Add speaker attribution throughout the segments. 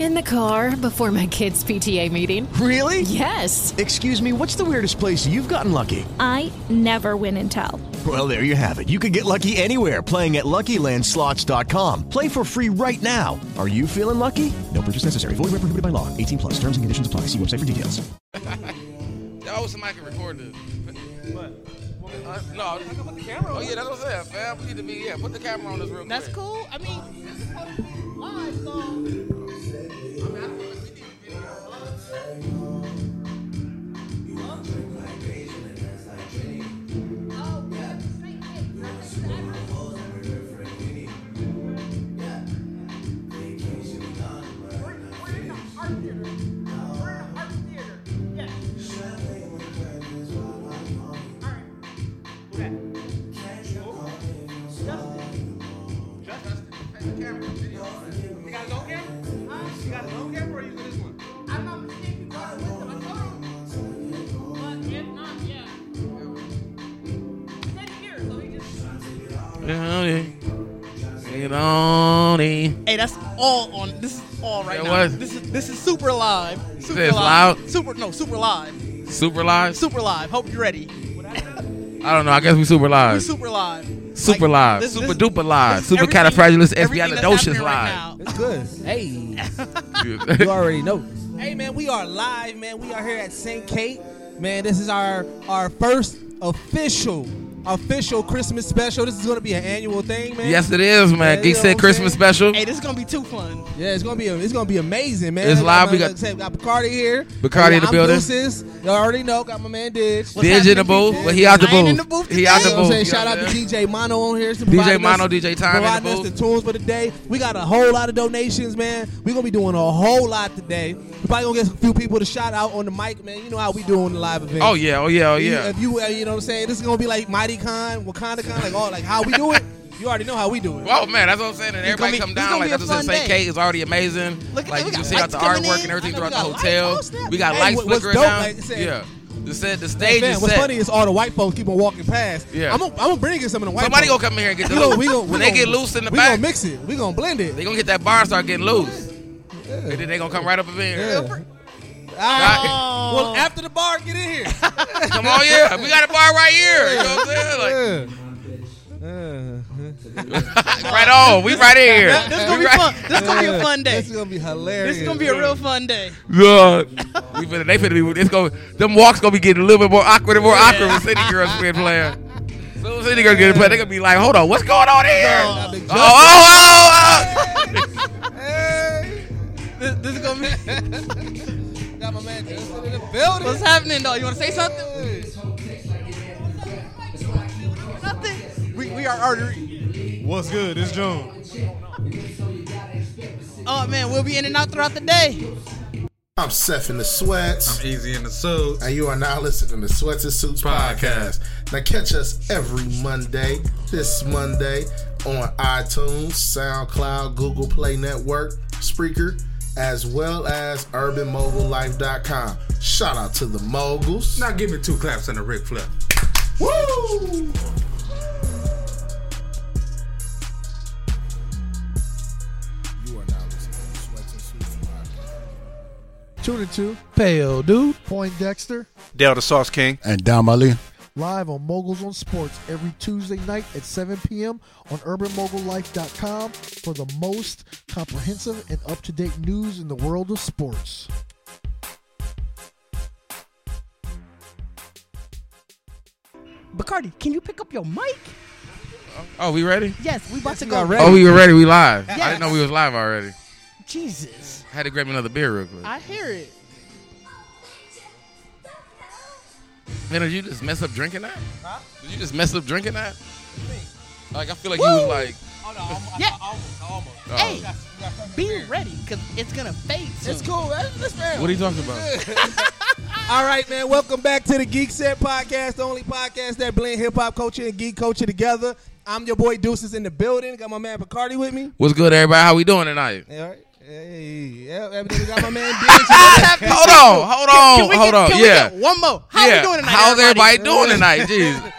Speaker 1: In the car before my kids' PTA meeting.
Speaker 2: Really?
Speaker 1: Yes.
Speaker 2: Excuse me, what's the weirdest place you've gotten lucky?
Speaker 3: I never win and tell.
Speaker 2: Well, there you have it. You can get lucky anywhere playing at LuckyLandSlots.com. Play for free right now. Are you feeling lucky? No purchase necessary. Void where prohibited by law. 18 plus. Terms and conditions apply. See website for details.
Speaker 4: Yo, somebody can record this. What? Uh, no, put the camera on. Oh yeah, that's what I'm saying, fam. We need to be yeah. Put the camera on this real
Speaker 5: That's
Speaker 4: quick.
Speaker 5: cool. I mean, this is supposed to be live, so.
Speaker 4: Get on it. Get on it.
Speaker 6: Hey, that's all on. This is all right
Speaker 4: That
Speaker 6: now.
Speaker 4: was-
Speaker 6: This is this is super live. Super
Speaker 4: This
Speaker 6: live.
Speaker 4: loud?
Speaker 6: Super no, super live.
Speaker 4: Super live.
Speaker 6: Super live. Hope you're ready.
Speaker 4: I don't know. I guess we super
Speaker 6: We're
Speaker 4: live.
Speaker 6: super live.
Speaker 4: Uh, Super
Speaker 6: Like,
Speaker 4: live.
Speaker 6: this-
Speaker 4: super
Speaker 6: this-
Speaker 4: duper live.
Speaker 6: this is
Speaker 4: Super
Speaker 6: everything-
Speaker 4: califragilous
Speaker 6: everything that's happening
Speaker 4: espialidocious
Speaker 6: right
Speaker 4: live.
Speaker 6: now.
Speaker 7: Good. Hey, you
Speaker 4: Yeah.
Speaker 7: already know. Hey, man, we are live, man. We are here at St. Kate, man. This is our our first official official Christmas special. This is gonna be an annual thing, man.
Speaker 4: yes, it is,
Speaker 7: Yeah,
Speaker 4: man. Geek
Speaker 7: you know what
Speaker 4: said
Speaker 7: I'm
Speaker 4: Christmas
Speaker 7: saying?
Speaker 4: special.
Speaker 6: Hey, this is gonna be too fun.
Speaker 7: Yeah, it's gonna be it's gonna be amazing, man.
Speaker 4: It's
Speaker 7: I
Speaker 4: live. We
Speaker 7: my-
Speaker 4: got-
Speaker 7: like I said, got Bacardi here.
Speaker 4: Bacardi in the
Speaker 7: I'm
Speaker 4: building.
Speaker 7: Deuces. You already know. Got my man Didge.
Speaker 6: What's
Speaker 4: Didge in the
Speaker 6: happening,
Speaker 4: booth.
Speaker 6: DJ?
Speaker 4: Well, he out the
Speaker 6: I ain't in the
Speaker 4: booth.
Speaker 6: booth
Speaker 4: He out
Speaker 6: today.
Speaker 4: the
Speaker 7: You know what I'm
Speaker 4: booth.
Speaker 7: saying?
Speaker 4: You
Speaker 7: Shout
Speaker 4: know
Speaker 7: out
Speaker 4: what
Speaker 7: to
Speaker 4: I'm saying?
Speaker 7: DJ Mono on here.
Speaker 4: DJ Mono, DJ Time in the
Speaker 7: Providing us
Speaker 4: booth.
Speaker 7: the tunes for the day. We got a whole lot of donations, man. We're going to be doing a whole lot today. We're probably going to get a few people to shout out on the mic, man. You know how we do on the live event.
Speaker 4: Oh yeah. Oh yeah. Oh
Speaker 7: You-
Speaker 4: yeah.
Speaker 7: If you, uh, you know what I'm saying? This is going to be like Mighty Con, Wakanda Con, like all, like how we do it. You already know how we do it.
Speaker 4: Oh man, that's what I'm saying. And
Speaker 6: It's gonna
Speaker 4: everybody
Speaker 6: be-
Speaker 4: come
Speaker 6: it's
Speaker 4: down
Speaker 6: gonna
Speaker 4: like
Speaker 6: be
Speaker 4: that's
Speaker 6: a
Speaker 4: what I'm saying.
Speaker 6: fun
Speaker 4: St.
Speaker 6: day.
Speaker 4: Kate is already amazing.
Speaker 6: Look at
Speaker 4: like
Speaker 6: that,
Speaker 4: you
Speaker 6: we
Speaker 4: can
Speaker 6: got
Speaker 4: see out
Speaker 6: lights
Speaker 4: the
Speaker 6: coming
Speaker 4: artwork
Speaker 6: in.
Speaker 4: and everything
Speaker 6: I know
Speaker 4: throughout
Speaker 6: we
Speaker 4: the
Speaker 6: got
Speaker 4: hotel.
Speaker 6: lights. Oh, snap.
Speaker 4: We got
Speaker 7: Hey,
Speaker 4: lights
Speaker 7: what- what's
Speaker 4: flickering
Speaker 7: dope,
Speaker 4: down.
Speaker 7: like I said-
Speaker 4: yeah. The set the
Speaker 7: Hey,
Speaker 4: stage
Speaker 7: man,
Speaker 4: is
Speaker 7: what's
Speaker 4: set.
Speaker 7: funny is all the white folks keep on walking past.
Speaker 4: Yeah.
Speaker 7: I'm going to bring in some of the white
Speaker 4: Somebody gonna
Speaker 7: folks.
Speaker 4: come in here and get the
Speaker 7: We gonna-
Speaker 4: loose.
Speaker 7: we gonna- we
Speaker 4: when they
Speaker 7: gonna-
Speaker 4: get loose in the
Speaker 7: we
Speaker 4: back,
Speaker 7: going to mix it. We're going to blend it.
Speaker 4: they gonna get that bar and start getting loose. And then they gonna come right up in here.
Speaker 7: All right. Well, after the bar, get in here.
Speaker 6: Oh.
Speaker 4: Come on, yeah. We got a bar right here. You know what I'm saying?
Speaker 7: Yeah.
Speaker 4: Like, right on. We right in here.
Speaker 6: This is gonna
Speaker 4: we
Speaker 6: be fun. This is gonna be a fun day.
Speaker 7: This is gonna be hilarious.
Speaker 6: This is gonna be a real fun day.
Speaker 4: Look, we finna, they finna be. It's gonna, them walks gonna be getting a little bit more awkward and more awkward when City Girls been playing. So when City Girls get playing, they gonna be like, "Hold on, what's going on here?"
Speaker 7: Oh,
Speaker 4: Oh, oh, oh, oh.
Speaker 7: Hey,
Speaker 6: This, this is gonna be.
Speaker 7: got my man Justin in the building.
Speaker 6: What's happening, though? You wanna say something? Nothing. We, we are already.
Speaker 8: What's good? It's June.
Speaker 6: Oh man, we'll be in and out throughout the day.
Speaker 9: I'm Seth in the Sweats,
Speaker 8: Easy in the suit.
Speaker 9: and you are now listening to Sweats and Suits podcast. Now catch us every Monday, this Monday, on iTunes, SoundCloud, Google Play Network, Spreaker, as well as UrbanMogulLife.com. Shout out to the moguls.
Speaker 8: Now give me two claps and a Ric Flair.
Speaker 9: Woo! You are now listening to Sweats and Suits podcast.
Speaker 10: Tune to Pale Dude, Point Dexter,
Speaker 8: Dale the Sauce King.
Speaker 2: And Dom Ali.
Speaker 10: live on Moguls on Sports every Tuesday night at 7 p.m. on UrbanMogulLife.com for the most comprehensive and up to date news in the world of sports.
Speaker 6: Bacardi, can you pick up your mic?
Speaker 4: Oh, we ready?
Speaker 6: Yes, we about to
Speaker 7: we
Speaker 6: go.
Speaker 7: are ready.
Speaker 4: Oh, we were ready. We live. I
Speaker 6: Yes.
Speaker 4: didn't know we was live already.
Speaker 6: Jesus,
Speaker 4: I had to grab me another beer real quick.
Speaker 6: I hear it.
Speaker 4: Man, did you just mess up drinking that? Did you just mess up drinking that? Like I feel like you was like,
Speaker 6: yeah.
Speaker 4: oh.
Speaker 6: Hey, be ready because it's gonna fade. Soon.
Speaker 7: It's cool. Let's- let's round.
Speaker 4: What are you talking about?
Speaker 7: All right, man. Welcome back to the Geek Set Podcast, the only podcast that blend hip hop culture and geek culture together. I'm your boy Deuces in the building. Got my man Bacardi with me.
Speaker 4: What's good, everybody? How we doing tonight?
Speaker 7: All right. Hey, yeah, everything got my man. Deuces.
Speaker 4: Hold on, hold on,
Speaker 7: Can we
Speaker 4: hold
Speaker 7: get-
Speaker 4: on.
Speaker 7: can we
Speaker 4: yeah.
Speaker 7: get one more? How we
Speaker 4: yeah.
Speaker 7: doing tonight,
Speaker 4: How's everybody,
Speaker 7: everybody?
Speaker 4: doing tonight? Jeez.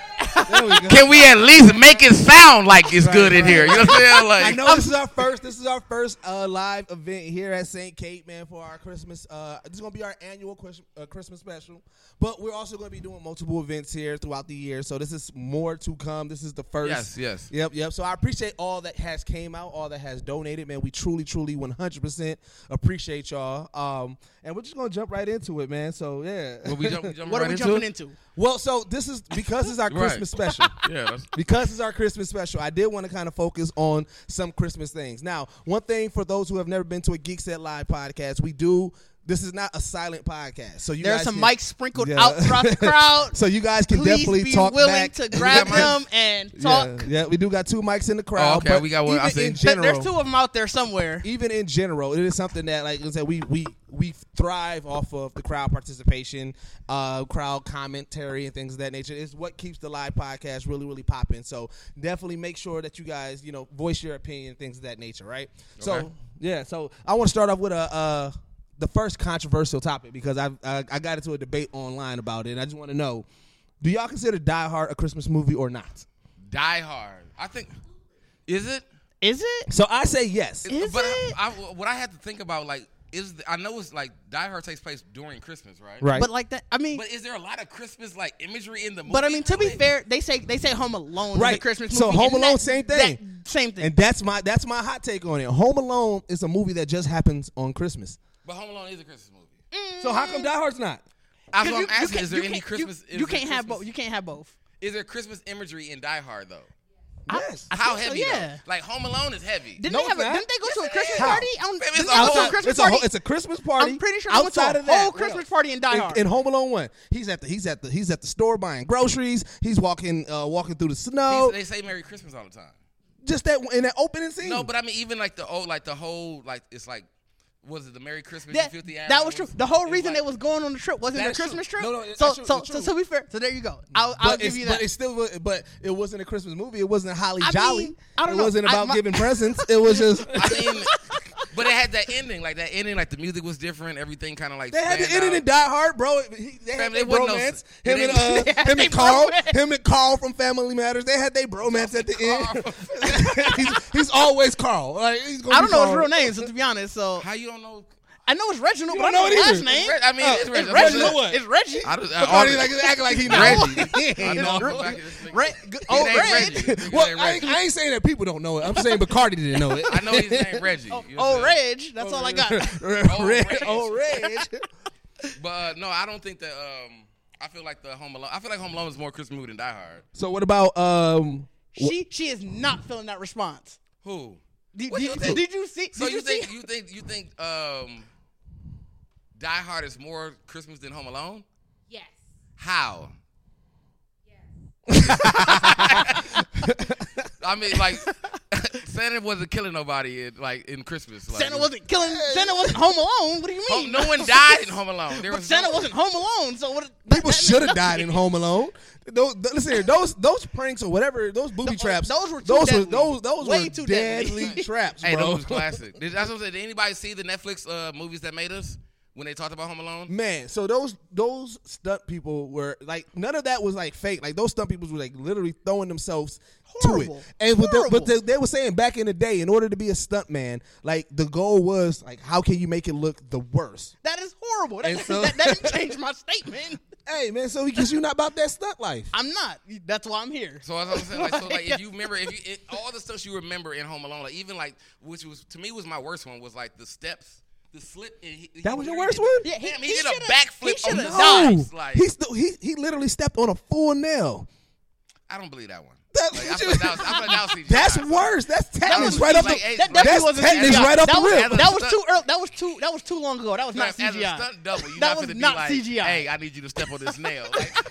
Speaker 4: Can we at least make it sound like it's good in here? You know what I'm saying? Like,
Speaker 7: I know this is our first. This is our first uh, live event here at St. Kate, man, for our Christmas. Uh, this is gonna be our annual Chris, uh, Christmas special, but we're also gonna be doing multiple events here throughout the year. So this is more to come. This is the first.
Speaker 4: Yes, yes.
Speaker 7: Yep, yep. So I appreciate all that has came out, all that has donated, man. We truly, truly, one hundred percent appreciate y'all. Um, and we're just gonna jump right into it, man. So yeah.
Speaker 4: Well, we jump- we jumping What are right we into jumping it? into?
Speaker 7: Well, so this is because it's our
Speaker 4: Right.
Speaker 7: Christmas special.
Speaker 4: Yeah, that's-
Speaker 7: Because it's our Christmas special, I did want to kind of focus on some Christmas things. Now, one thing for those who have never been to a Geek Set Live podcast, we do. This is not a silent podcast, so you
Speaker 6: There's
Speaker 7: guys
Speaker 6: some
Speaker 7: can-
Speaker 6: mics sprinkled out throughout the crowd.
Speaker 7: so you guys can
Speaker 6: Please
Speaker 7: definitely
Speaker 6: be
Speaker 7: talk
Speaker 6: willing
Speaker 7: back.
Speaker 6: to grab them and talk.
Speaker 7: Yeah, yeah, we do got two mics in the crowd.
Speaker 4: Oh, okay,
Speaker 7: but
Speaker 4: we got one. I
Speaker 7: even
Speaker 4: see.
Speaker 7: in
Speaker 6: Th-
Speaker 7: general,
Speaker 6: There's two of them out there somewhere.
Speaker 7: even in general, it is something that, like I said, we we we thrive off of the crowd participation, uh, crowd commentary, and things of that nature. It's what keeps the live podcast really really popping. So definitely make sure that you guys, you know, voice your opinion, things of that nature, right?
Speaker 4: Okay.
Speaker 7: So yeah, so I want to start off with a. Uh, the first controversial topic because I, I I got into a debate online about it and I just want to know, do y'all consider Die Hard a Christmas movie or not?
Speaker 4: Die Hard. I think. Is it?
Speaker 6: Is it?
Speaker 7: So I say yes.
Speaker 4: but I, I, what I had to think about, like, is the, I know it's like Die Hard takes place during Christmas, right?
Speaker 7: Right.
Speaker 6: But like that, I mean.
Speaker 4: But is there a lot of Christmas like imagery in the movie?
Speaker 6: But I mean, to be fair, they say they say Home Alone is
Speaker 7: Right.
Speaker 6: a Christmas
Speaker 7: So
Speaker 6: movie.
Speaker 7: Home
Speaker 6: and
Speaker 7: Alone,
Speaker 6: that-
Speaker 7: same
Speaker 6: that-
Speaker 7: thing.
Speaker 6: same thing.
Speaker 7: And that's my that's my hot take on it. Home Alone is a movie that just happens on Christmas.
Speaker 4: But Home Alone is a Christmas movie.
Speaker 7: So how come Die Hard's not?
Speaker 4: That's
Speaker 6: 'Cause
Speaker 4: what
Speaker 6: Mm, you-
Speaker 4: I'm
Speaker 6: you
Speaker 4: asking.
Speaker 6: can't-
Speaker 4: Is there
Speaker 6: you
Speaker 4: any
Speaker 6: can't- you-
Speaker 4: Christmas?
Speaker 6: You,
Speaker 4: is there
Speaker 6: can't have
Speaker 4: Christmas-
Speaker 6: both. You can't have both.
Speaker 4: Is there Christmas imagery in Die Hard though?
Speaker 7: Yes.
Speaker 4: How
Speaker 6: so,
Speaker 4: heavy?
Speaker 6: yeah.
Speaker 4: though? Like Home Alone is heavy.
Speaker 6: Didn't
Speaker 7: No,
Speaker 6: they have? A,
Speaker 7: it's not.
Speaker 6: didn't they go to a
Speaker 4: Yes, it
Speaker 6: Christmas
Speaker 4: is.
Speaker 6: party? On,
Speaker 4: Baby, it's
Speaker 6: didn't
Speaker 4: a
Speaker 6: they go to
Speaker 4: whole-
Speaker 6: a Christmas
Speaker 7: it's, a
Speaker 6: party.
Speaker 7: whole, it's a Christmas party.
Speaker 6: I'm pretty sure they went to
Speaker 7: outside
Speaker 6: a
Speaker 7: of that,
Speaker 6: whole Christmas party in Die
Speaker 7: In-
Speaker 6: Hard.
Speaker 7: In Home Alone one, he's at the he's at the he's at the store buying groceries. He's walking uh, walking through the snow.
Speaker 4: They say Merry Christmas all the time.
Speaker 7: Just that in that opening scene.
Speaker 4: No, but I mean, even like the old, like the whole, like it's like, was it the Merry Christmas?
Speaker 6: That,
Speaker 4: you filthy
Speaker 6: that
Speaker 4: animals?
Speaker 6: was true. The whole
Speaker 4: It's
Speaker 6: reason
Speaker 4: like-
Speaker 6: it was going on the trip wasn't a
Speaker 7: That is true.
Speaker 6: Christmas trip.
Speaker 7: No, no, it's
Speaker 6: so,
Speaker 7: true,
Speaker 6: so,
Speaker 7: it's
Speaker 6: so,
Speaker 7: true.
Speaker 6: so be fair. So there you go. I'll, I'll
Speaker 7: But
Speaker 6: give
Speaker 7: it's-
Speaker 6: you that.
Speaker 7: But it still, wa- but it wasn't a Christmas movie. It wasn't Holly
Speaker 6: I
Speaker 7: Jolly.
Speaker 6: mean, I don't
Speaker 7: it
Speaker 6: know.
Speaker 7: wasn't
Speaker 6: I-
Speaker 7: about
Speaker 6: my-
Speaker 7: giving presents. It was just
Speaker 4: I mean, but it had that ending, like that ending, like the music was different, everything kind of like
Speaker 7: They had to
Speaker 4: spanned
Speaker 7: end it in
Speaker 4: out.
Speaker 7: Die Hard, bro. He- They
Speaker 4: Fam,
Speaker 7: had
Speaker 4: they
Speaker 7: their
Speaker 4: wasn't no-
Speaker 7: bromance.
Speaker 4: they
Speaker 7: him and uh,
Speaker 4: didn't-
Speaker 7: him
Speaker 6: They
Speaker 7: and Carl,
Speaker 6: bromance.
Speaker 7: him and Carl from Family Matters. They had their bromance at the end. he's, he's always Carl. Like he's gonna
Speaker 6: I
Speaker 7: be
Speaker 6: don't know his
Speaker 7: Carl.
Speaker 6: real name, so to be honest. So
Speaker 4: How you don't know?
Speaker 6: I know it's Reginald,
Speaker 7: You
Speaker 6: but I
Speaker 7: don't
Speaker 6: know
Speaker 7: know it
Speaker 6: his last
Speaker 7: either.
Speaker 6: name.
Speaker 4: Re- I mean, it's Reggie.
Speaker 6: Reggie.
Speaker 4: You know
Speaker 7: what?
Speaker 6: It's Reggie.
Speaker 4: I just, I,
Speaker 7: Bacardi,
Speaker 4: already,
Speaker 7: like, acting like he knows.
Speaker 4: Reggie. I know.
Speaker 6: Reggie.
Speaker 4: Back in this thing.
Speaker 6: Re- good- oh,
Speaker 4: ain't
Speaker 6: Reg.
Speaker 4: Reggie. His
Speaker 7: Well,
Speaker 4: name
Speaker 7: I ain't,
Speaker 4: Reggie.
Speaker 7: I ain't saying that people don't know it. I'm saying Bacardi didn't know it.
Speaker 4: I know his name Reggie. You know what
Speaker 6: Oh,
Speaker 4: I'm
Speaker 6: Reg. That's all I got.
Speaker 4: Oh,
Speaker 7: Red,
Speaker 4: Reg.
Speaker 7: oh, Reg.
Speaker 4: saying? But uh, no, I don't think that. Um, I feel like the Home Alone. I feel like Home Alone is more Christmas movie than Die Hard.
Speaker 7: So what about um?
Speaker 6: She she is not feeling that response.
Speaker 4: Who?
Speaker 6: Did,
Speaker 4: What
Speaker 6: did,
Speaker 4: you think?
Speaker 6: did you see?
Speaker 4: So
Speaker 6: did
Speaker 4: you
Speaker 6: see?
Speaker 4: think you think you think um, Die Hard is more Christmas than Home Alone?
Speaker 3: Yes.
Speaker 4: How? I mean, like Santa wasn't killing nobody in, like in Christmas. Like,
Speaker 6: Santa wasn't killing. Santa wasn't home alone. What do you
Speaker 4: Home,
Speaker 6: mean?
Speaker 4: no one died in Home Alone. There
Speaker 6: But
Speaker 4: was
Speaker 6: Santa
Speaker 4: no-
Speaker 6: wasn't home alone. So what?
Speaker 7: People should have died in Home Alone. Those, th- listen here, those those pranks or whatever, those booby
Speaker 6: Th-
Speaker 7: traps.
Speaker 6: those were too
Speaker 7: those
Speaker 6: deadly.
Speaker 7: were those those
Speaker 6: Way
Speaker 7: were
Speaker 6: too deadly.
Speaker 7: deadly, traps,
Speaker 4: Hey,
Speaker 7: bro.
Speaker 4: that was classic. Did, that's what I'm saying. Did anybody see the Netflix uh, movies that made us when they talked about Home Alone?
Speaker 7: Man, so those those stunt people were like none of that was like fake. Like those stunt people were like literally throwing themselves to
Speaker 6: Horrible.
Speaker 7: it. And what they,
Speaker 6: Horrible.
Speaker 7: but they, they were saying back in the day, in order to be a stunt man, like the goal was like how can you make it look the worst?
Speaker 6: That is horrible. That,
Speaker 7: And so-
Speaker 6: that, that didn't change my statement.
Speaker 7: Hey man, so because you're not about that stunt life.
Speaker 6: I'm not. That's why I'm here.
Speaker 4: So that's what I'm saying. Like, so like if you remember, if you it, all the stuff you remember in Home Alone, like even like which was to me was my worst one was like the steps, the slip. And he,
Speaker 7: That was your worst
Speaker 4: did-
Speaker 7: one?
Speaker 6: Yeah, he-
Speaker 4: Damn,
Speaker 6: he
Speaker 4: did a
Speaker 6: shoulda-
Speaker 4: backflip
Speaker 6: he
Speaker 4: on the
Speaker 6: shoulda
Speaker 7: No.
Speaker 4: steps. Like
Speaker 7: he, stu- he he literally stepped on a full nail.
Speaker 4: I don't believe that one.
Speaker 7: That-
Speaker 4: Like, I feel like that was, I feel like that was CGI.
Speaker 7: That's worse. That's
Speaker 6: was
Speaker 7: tetanus right up
Speaker 4: like,
Speaker 7: the.
Speaker 4: hey,
Speaker 6: That
Speaker 4: right-
Speaker 6: definitely
Speaker 7: That's
Speaker 6: wasn't
Speaker 7: tetanus
Speaker 6: CGI.
Speaker 7: right up
Speaker 6: that
Speaker 7: the
Speaker 6: was,
Speaker 7: rip.
Speaker 6: That was too early. That was too. That was too long ago. That was not
Speaker 4: As a
Speaker 6: CGI.
Speaker 4: stunt double, you're
Speaker 6: That
Speaker 4: not
Speaker 6: was
Speaker 4: gonna
Speaker 6: not
Speaker 4: be like,
Speaker 6: CGI.
Speaker 4: hey, I need you to step on this nail. Like,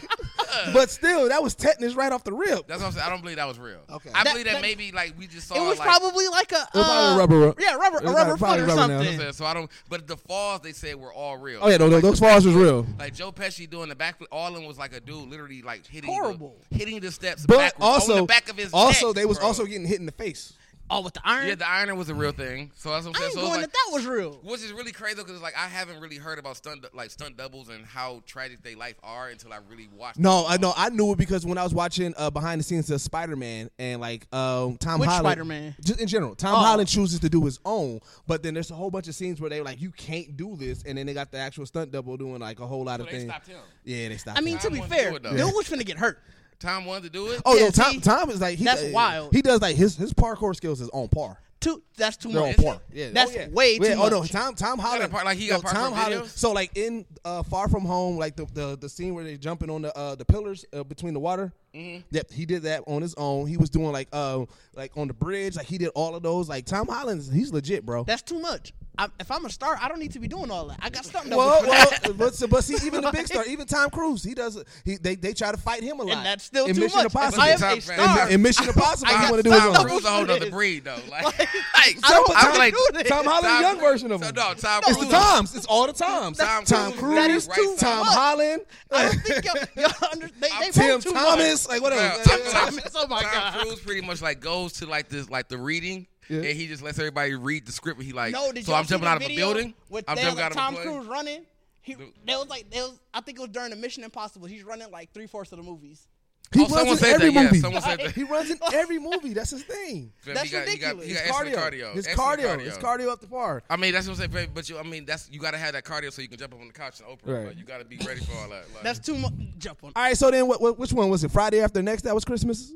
Speaker 7: But still, that was tetanus right off the rip.
Speaker 4: That's what I'm saying. I don't believe that was real. Okay. I believe that,
Speaker 7: that-
Speaker 4: maybe like we just saw.
Speaker 6: It was
Speaker 4: like-
Speaker 6: probably like a.
Speaker 7: was probably
Speaker 6: uh,
Speaker 7: rubber-
Speaker 6: Yeah, rubber,
Speaker 7: It
Speaker 6: a
Speaker 7: was
Speaker 6: rubber foot
Speaker 7: probably
Speaker 6: or
Speaker 7: rubber now.
Speaker 6: something.
Speaker 4: Yeah, So I don't. But the falls they said were all real.
Speaker 7: Oh, yeah, no, no,
Speaker 4: Like
Speaker 7: those
Speaker 4: the
Speaker 7: falls was
Speaker 4: backflip-
Speaker 7: real.
Speaker 4: Like Joe Pesci doing the backflip, all of them was like a dude literally like hitting
Speaker 6: Horrible.
Speaker 4: the, hitting the steps
Speaker 7: But
Speaker 4: backwards.
Speaker 7: also,
Speaker 4: on the back of his
Speaker 7: also
Speaker 4: neck,
Speaker 7: they was
Speaker 4: bro.
Speaker 7: also getting hit in the face.
Speaker 6: Oh, with the iron.
Speaker 4: Yeah, the ironer was a real thing. So that's what I'm
Speaker 6: I
Speaker 4: saying.
Speaker 6: ain't
Speaker 4: so
Speaker 6: going
Speaker 4: it's
Speaker 6: that
Speaker 4: like,
Speaker 6: that was real.
Speaker 4: Which is really crazy because like I haven't really heard about stunt like stunt doubles and how tragic they life are until I really watched.
Speaker 7: No, I know. I knew it because when I was watching uh, behind the scenes of Spider Man and like um, Tom
Speaker 6: Which
Speaker 7: Holland,
Speaker 6: Spider-Man?
Speaker 7: just in general, Tom
Speaker 6: Oh.
Speaker 7: Holland chooses to do his own. But then there's a whole bunch of scenes where they were like, you can't do this, and then they got the actual stunt double doing like a whole lot of
Speaker 4: they
Speaker 7: things.
Speaker 4: stopped him.
Speaker 7: Yeah, they stopped.
Speaker 6: I mean,
Speaker 7: him.
Speaker 6: to be
Speaker 4: wanted to
Speaker 6: fair,
Speaker 4: do it,
Speaker 6: dude
Speaker 4: though.
Speaker 6: was finna get hurt.
Speaker 4: Tom wanted to do it.
Speaker 7: oh
Speaker 6: yeah,
Speaker 7: no, Tom,
Speaker 6: see?
Speaker 7: Tom is like he,
Speaker 6: That's
Speaker 7: uh,
Speaker 6: wild.
Speaker 7: He does like his his parkour skills is on par.
Speaker 6: Too, that's too
Speaker 7: They're on
Speaker 6: much.
Speaker 7: par.
Speaker 6: That's
Speaker 7: Oh, yeah.
Speaker 6: way too
Speaker 7: Yeah,
Speaker 6: much.
Speaker 7: Oh no, Tom Tom Holland.
Speaker 4: par- like, he
Speaker 7: no,
Speaker 4: got parkour
Speaker 7: Tom Holland.
Speaker 4: videos?
Speaker 7: So like in uh, Far From Home, like the, the the scene where they jumping on the uh, the pillars uh, between the water.
Speaker 4: Mm-hmm.
Speaker 7: Yep, he did that on his own. He was doing like uh like on the bridge, like he did all of those. Like Tom Holland, he's legit, bro.
Speaker 6: That's too much. I, if I'm a star, I don't need to be doing all that. I got something.
Speaker 7: well,
Speaker 6: to
Speaker 7: well, but, but see, even the big star, even Tom Cruise, he does. He they, they try to fight him a lot.
Speaker 6: and that's still
Speaker 7: in
Speaker 6: too
Speaker 7: Mission
Speaker 6: much.
Speaker 7: Impossible.
Speaker 6: If I
Speaker 4: Top
Speaker 6: am a
Speaker 4: brand.
Speaker 6: star,
Speaker 7: in, in Mission Impossible,
Speaker 6: I
Speaker 7: he
Speaker 6: got
Speaker 7: want to do his
Speaker 6: Tom
Speaker 7: own.
Speaker 4: Tom
Speaker 6: double
Speaker 4: Cruise a whole
Speaker 6: shooters.
Speaker 4: other breed though. Like, like,
Speaker 6: I
Speaker 4: Tom-
Speaker 6: don't want
Speaker 4: I'm
Speaker 6: to
Speaker 4: like
Speaker 6: do this.
Speaker 7: Tom Holland,
Speaker 4: Tom-
Speaker 7: young version of
Speaker 4: So,
Speaker 7: him.
Speaker 4: no, Tom
Speaker 7: It's
Speaker 4: Cruise.
Speaker 7: the Toms. It's all the Toms.
Speaker 4: Tom
Speaker 7: Tom
Speaker 4: Cruise.
Speaker 7: Cruise.
Speaker 4: That is too
Speaker 7: Tom
Speaker 4: much.
Speaker 7: Holland.
Speaker 6: I don't think y'all, y'all under, they, they
Speaker 7: Tim
Speaker 6: both too
Speaker 7: Thomas. Like what
Speaker 4: Yeah,
Speaker 7: else?
Speaker 4: Tom,
Speaker 6: Thomas,
Speaker 4: Cruise-
Speaker 6: oh my
Speaker 4: Tom
Speaker 6: God.
Speaker 4: Cruise pretty much like goes to like this like the reading,
Speaker 7: Yeah.
Speaker 4: and he just lets everybody read the script. And he like,
Speaker 6: much. No, did
Speaker 4: so
Speaker 6: y'all
Speaker 4: I'm
Speaker 6: see
Speaker 4: jumping
Speaker 6: the
Speaker 4: out of a
Speaker 6: video
Speaker 4: building.
Speaker 6: With
Speaker 4: I'm
Speaker 6: they was
Speaker 4: jumping
Speaker 6: like Tom
Speaker 4: out of a plane.
Speaker 6: Crude running. He, they was like, they was, I think it was during the Mission Impossible. He's running like three fourths of the movies.
Speaker 7: He
Speaker 4: Oh, someone
Speaker 7: runs in
Speaker 4: said
Speaker 7: every
Speaker 4: that. Yeah,
Speaker 7: movie.
Speaker 4: someone said that.
Speaker 7: He runs in every movie. That's his thing.
Speaker 4: Fam,
Speaker 6: That's
Speaker 4: he got, he got-
Speaker 6: ridiculous.
Speaker 4: he
Speaker 7: His
Speaker 4: got
Speaker 7: cardio.
Speaker 4: excellent cardio.
Speaker 7: His
Speaker 4: excellent
Speaker 7: cardio. His cardio up the par.
Speaker 4: I mean, that's what I'm saying, babe, but you, I mean, that's you gotta have that cardio so you can jump up on the couch and open.
Speaker 7: Right.
Speaker 4: Like, you gotta be ready for all that. Like,
Speaker 6: That's too much. Jump on.
Speaker 7: All right. So then, what, what? Which one was it? Friday after next? That was Christmas.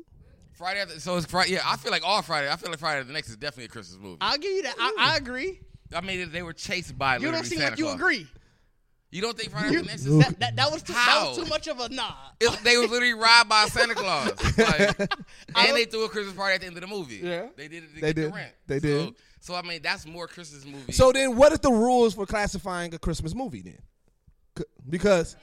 Speaker 4: Friday. After, so it's Friday. Yeah, I feel like all Friday. I feel like Friday the next is definitely a Christmas movie. I,
Speaker 6: I'll give you that. I, I agree.
Speaker 4: mean, they were chased by.
Speaker 6: You don't
Speaker 4: literally
Speaker 6: seem
Speaker 4: Santa
Speaker 6: like you
Speaker 4: Claus.
Speaker 6: agree.
Speaker 4: You don't think Friday
Speaker 6: You-
Speaker 4: the next is?
Speaker 6: that, that, that was too, that was
Speaker 4: How?
Speaker 6: too much of a nah.
Speaker 4: It- they was literally robbed by Santa Claus, like, and they threw a Christmas party at the end of the movie.
Speaker 7: Yeah.
Speaker 4: they did it. To
Speaker 7: They
Speaker 4: get
Speaker 7: did.
Speaker 4: The rent.
Speaker 7: They
Speaker 4: so,
Speaker 7: did.
Speaker 4: So I mean, that's more Christmas movie.
Speaker 7: So then, what is the rules for classifying a Christmas movie then? C- Because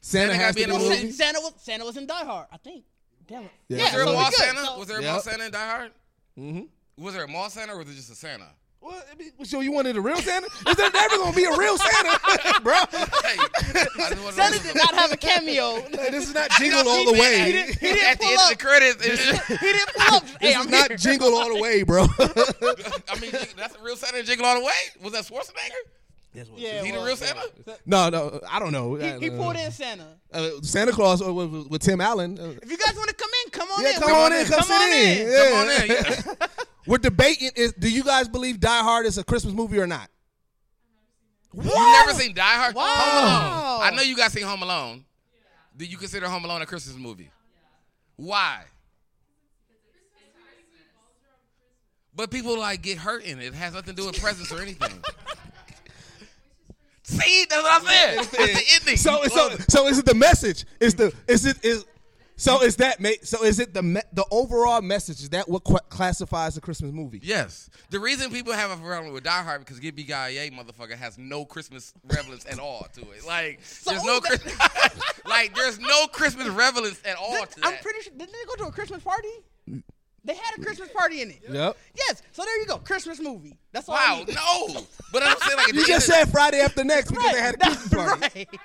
Speaker 7: Santa,
Speaker 4: Santa
Speaker 7: has
Speaker 4: gotta
Speaker 7: to be
Speaker 4: be in
Speaker 6: Well,
Speaker 4: the
Speaker 6: Sa-
Speaker 4: movie?
Speaker 6: Santa was Santa was in Die Hard, I think. Damn it.
Speaker 7: Yeah.
Speaker 4: was there a
Speaker 7: so we
Speaker 4: mall
Speaker 6: good.
Speaker 4: Santa?
Speaker 6: So- Mm-hmm.
Speaker 4: was there a
Speaker 7: Yep.
Speaker 4: mall Santa in Die Hard?
Speaker 7: Mhm.
Speaker 4: Was there a mall Santa or was it just a Santa?
Speaker 7: Well, I mean, so you wanted a real Santa? Is there never gonna be a real Santa, bro?
Speaker 4: Hey, I just wanna know
Speaker 6: Santa
Speaker 4: this
Speaker 6: did
Speaker 4: is-
Speaker 6: not have a cameo.
Speaker 7: Like, this is not
Speaker 4: You know,
Speaker 7: jingle all
Speaker 4: he
Speaker 7: the
Speaker 4: did-
Speaker 7: way.
Speaker 4: he
Speaker 7: This
Speaker 4: did-
Speaker 6: he didn't
Speaker 4: At the end
Speaker 6: pull
Speaker 4: of the
Speaker 6: up.
Speaker 4: credits, it's just-
Speaker 6: he didn't pull up. hey,
Speaker 7: is
Speaker 6: I'm
Speaker 7: not
Speaker 6: here.
Speaker 7: jingle all the way, bro.
Speaker 4: I mean, that's a real Santa in Jingle All the Way. Was that Schwarzenegger?
Speaker 6: Yeah,
Speaker 4: Is he the
Speaker 6: well,
Speaker 4: real Santa?
Speaker 7: no, no, I don't know.
Speaker 6: He, he pulled in Santa.
Speaker 7: Uh, Santa Claus uh, with, with- with Tim Allen. Uh,
Speaker 6: If you guys want to come in, come on
Speaker 7: yeah,
Speaker 6: in.
Speaker 7: come
Speaker 6: We're-
Speaker 7: on in, come,
Speaker 6: come on
Speaker 7: sit in.
Speaker 6: in.
Speaker 7: Yeah.
Speaker 4: Come on in. Yeah.
Speaker 7: We're debating is do you guys believe Die Hard is a Christmas movie or not?
Speaker 4: You never
Speaker 7: Oh.
Speaker 4: seen Die Hard?
Speaker 6: Wow.
Speaker 4: Home Alone. I know you guys seen Home Alone. Do you consider Home Alone a Christmas movie? Why? But people like get hurt in it. It has nothing to do with presents or anything. See, that's what I said. It's the ending.
Speaker 7: So
Speaker 4: You
Speaker 7: so
Speaker 4: love it.
Speaker 7: so is it the message? Is the is it is so is that ma- so is it the me- the overall message? Is that what qu- classifies a Christmas movie?
Speaker 4: Yes. The reason people have a problem with Die Hard because Gibby Gaye motherfucker has no Christmas relevance at all to it. Like there's no
Speaker 6: that-
Speaker 4: Christ- like there's no Christmas relevance at all to that.
Speaker 6: I'm pretty sure. Didn't they go to a Christmas party? They had a Christmas party in it.
Speaker 7: Yep.
Speaker 6: Yes. So there you go. Christmas movie. That's all. I
Speaker 4: Wow,
Speaker 6: need.
Speaker 4: no. But I'm saying like at
Speaker 7: You
Speaker 4: the
Speaker 7: just
Speaker 4: end
Speaker 7: said Friday after next because
Speaker 6: Right.
Speaker 7: they had a
Speaker 6: that's
Speaker 7: Christmas party.
Speaker 6: right.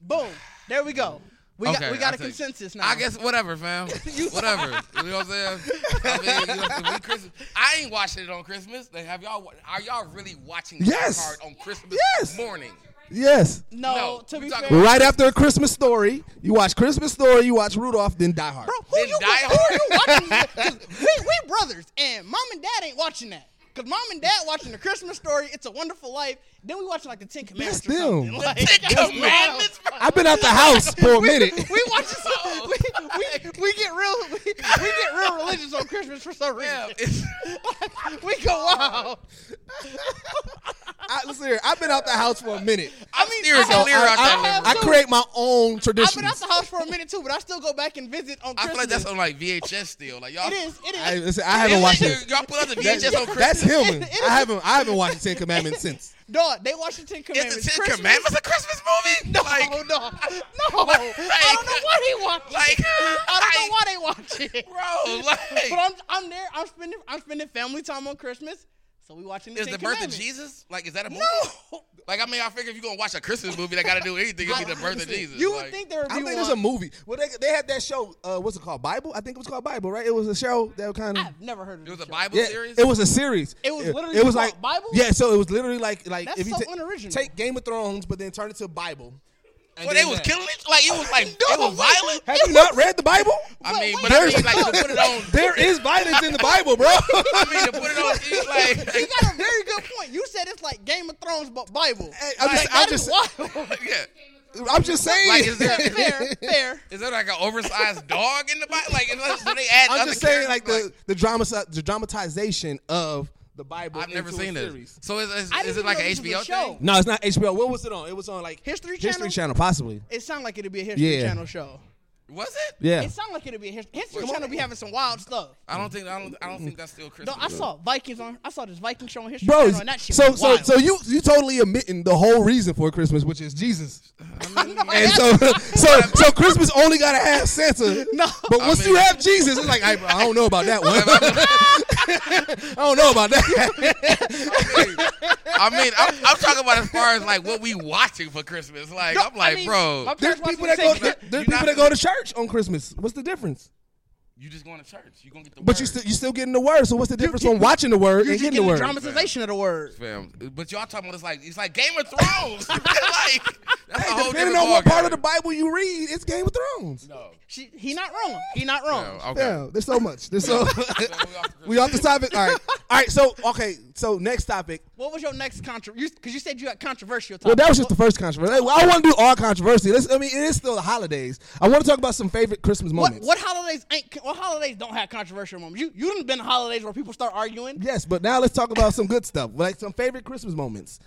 Speaker 6: Boom. There we go. We
Speaker 4: of-
Speaker 6: got
Speaker 4: Okay,
Speaker 6: we got
Speaker 4: I
Speaker 6: a
Speaker 4: take-
Speaker 6: consensus now.
Speaker 4: I guess whatever, fam. whatever. You know what I'm saying? I, mean, you know, we Christmas. I ain't watching it on Christmas. Like, have y'all? wa- Are y'all really watching Die
Speaker 7: Yes.
Speaker 4: Hard on Christmas
Speaker 7: Yes.
Speaker 4: morning?
Speaker 7: Yes.
Speaker 6: no,
Speaker 4: no,
Speaker 6: To
Speaker 4: we
Speaker 6: be
Speaker 4: talking-
Speaker 6: fair,
Speaker 7: Right after a Christmas story, you watch Christmas story, you watch Rudolph, then Die Hard.
Speaker 6: bro, who
Speaker 4: Then
Speaker 6: you
Speaker 4: Die
Speaker 6: who
Speaker 4: Hard.
Speaker 6: are you watching? this with? 'Cause we we brothers, and mom and dad ain't watching that. Cause mom and dad watching the Christmas story, It's a Wonderful Life. Then we watching like the Ten Commandments
Speaker 7: That's
Speaker 6: or something.
Speaker 7: them.
Speaker 6: Like,
Speaker 4: Ten Commandments. bro.
Speaker 7: I've been out the house for a minute.
Speaker 6: we watching some, we, we, we get real we, we get real religious on Christmas for some reason.
Speaker 4: Yeah, it's-
Speaker 6: we go wild.
Speaker 7: I, listen here, I've been out the house for a minute.
Speaker 4: I'm
Speaker 6: mean,
Speaker 4: Clear- clear out
Speaker 7: I,
Speaker 4: that memory.
Speaker 7: I create my own
Speaker 6: I've
Speaker 7: tradition.
Speaker 6: been out the house for a minute too, but I still go back and visit on Christmas.
Speaker 4: I feel like that's on like VHS still. Like y'all,
Speaker 6: It is, it is.
Speaker 7: I, listen, I haven't watched it.
Speaker 4: Y'all put out the
Speaker 7: That-
Speaker 4: VHS on Christmas.
Speaker 7: that's human. I haven't. I haven't watched the Ten Commandments since.
Speaker 6: Dog, they watch the Ten Commandments. It's the Ten
Speaker 4: Commandments a Christmas movie?
Speaker 6: No, no, no. I don't know why they watch it. I don't know why they watch it,
Speaker 4: bro. Like,
Speaker 6: but I'm, I'm there. I'm spending, I'm spending family time on Christmas, so we watching the
Speaker 4: Is
Speaker 6: Ten
Speaker 4: the birth of
Speaker 6: Commandments.
Speaker 4: Jesus like? Is that a movie? No. Like I mean, I figure if you're gonna watch a Christmas movie that got to do anything, it'd be the birth of Jesus.
Speaker 7: You
Speaker 4: like,
Speaker 7: think
Speaker 6: there
Speaker 7: I don't think there's a movie. Well, they, they had that show. Uh, what's it called? Bible. I think it was called Bible, right? It was a show that kind of.
Speaker 6: Never heard of it.
Speaker 4: was a Bible
Speaker 7: Yeah,
Speaker 4: series.
Speaker 7: it was a series.
Speaker 6: It was literally
Speaker 7: it was
Speaker 6: called
Speaker 7: like
Speaker 6: Bible?
Speaker 7: Yeah, so it was literally like like
Speaker 6: That's
Speaker 7: if you
Speaker 6: so
Speaker 7: ta-
Speaker 6: unoriginal.
Speaker 7: take Game of Thrones, but then turn it to Bible. and
Speaker 4: Well,
Speaker 7: then
Speaker 4: they was
Speaker 7: that.
Speaker 4: killing it. Like it was like it was
Speaker 7: wait.
Speaker 4: violent.
Speaker 7: Have you not read the Bible?
Speaker 4: I mean, but I mean, like to put it on.
Speaker 7: there is violence in the Bible, bro.
Speaker 4: I mean, to put it on. it's Like,
Speaker 6: You got a very good point. You said it's like Game of Thrones but Bible.
Speaker 7: I'm
Speaker 6: Like,
Speaker 7: just- I'm
Speaker 6: that is wild.
Speaker 4: yeah.
Speaker 7: I'm just saying.
Speaker 4: Like, is there
Speaker 6: Fair, fair.
Speaker 4: Is there like an oversized dog in the body? Like, unless do they add
Speaker 7: I'm
Speaker 4: other
Speaker 7: just saying,
Speaker 4: characters?
Speaker 7: like the the drama the dramatization of the Bible.
Speaker 4: I've never
Speaker 7: into a
Speaker 4: seen
Speaker 7: series.
Speaker 4: this. So is, is,
Speaker 6: I
Speaker 4: is
Speaker 6: didn't
Speaker 4: it like
Speaker 6: know
Speaker 4: an
Speaker 6: this was a
Speaker 4: HBO
Speaker 6: show.
Speaker 4: thing?
Speaker 7: No, it's not HBO. What was it on? It was on like
Speaker 6: History Channel.
Speaker 7: History Channel, possibly.
Speaker 6: It sounded like it'd be a History
Speaker 7: Yeah.
Speaker 6: Channel show.
Speaker 4: Was it?
Speaker 7: Yeah.
Speaker 6: It sounded like it'd be a History, history Channel. Be having some wild stuff.
Speaker 4: I don't think I don't I don't think that's still Christmas.
Speaker 6: No, I saw Vikings on. I saw this Viking show on History
Speaker 7: Bro,
Speaker 6: Channel, and that shit
Speaker 7: so
Speaker 6: was
Speaker 7: so
Speaker 6: wild.
Speaker 7: so you you totally admitting the whole reason for Christmas, which is Jesus. and so so so Christmas only gotta have Santa. No, but once you have Jesus, it's like I, I don't know about that one. I don't know about that.
Speaker 4: I mean, I'm, I'm talking about as far as like what we watching for Christmas. Like, I'm like, bro,
Speaker 7: there's people that go there- there's people that go to church on Christmas. What's the difference?
Speaker 4: you just going to church. You gonna get the
Speaker 7: But you still you still getting the word. So what's the difference on watching the word
Speaker 6: you
Speaker 7: and
Speaker 6: just
Speaker 7: getting
Speaker 6: getting
Speaker 7: the
Speaker 6: the
Speaker 7: word?
Speaker 6: dramatization of the word.
Speaker 4: fam. But y'all talking about it's like it's like Game of Thrones. like that's a
Speaker 7: Hey,
Speaker 4: whole
Speaker 7: depending
Speaker 4: different
Speaker 7: on what
Speaker 4: ballgame.
Speaker 7: part of the Bible you read, it's Game of Thrones. No.
Speaker 6: She, he not wrong. He not wrong.
Speaker 7: Yeah, there's so much. There's so we off the topic. All right, all right. So okay, so next topic.
Speaker 6: What was your next controversy? You, because you said you had controversial. Topic.
Speaker 7: Well, that was just the first controversy. Like, well, I want to do all controversy. Let's, I mean, it is still the holidays. I want to talk about some favorite Christmas
Speaker 6: What,
Speaker 7: moments.
Speaker 6: what holidays ain't? What holidays don't have controversial moments? You you done been to holidays where people start arguing.
Speaker 7: Yes, but now let's talk about some good stuff, like some favorite Christmas moments.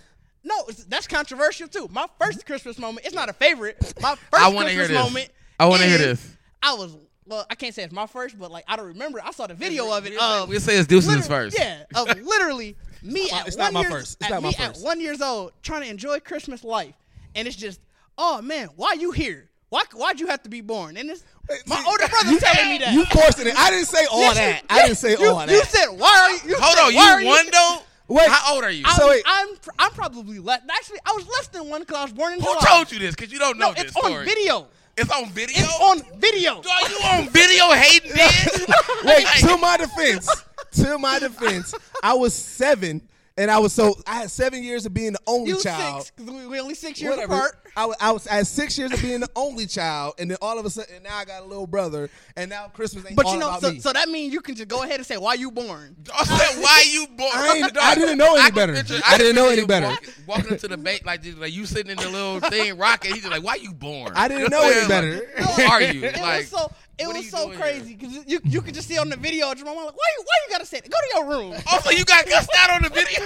Speaker 6: No, it's, that's controversial too. My first Christmas moment. It's not a favorite. My first
Speaker 4: I want
Speaker 6: Christmas
Speaker 4: to hear this.
Speaker 6: moment.
Speaker 4: I want to hear
Speaker 6: is-
Speaker 4: this.
Speaker 6: I was well, I can't say it's my first, but like I don't remember. I saw the video of it. um, of-
Speaker 4: we'll say it's Deuce's
Speaker 6: literally-
Speaker 4: first.
Speaker 6: Yeah, of literally me at
Speaker 7: it's
Speaker 6: one
Speaker 7: not my
Speaker 6: years-
Speaker 7: first. It's
Speaker 6: at
Speaker 7: not my
Speaker 6: me
Speaker 7: first.
Speaker 6: at one years old trying to enjoy Christmas life, and it's just, oh man, why you here? Why why'd you have to be born? And it's my older brother telling me that.
Speaker 7: You forcing it. I didn't say all
Speaker 6: Yes, you-
Speaker 7: that. I didn't say
Speaker 6: you-
Speaker 7: all that.
Speaker 6: You said why are you? you
Speaker 4: Hold
Speaker 6: said,
Speaker 4: on,
Speaker 6: why
Speaker 4: you
Speaker 6: are
Speaker 4: one though?
Speaker 7: Wait.
Speaker 4: How old are you?
Speaker 6: I'm,
Speaker 4: So it-
Speaker 6: I'm pr- I'm probably less. Actually, I was less than one because I was born in
Speaker 4: Who
Speaker 6: July.
Speaker 4: told you this? Because you don't know
Speaker 6: No,
Speaker 4: this
Speaker 6: it's
Speaker 4: story.
Speaker 6: on video.
Speaker 4: It's on video.
Speaker 6: It's on video.
Speaker 4: Are you on video hating this?
Speaker 7: Wait, to my defense, to my defense, I was seven, and I was so I had seven years of being the only
Speaker 6: You
Speaker 7: child.
Speaker 6: six. 'cause We we only six years
Speaker 7: Whatever.
Speaker 6: apart.
Speaker 7: I was, I was at six years of being the only child, and then all of a sudden, now I got a little brother, and now Christmas ain't
Speaker 6: But
Speaker 7: all
Speaker 6: you know,
Speaker 7: about
Speaker 6: so,
Speaker 7: me.
Speaker 6: so that means you can just go ahead and say why you born.
Speaker 4: I said, why you born?
Speaker 7: I, ain't, I didn't know any better.
Speaker 4: picture-
Speaker 7: I
Speaker 4: can
Speaker 7: didn't know
Speaker 4: picture
Speaker 7: any
Speaker 4: you
Speaker 7: better.
Speaker 4: Walking, walking into the bank like, this, like you sitting in the little thing rocking. He's just like, why you born?
Speaker 7: I didn't
Speaker 4: You
Speaker 7: know any
Speaker 4: what I'm saying?
Speaker 7: better.
Speaker 4: Like, who are you?
Speaker 6: It
Speaker 4: Like,
Speaker 6: was so it
Speaker 4: what are
Speaker 6: was
Speaker 4: you
Speaker 6: so
Speaker 4: doing
Speaker 6: crazy because you you could just see on the video. Jamal, like, why you why you gotta say that? Go to your room.
Speaker 4: also, you got cussed out on the video.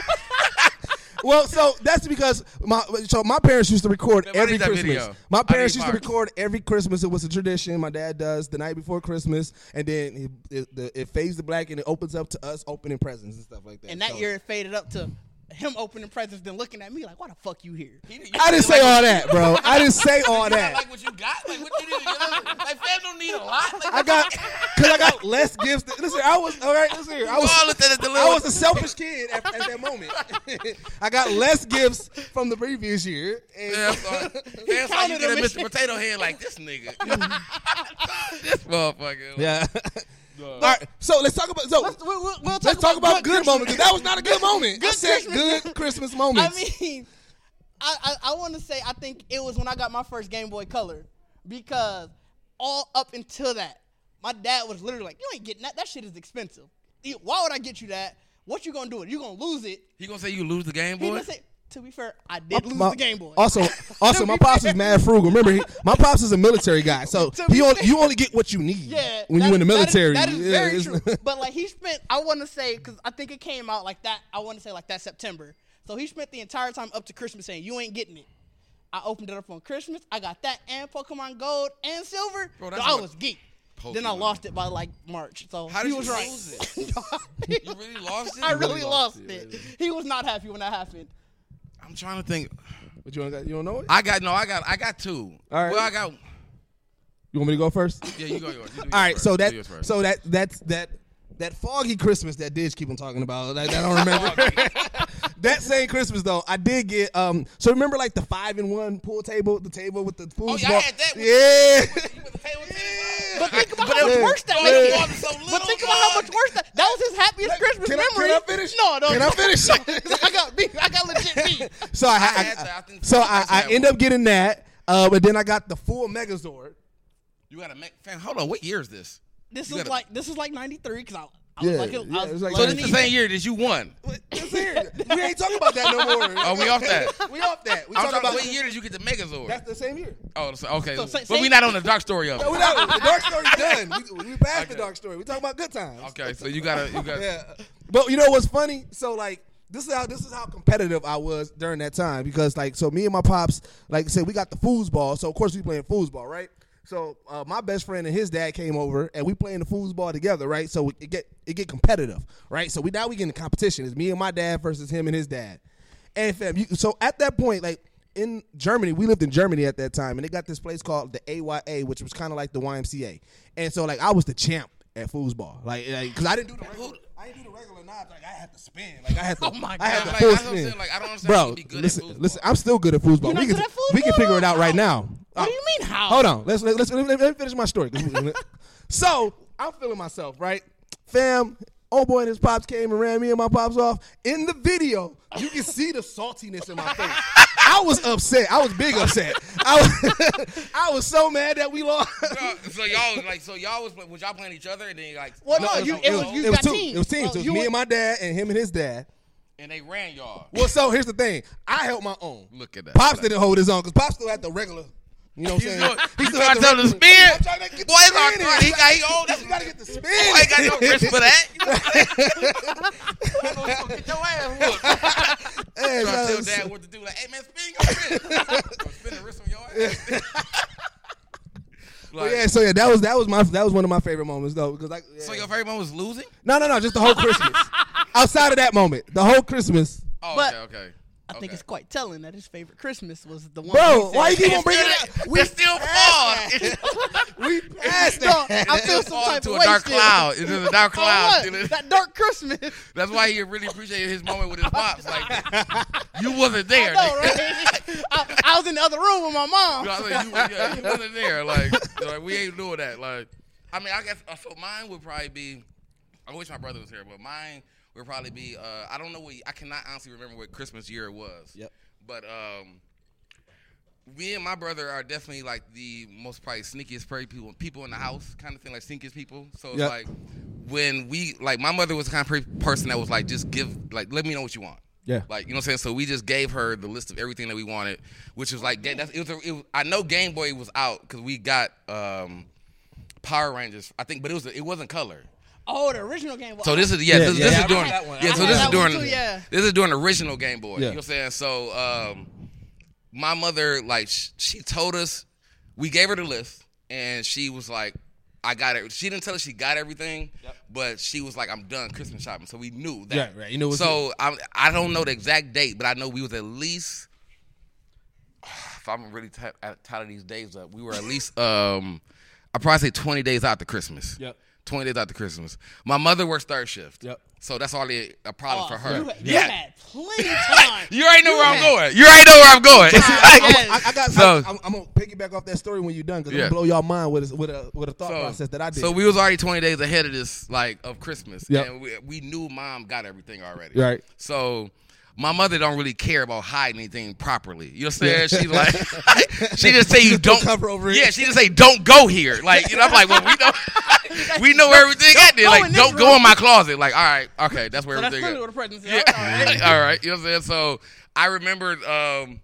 Speaker 7: Well, so that's because my so my parents used to record
Speaker 4: Man, I
Speaker 7: every
Speaker 4: need that
Speaker 7: Christmas.
Speaker 4: video. I
Speaker 7: My
Speaker 4: need
Speaker 7: parents used to
Speaker 4: parts.
Speaker 7: record every Christmas. It was a tradition. My dad does the night before Christmas, and then it, it, the, it fades to black, and it opens up to us opening presents and stuff like that.
Speaker 6: And that
Speaker 7: So-
Speaker 6: year it faded up to him opening presents, then looking at me like, why the fuck you here?
Speaker 7: I didn't say all that, bro. I didn't say all that.
Speaker 4: like what you got? Like what you need? Like fam don't need a lot. Like,
Speaker 7: I got because I got less gifts. than- listen, I was all right. Listen, here, I was
Speaker 4: Y'all looked at it, the
Speaker 7: I
Speaker 4: little-
Speaker 7: was a selfish kid at, at that moment. I got less gifts from the previous year. And
Speaker 4: Yeah, I'm sorry. Man, so you get a Mr. Potato Head like this nigga. this motherfucker.
Speaker 7: Yeah. All right, so let's talk about so let's,
Speaker 6: We'll, we'll, we'll talk
Speaker 7: talk about good
Speaker 6: Christmas.
Speaker 7: moments. 'cause That was not a good moment. I
Speaker 6: Good
Speaker 7: said
Speaker 6: Christmas.
Speaker 7: good Christmas moments.
Speaker 6: I mean, I I, I want to say I think it was when I got my first Game Boy Color because all up until that, my dad was literally like, "You ain't getting that. That shit is expensive. You- Why would I get you that? What you gonna do? It you gonna lose it?"
Speaker 4: He gonna say you lose the game,
Speaker 6: He
Speaker 4: boy.
Speaker 6: gonna say, "To be fair, I did lose
Speaker 7: My-
Speaker 6: the Game Boy."
Speaker 7: Also, also my pops is mad frugal. Remember, he, my pops is a military guy, so he only, you only get what you need
Speaker 6: Yeah,
Speaker 7: when
Speaker 6: that
Speaker 7: you in the
Speaker 6: is- that is-
Speaker 7: military.
Speaker 6: That is,
Speaker 7: Yeah, it's-
Speaker 6: very true. but like he spent, I want to say, because I think it came out like that. I want to say like that September. So he spent the entire time up to Christmas saying, "You ain't getting it." I opened it up on Christmas. I got that and Pokemon Gold and Silver. Bro,
Speaker 4: Bro, that's
Speaker 6: I
Speaker 4: what-
Speaker 6: was geeked. Then I
Speaker 4: Pokemon.
Speaker 6: lost it by like March. So
Speaker 4: How did
Speaker 6: he
Speaker 4: you
Speaker 6: was right.
Speaker 4: lose it? you really lost it?
Speaker 6: I really lost, it. He was not happy when that happened.
Speaker 4: I'm trying to think.
Speaker 7: But you don't, got, you don't know it?
Speaker 4: I got no. I got. I got two.
Speaker 7: All right.
Speaker 4: Well, I got.
Speaker 7: You want me to go first?
Speaker 4: Yeah, you go yours. You do yours
Speaker 7: All right,
Speaker 4: first. You
Speaker 7: so
Speaker 4: do
Speaker 7: that
Speaker 4: yours first.
Speaker 7: so that that's that that foggy Christmas that Didge keep on talking about. That, that I don't remember. that same Christmas though, I did get um. So remember like the five in one pool table, the table with the pool.
Speaker 4: Oh, yeah, I had that with-
Speaker 7: Yeah.
Speaker 6: But think about
Speaker 7: but
Speaker 6: how much
Speaker 7: it was-
Speaker 6: worse that
Speaker 7: but it
Speaker 6: made
Speaker 7: was
Speaker 6: it. But think about how much worse that. That was his happiest Christmas
Speaker 7: can I-
Speaker 6: memory.
Speaker 7: can I finish?
Speaker 6: No, no.
Speaker 7: Can I
Speaker 6: no.
Speaker 7: finish?
Speaker 6: I got beat. I got legit beat.
Speaker 7: So I, I- so I, I end up getting that, uh, but then I got the full Megazord.
Speaker 4: You got to make. Fam, hold on. What year is this?
Speaker 6: This
Speaker 4: You
Speaker 6: is
Speaker 4: gotta-
Speaker 6: like this is like '93 because I, I was
Speaker 4: Yeah,
Speaker 6: like,
Speaker 4: yeah,
Speaker 6: I was
Speaker 4: it was like
Speaker 6: like
Speaker 4: So this is the same year that you won.
Speaker 7: We ain't talking about that no more.
Speaker 4: Oh, we off that.
Speaker 7: we off that. We
Speaker 4: I'm
Speaker 7: talking
Speaker 4: talking
Speaker 7: about
Speaker 4: about what year did you get the Megazord?
Speaker 7: That's the same year.
Speaker 4: oh, so, okay.
Speaker 7: So, say-
Speaker 4: but
Speaker 7: say-
Speaker 4: we're not on the dark story of it.
Speaker 7: No, we not. The dark story's done. We, we passed the dark story. We talking about good times.
Speaker 4: Okay, so you gotta, you gotta.
Speaker 7: Yeah. But you know what's funny? So like this is how this is how competitive I was during that time because like so me and my pops like said we got the foosball. So of course we playing foosball, right? So uh, my best friend and his dad came over and we playing the foosball together, right? So it get it get competitive, right? So we now we get in competition. It's me and my dad versus him and his dad. And fam, you, so at that point, like in Germany, we lived in Germany at that time, and they got this place called the AYA, which was kind of like the YMCA. And so like I was the champ at foosball, like because I didn't do the regular. I didn't do the regular knobs. Like I had to spin. Like I had to.
Speaker 4: Oh my
Speaker 7: I had
Speaker 4: God.
Speaker 7: to
Speaker 4: Like,
Speaker 7: full
Speaker 4: that's what I'm
Speaker 7: spin.
Speaker 4: saying. Like, I don't understand how
Speaker 7: Bro,
Speaker 4: you be good at
Speaker 7: listen, listen. I'm still good at foosball. we can we can figure it out right now. What do you
Speaker 6: mean how?
Speaker 7: Hold on. Let's let's, let's let, me, let me finish my story. so I'm feeling myself, right? Fam, old boy and his pops came and ran me and my pops off. In the video, you can see the saltiness in my face. I was upset. I was big upset. I was, I was so mad that we lost.
Speaker 4: so y'all was like, so y'all was, was y'all playing each other, and then you like,
Speaker 6: Well, no, you- it was- you got
Speaker 7: two.
Speaker 6: teams.
Speaker 7: It was teams.
Speaker 6: Well,
Speaker 7: it was
Speaker 6: you
Speaker 7: me
Speaker 6: were-
Speaker 7: and my dad and him and his dad.
Speaker 4: and they ran y'all.
Speaker 7: Well, so here's the thing. I held my own.
Speaker 4: Look at that.
Speaker 7: Pops didn't hold his own because Pops still had the regular. You know what I'm
Speaker 4: You
Speaker 7: saying?
Speaker 4: know-
Speaker 7: He
Speaker 4: you
Speaker 7: still
Speaker 4: trying
Speaker 7: had
Speaker 4: to tell him to
Speaker 7: regular-
Speaker 4: spin?
Speaker 7: I'm trying to get
Speaker 4: Boy, it's our
Speaker 7: spin in.
Speaker 4: car. He got- he old.
Speaker 7: You gotta get the spin.
Speaker 4: Boy, ain't got no wrist for that. You know what I'm saying? Get your ass whooped.
Speaker 7: Hey,
Speaker 4: Trying to
Speaker 7: shout
Speaker 4: tell
Speaker 7: out-
Speaker 4: dad what to do. Like, hey man, spin your wrist. Don't spin the wrist on your ass.
Speaker 7: But yeah, so yeah, that was that was my that was one of my favorite moments though because like
Speaker 4: So your favorite one was losing.
Speaker 7: no no no just the whole Christmas. Outside of that moment, the whole Christmas.
Speaker 4: Oh,
Speaker 6: But-
Speaker 4: okay, okay.
Speaker 6: I think it's quite telling that his favorite Christmas was the one.
Speaker 7: Bro,
Speaker 6: he said-
Speaker 7: why you keep on bringing it up?
Speaker 4: We still fall. It's
Speaker 7: we passed
Speaker 6: No,
Speaker 7: that.
Speaker 6: I feel some
Speaker 4: Fall
Speaker 6: type
Speaker 4: into
Speaker 6: of
Speaker 4: a
Speaker 6: way
Speaker 4: dark
Speaker 6: still.
Speaker 4: cloud. Into a dark
Speaker 6: On
Speaker 7: Oh,
Speaker 4: cloud.
Speaker 6: what? That dark Christmas.
Speaker 4: That's why he really appreciated his moment with his pops. Like you wasn't there.
Speaker 6: No, right? I, I was in the other room with my mom.
Speaker 4: You know, I mean, you, yeah, you wasn't there. Like, like, we ain't doing that. Like, I mean, I guess uh, so. Mine would probably be. I wish my brother was here, but mine would probably be. Uh, I don't know what I cannot honestly remember what Christmas year it was. Yep. But um, me and my brother are definitely like the most probably sneakiest probably people people in the house kind of thing, like sneakiest people. So it's
Speaker 7: Yep.
Speaker 4: like when we like my mother was the kind of per- person that was like just give like let me know what you want.
Speaker 7: Yeah.
Speaker 4: Like you know what I'm saying? So we just gave her the list of everything that we wanted, which was like ga- that's, it was, a, it was I know Game Boy was out because we got um Power Rangers, I think, but it was it wasn't color.
Speaker 6: Oh, the original game. Boy.
Speaker 4: So this is yeah, this, this is during
Speaker 6: I had that one. I
Speaker 4: yeah, so
Speaker 6: had
Speaker 4: this is
Speaker 6: that one
Speaker 4: during
Speaker 6: too, yeah.
Speaker 4: this is during the original Game Boy.
Speaker 7: Yeah.
Speaker 4: You know what I'm saying? So um, my mother like sh- she told us we gave her the list and she was like I got it. She didn't tell us she got everything, but she was like, "I'm done Christmas shopping," so we knew that.
Speaker 7: Yeah, right. You knew it was-
Speaker 4: So I, I don't know the exact date, but I know we was at least. If I'm really ti- tired of these days up, we were at least um, I probably say 20 days out to Christmas.
Speaker 7: Yep.
Speaker 4: 20 days after Christmas. My mother works third shift. Yep. So that's already a problem for her.
Speaker 6: Oh, You, had- you
Speaker 4: yeah.
Speaker 6: had plenty of time.
Speaker 4: You already know
Speaker 6: You
Speaker 4: where I'm
Speaker 6: had-
Speaker 4: going. You already know where I'm going.
Speaker 7: I, I got.
Speaker 4: So-
Speaker 7: I, am I'm gonna piggyback off that story when you're done because
Speaker 4: Yeah.
Speaker 7: I'm gonna blow y'all mind with a, with a with a thought process that I did.
Speaker 4: So we was already 20 days ahead of this, like of Christmas.
Speaker 7: Yep.
Speaker 4: And we, we knew mom got everything already.
Speaker 7: Right.
Speaker 4: So my mother don't really care about hiding anything properly. You know what
Speaker 7: Yeah.
Speaker 4: I'm saying? She like she just say you
Speaker 7: Just go
Speaker 4: don't
Speaker 7: cover over it.
Speaker 4: Yeah, she just say don't go here. Like you know, I'm like, well, we know we know where everything at there.
Speaker 6: go
Speaker 4: Like
Speaker 6: in this
Speaker 4: don't go
Speaker 6: room.
Speaker 4: in my closet. Like all right, okay, that's where
Speaker 6: So that's
Speaker 4: everything.
Speaker 6: clearly
Speaker 4: at.
Speaker 6: what the presents is.
Speaker 4: Yeah.
Speaker 6: All right.
Speaker 4: All right. You know what I'm saying? So I remembered um,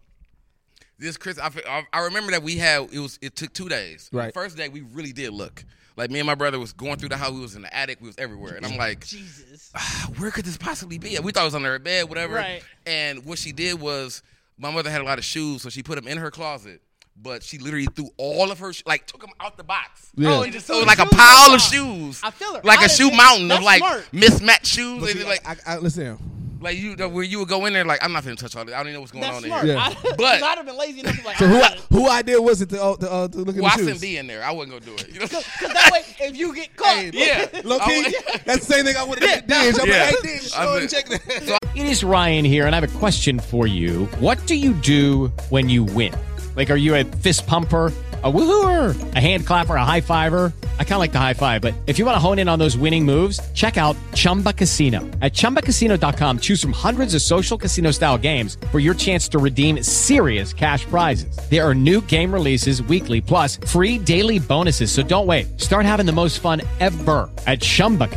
Speaker 4: this Chris. I, fe- I- I remember that we had it was it took two days.
Speaker 7: Right.
Speaker 4: The first day we really did look. Like me and my brother was going through the house. We was in the attic. We was everywhere, and I'm like, "Ah, Jesus, where could this possibly be? We thought it was under her bed, whatever.
Speaker 6: Right.
Speaker 4: And what she did was my mother had a lot of shoes, so she put them in her closet. But she literally threw all of her, sh- like, took them out the box.
Speaker 7: Yeah.
Speaker 4: Oh, and just so
Speaker 7: Dude,
Speaker 4: like a
Speaker 7: shoes are
Speaker 4: pile of
Speaker 7: fine.
Speaker 4: shoes.
Speaker 7: I feel her.
Speaker 4: Like
Speaker 7: I
Speaker 4: a shoe
Speaker 7: didn't-
Speaker 4: mountain of
Speaker 7: that's
Speaker 4: like
Speaker 7: smart.
Speaker 4: mismatched shoes.
Speaker 7: But
Speaker 4: And
Speaker 7: see,
Speaker 4: like,
Speaker 7: I, I, listen here.
Speaker 4: like you, where you would go in there, like, I'm not gonna touch all this. I don't even know what's going
Speaker 7: That's
Speaker 4: on
Speaker 7: smart.
Speaker 4: in here.
Speaker 7: Yeah.
Speaker 6: I'd
Speaker 4: But
Speaker 6: have been lazy enough to be like,
Speaker 7: So who I, who idea was it to, uh, to, uh, to look at
Speaker 4: well, I
Speaker 7: the shoes?
Speaker 4: shouldn't be in there. I wouldn't go do it. You know?
Speaker 6: Because that way, if you get caught,
Speaker 4: yeah.
Speaker 7: Low key, that's the same thing I would have did. Dish. I'm
Speaker 4: Yeah.
Speaker 7: like, hey, Dish,
Speaker 4: I
Speaker 7: show and
Speaker 4: bet.
Speaker 7: check that.
Speaker 11: It is Ryan here, and I have a question for you. What do you do when you win? Like, are you a fist pumper? A woohooer, a hand clapper, a high fiver. I kind of like the high five, but if you want to hone in on those winning moves, check out Chumba Casino. At chumbacasino.com, choose from hundreds of social casino style games for your chance to redeem serious cash prizes. There are new game releases weekly, plus free daily bonuses. So don't wait. Start having the most fun ever at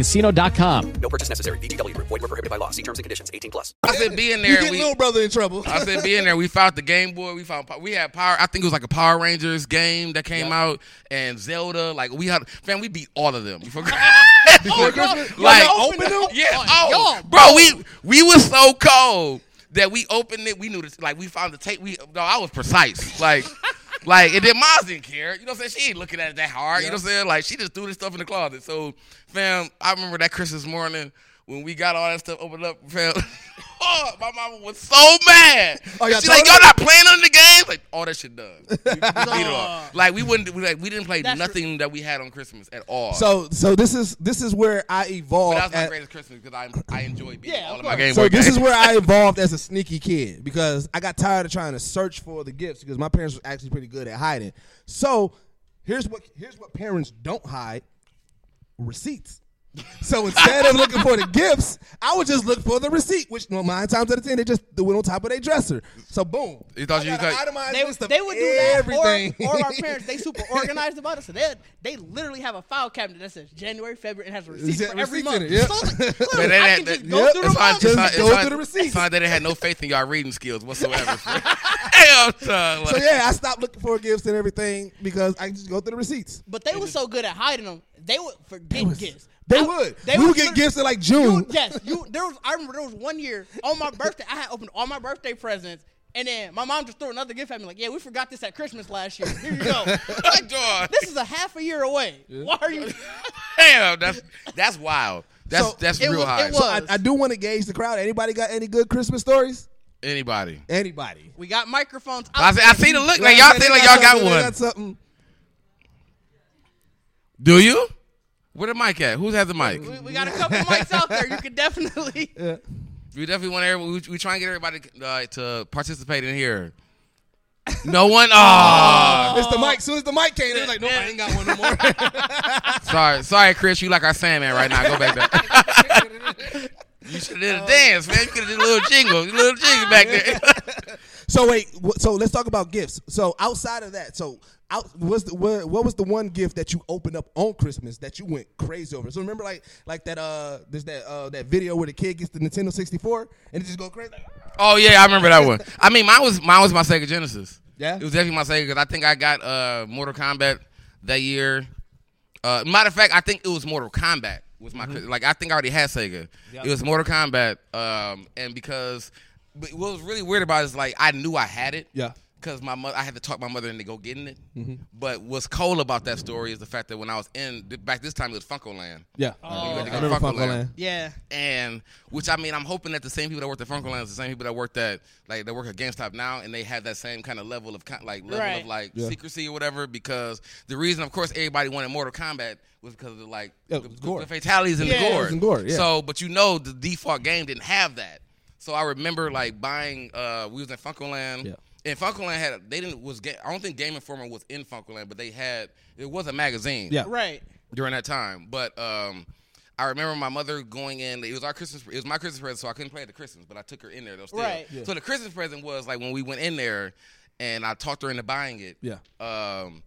Speaker 11: chumbacasino.com.
Speaker 12: No purchase necessary. VGW Group. Void were prohibited by law. See terms and conditions. 18 plus.
Speaker 4: I said be in there. and
Speaker 7: get
Speaker 4: we,
Speaker 7: little brother in trouble.
Speaker 4: I said be in there. We found the Game Boy. We found we had power. I think it was like a Power Rangers game that came out and Zelda. Like we had fam. We beat all of them. You forgot?
Speaker 7: y'all- y'all
Speaker 4: like
Speaker 7: opened them?
Speaker 4: Yeah.
Speaker 7: Oh,
Speaker 4: Oh,
Speaker 7: y'all,
Speaker 4: bro, we we were so cold that we opened it. We knew this. Like we found the tape. We no, I was precise. Like. Like and then Maz didn't care, you know what I'm saying? She ain't looking at it that hard, you know what I'm saying? Like she just threw this stuff in the closet. So, fam, I remember that Christmas morning when we got all that stuff opened up, fam. oh, my mama was so mad.
Speaker 7: Oh, y'all
Speaker 4: She's like,
Speaker 7: told
Speaker 4: y'all
Speaker 7: her?
Speaker 4: not playing on the games. Like all that shit done. We- we beat it all. Like we wouldn't. We, like we didn't play nothing that we had on Christmas at all.
Speaker 7: So, so this is this is where I
Speaker 4: But
Speaker 7: evolved.
Speaker 4: that was my
Speaker 7: at-
Speaker 4: greatest Christmas because I I enjoyed beating all of my
Speaker 7: course.
Speaker 4: games.
Speaker 7: So this is where I evolved as a sneaky kid because I got tired of trying to search for the gifts because my parents were actually pretty good at hiding. So here's what here's what parents don't hide: receipts. So instead of looking for the gifts, I would just look for the receipt, which well, nine times out of ten they just do it on top of their dresser. So boom,
Speaker 4: You thought you
Speaker 7: I got
Speaker 4: could-
Speaker 7: an itemized
Speaker 6: They,
Speaker 7: list of
Speaker 6: they would do that,
Speaker 7: everything.
Speaker 6: or, or our parents. They super organized about it, so they they literally have a file cabinet that says January, February, and has a receipt
Speaker 7: Exact-
Speaker 6: for every
Speaker 7: receipts
Speaker 6: month.
Speaker 7: in it, yeah.
Speaker 6: So I was like,
Speaker 4: Man,
Speaker 6: clearly,
Speaker 4: they
Speaker 6: I
Speaker 4: had
Speaker 6: can
Speaker 4: that-
Speaker 6: just go through the
Speaker 4: it's fine-
Speaker 6: month.
Speaker 4: it's
Speaker 7: Just
Speaker 4: fine- it's
Speaker 7: go
Speaker 4: fine-
Speaker 7: through the receipts.
Speaker 4: It's fine that they had no faith in y'all reading skills whatsoever. Hell, son,
Speaker 7: So
Speaker 4: like-
Speaker 7: yeah, I stopped looking for gifts and everything because I just go through the receipts.
Speaker 6: But they were so good at hiding them, they would forget gifts.
Speaker 7: They
Speaker 6: I-
Speaker 7: would.
Speaker 6: They
Speaker 7: we
Speaker 6: would
Speaker 7: would get
Speaker 6: literally-
Speaker 7: gifts in like June.
Speaker 6: Yes, you. There was. I remember there was one year on my birthday. I had opened all my birthday presents, and then my mom just threw another gift at me. Like, yeah, we forgot this at Christmas last year. Here you go. Like,
Speaker 4: Dog.
Speaker 6: this is a half a year away. Why are you?
Speaker 4: Damn, that's that's wild. That's
Speaker 7: So,
Speaker 4: that's
Speaker 7: it
Speaker 4: real
Speaker 7: was-
Speaker 4: high.
Speaker 7: it was- I, I do want to gauge the crowd. Anybody got any good Christmas stories?
Speaker 4: Anybody?
Speaker 7: Anybody?
Speaker 6: We got microphones.
Speaker 4: I see, I see the look. Like
Speaker 7: You know
Speaker 4: y'all
Speaker 7: what I'm
Speaker 4: think like
Speaker 7: saying?
Speaker 4: y'all got
Speaker 7: something, they
Speaker 4: one.
Speaker 7: Got something.
Speaker 4: Do you? Where the mic at? Who's has the mic?
Speaker 6: We, we got a couple mics out there. You could definitely.
Speaker 4: We definitely want everybody. We, we try and get everybody uh, to participate in here. No one. Oh,
Speaker 7: It's the mic. As soon as the mic came, they was like, "No, I ain't got one no more."
Speaker 4: sorry, sorry, Chris. You like our Sandman right now. Go back there. you should have did a dance, man. You could have did a little jingle, a little jingle back there.
Speaker 7: so wait. wh- So let's talk about gifts. So outside of that, so out was the, what, what was the one gift that you opened up on Christmas that you went crazy over? So remember, like like that uh, there's that uh that video where the kid gets the Nintendo 64 and it just go crazy. Like,
Speaker 4: Oh yeah, I remember that one. I mean, mine was mine was my Sega Genesis.
Speaker 7: Yeah?
Speaker 4: it was definitely my Sega because I think I got uh, Mortal Kombat that year. Uh, matter of fact, I think it was Mortal Kombat was my
Speaker 7: Mm-hmm.
Speaker 4: like I think I already had Sega.
Speaker 7: Yep.
Speaker 4: It was Mortal Kombat, um, and because but what was really weird about it is like I knew I had it.
Speaker 7: Yeah. Mm-hmm.
Speaker 4: Because my mother, I had to talk my mother into go getting it. But what's cool about that story is the fact that when I was in back this time it was Funkoland.
Speaker 7: Yeah.
Speaker 4: When Oh, you had to
Speaker 7: I
Speaker 4: go
Speaker 7: remember Funkoland.
Speaker 6: Yeah.
Speaker 4: and which I mean, I'm hoping that the same people that worked at Funkoland is the same people that worked at like that work at GameStop now, and they have that same kind of level of con- like level
Speaker 6: Right.
Speaker 4: of like
Speaker 7: Yeah.
Speaker 4: secrecy or whatever. Because the reason, of course, everybody wanted Mortal Kombat was because of the, like
Speaker 7: Yeah,
Speaker 4: the,
Speaker 7: it was gore.
Speaker 4: the fatalities and
Speaker 7: Yeah.
Speaker 4: the
Speaker 7: It
Speaker 4: gore.
Speaker 7: was in gore, yeah.
Speaker 4: So, but you know, the default game didn't have that. So I remember like buying. uh We was in Funkoland.
Speaker 7: Yeah.
Speaker 4: And Funkoland had they didn't was ga- I don't think Game Informer was in Funkoland, but they had it was a magazine
Speaker 7: Yeah.
Speaker 6: Right.
Speaker 4: during that time. But um, I remember my mother going in. It was our Christmas. It was my Christmas present, so I couldn't play at the Christmas. But I took her in there though. Still.
Speaker 6: Right. Yeah.
Speaker 4: So the Christmas present was like when we went in there, and I talked her into buying it.
Speaker 7: Yeah.
Speaker 4: Um,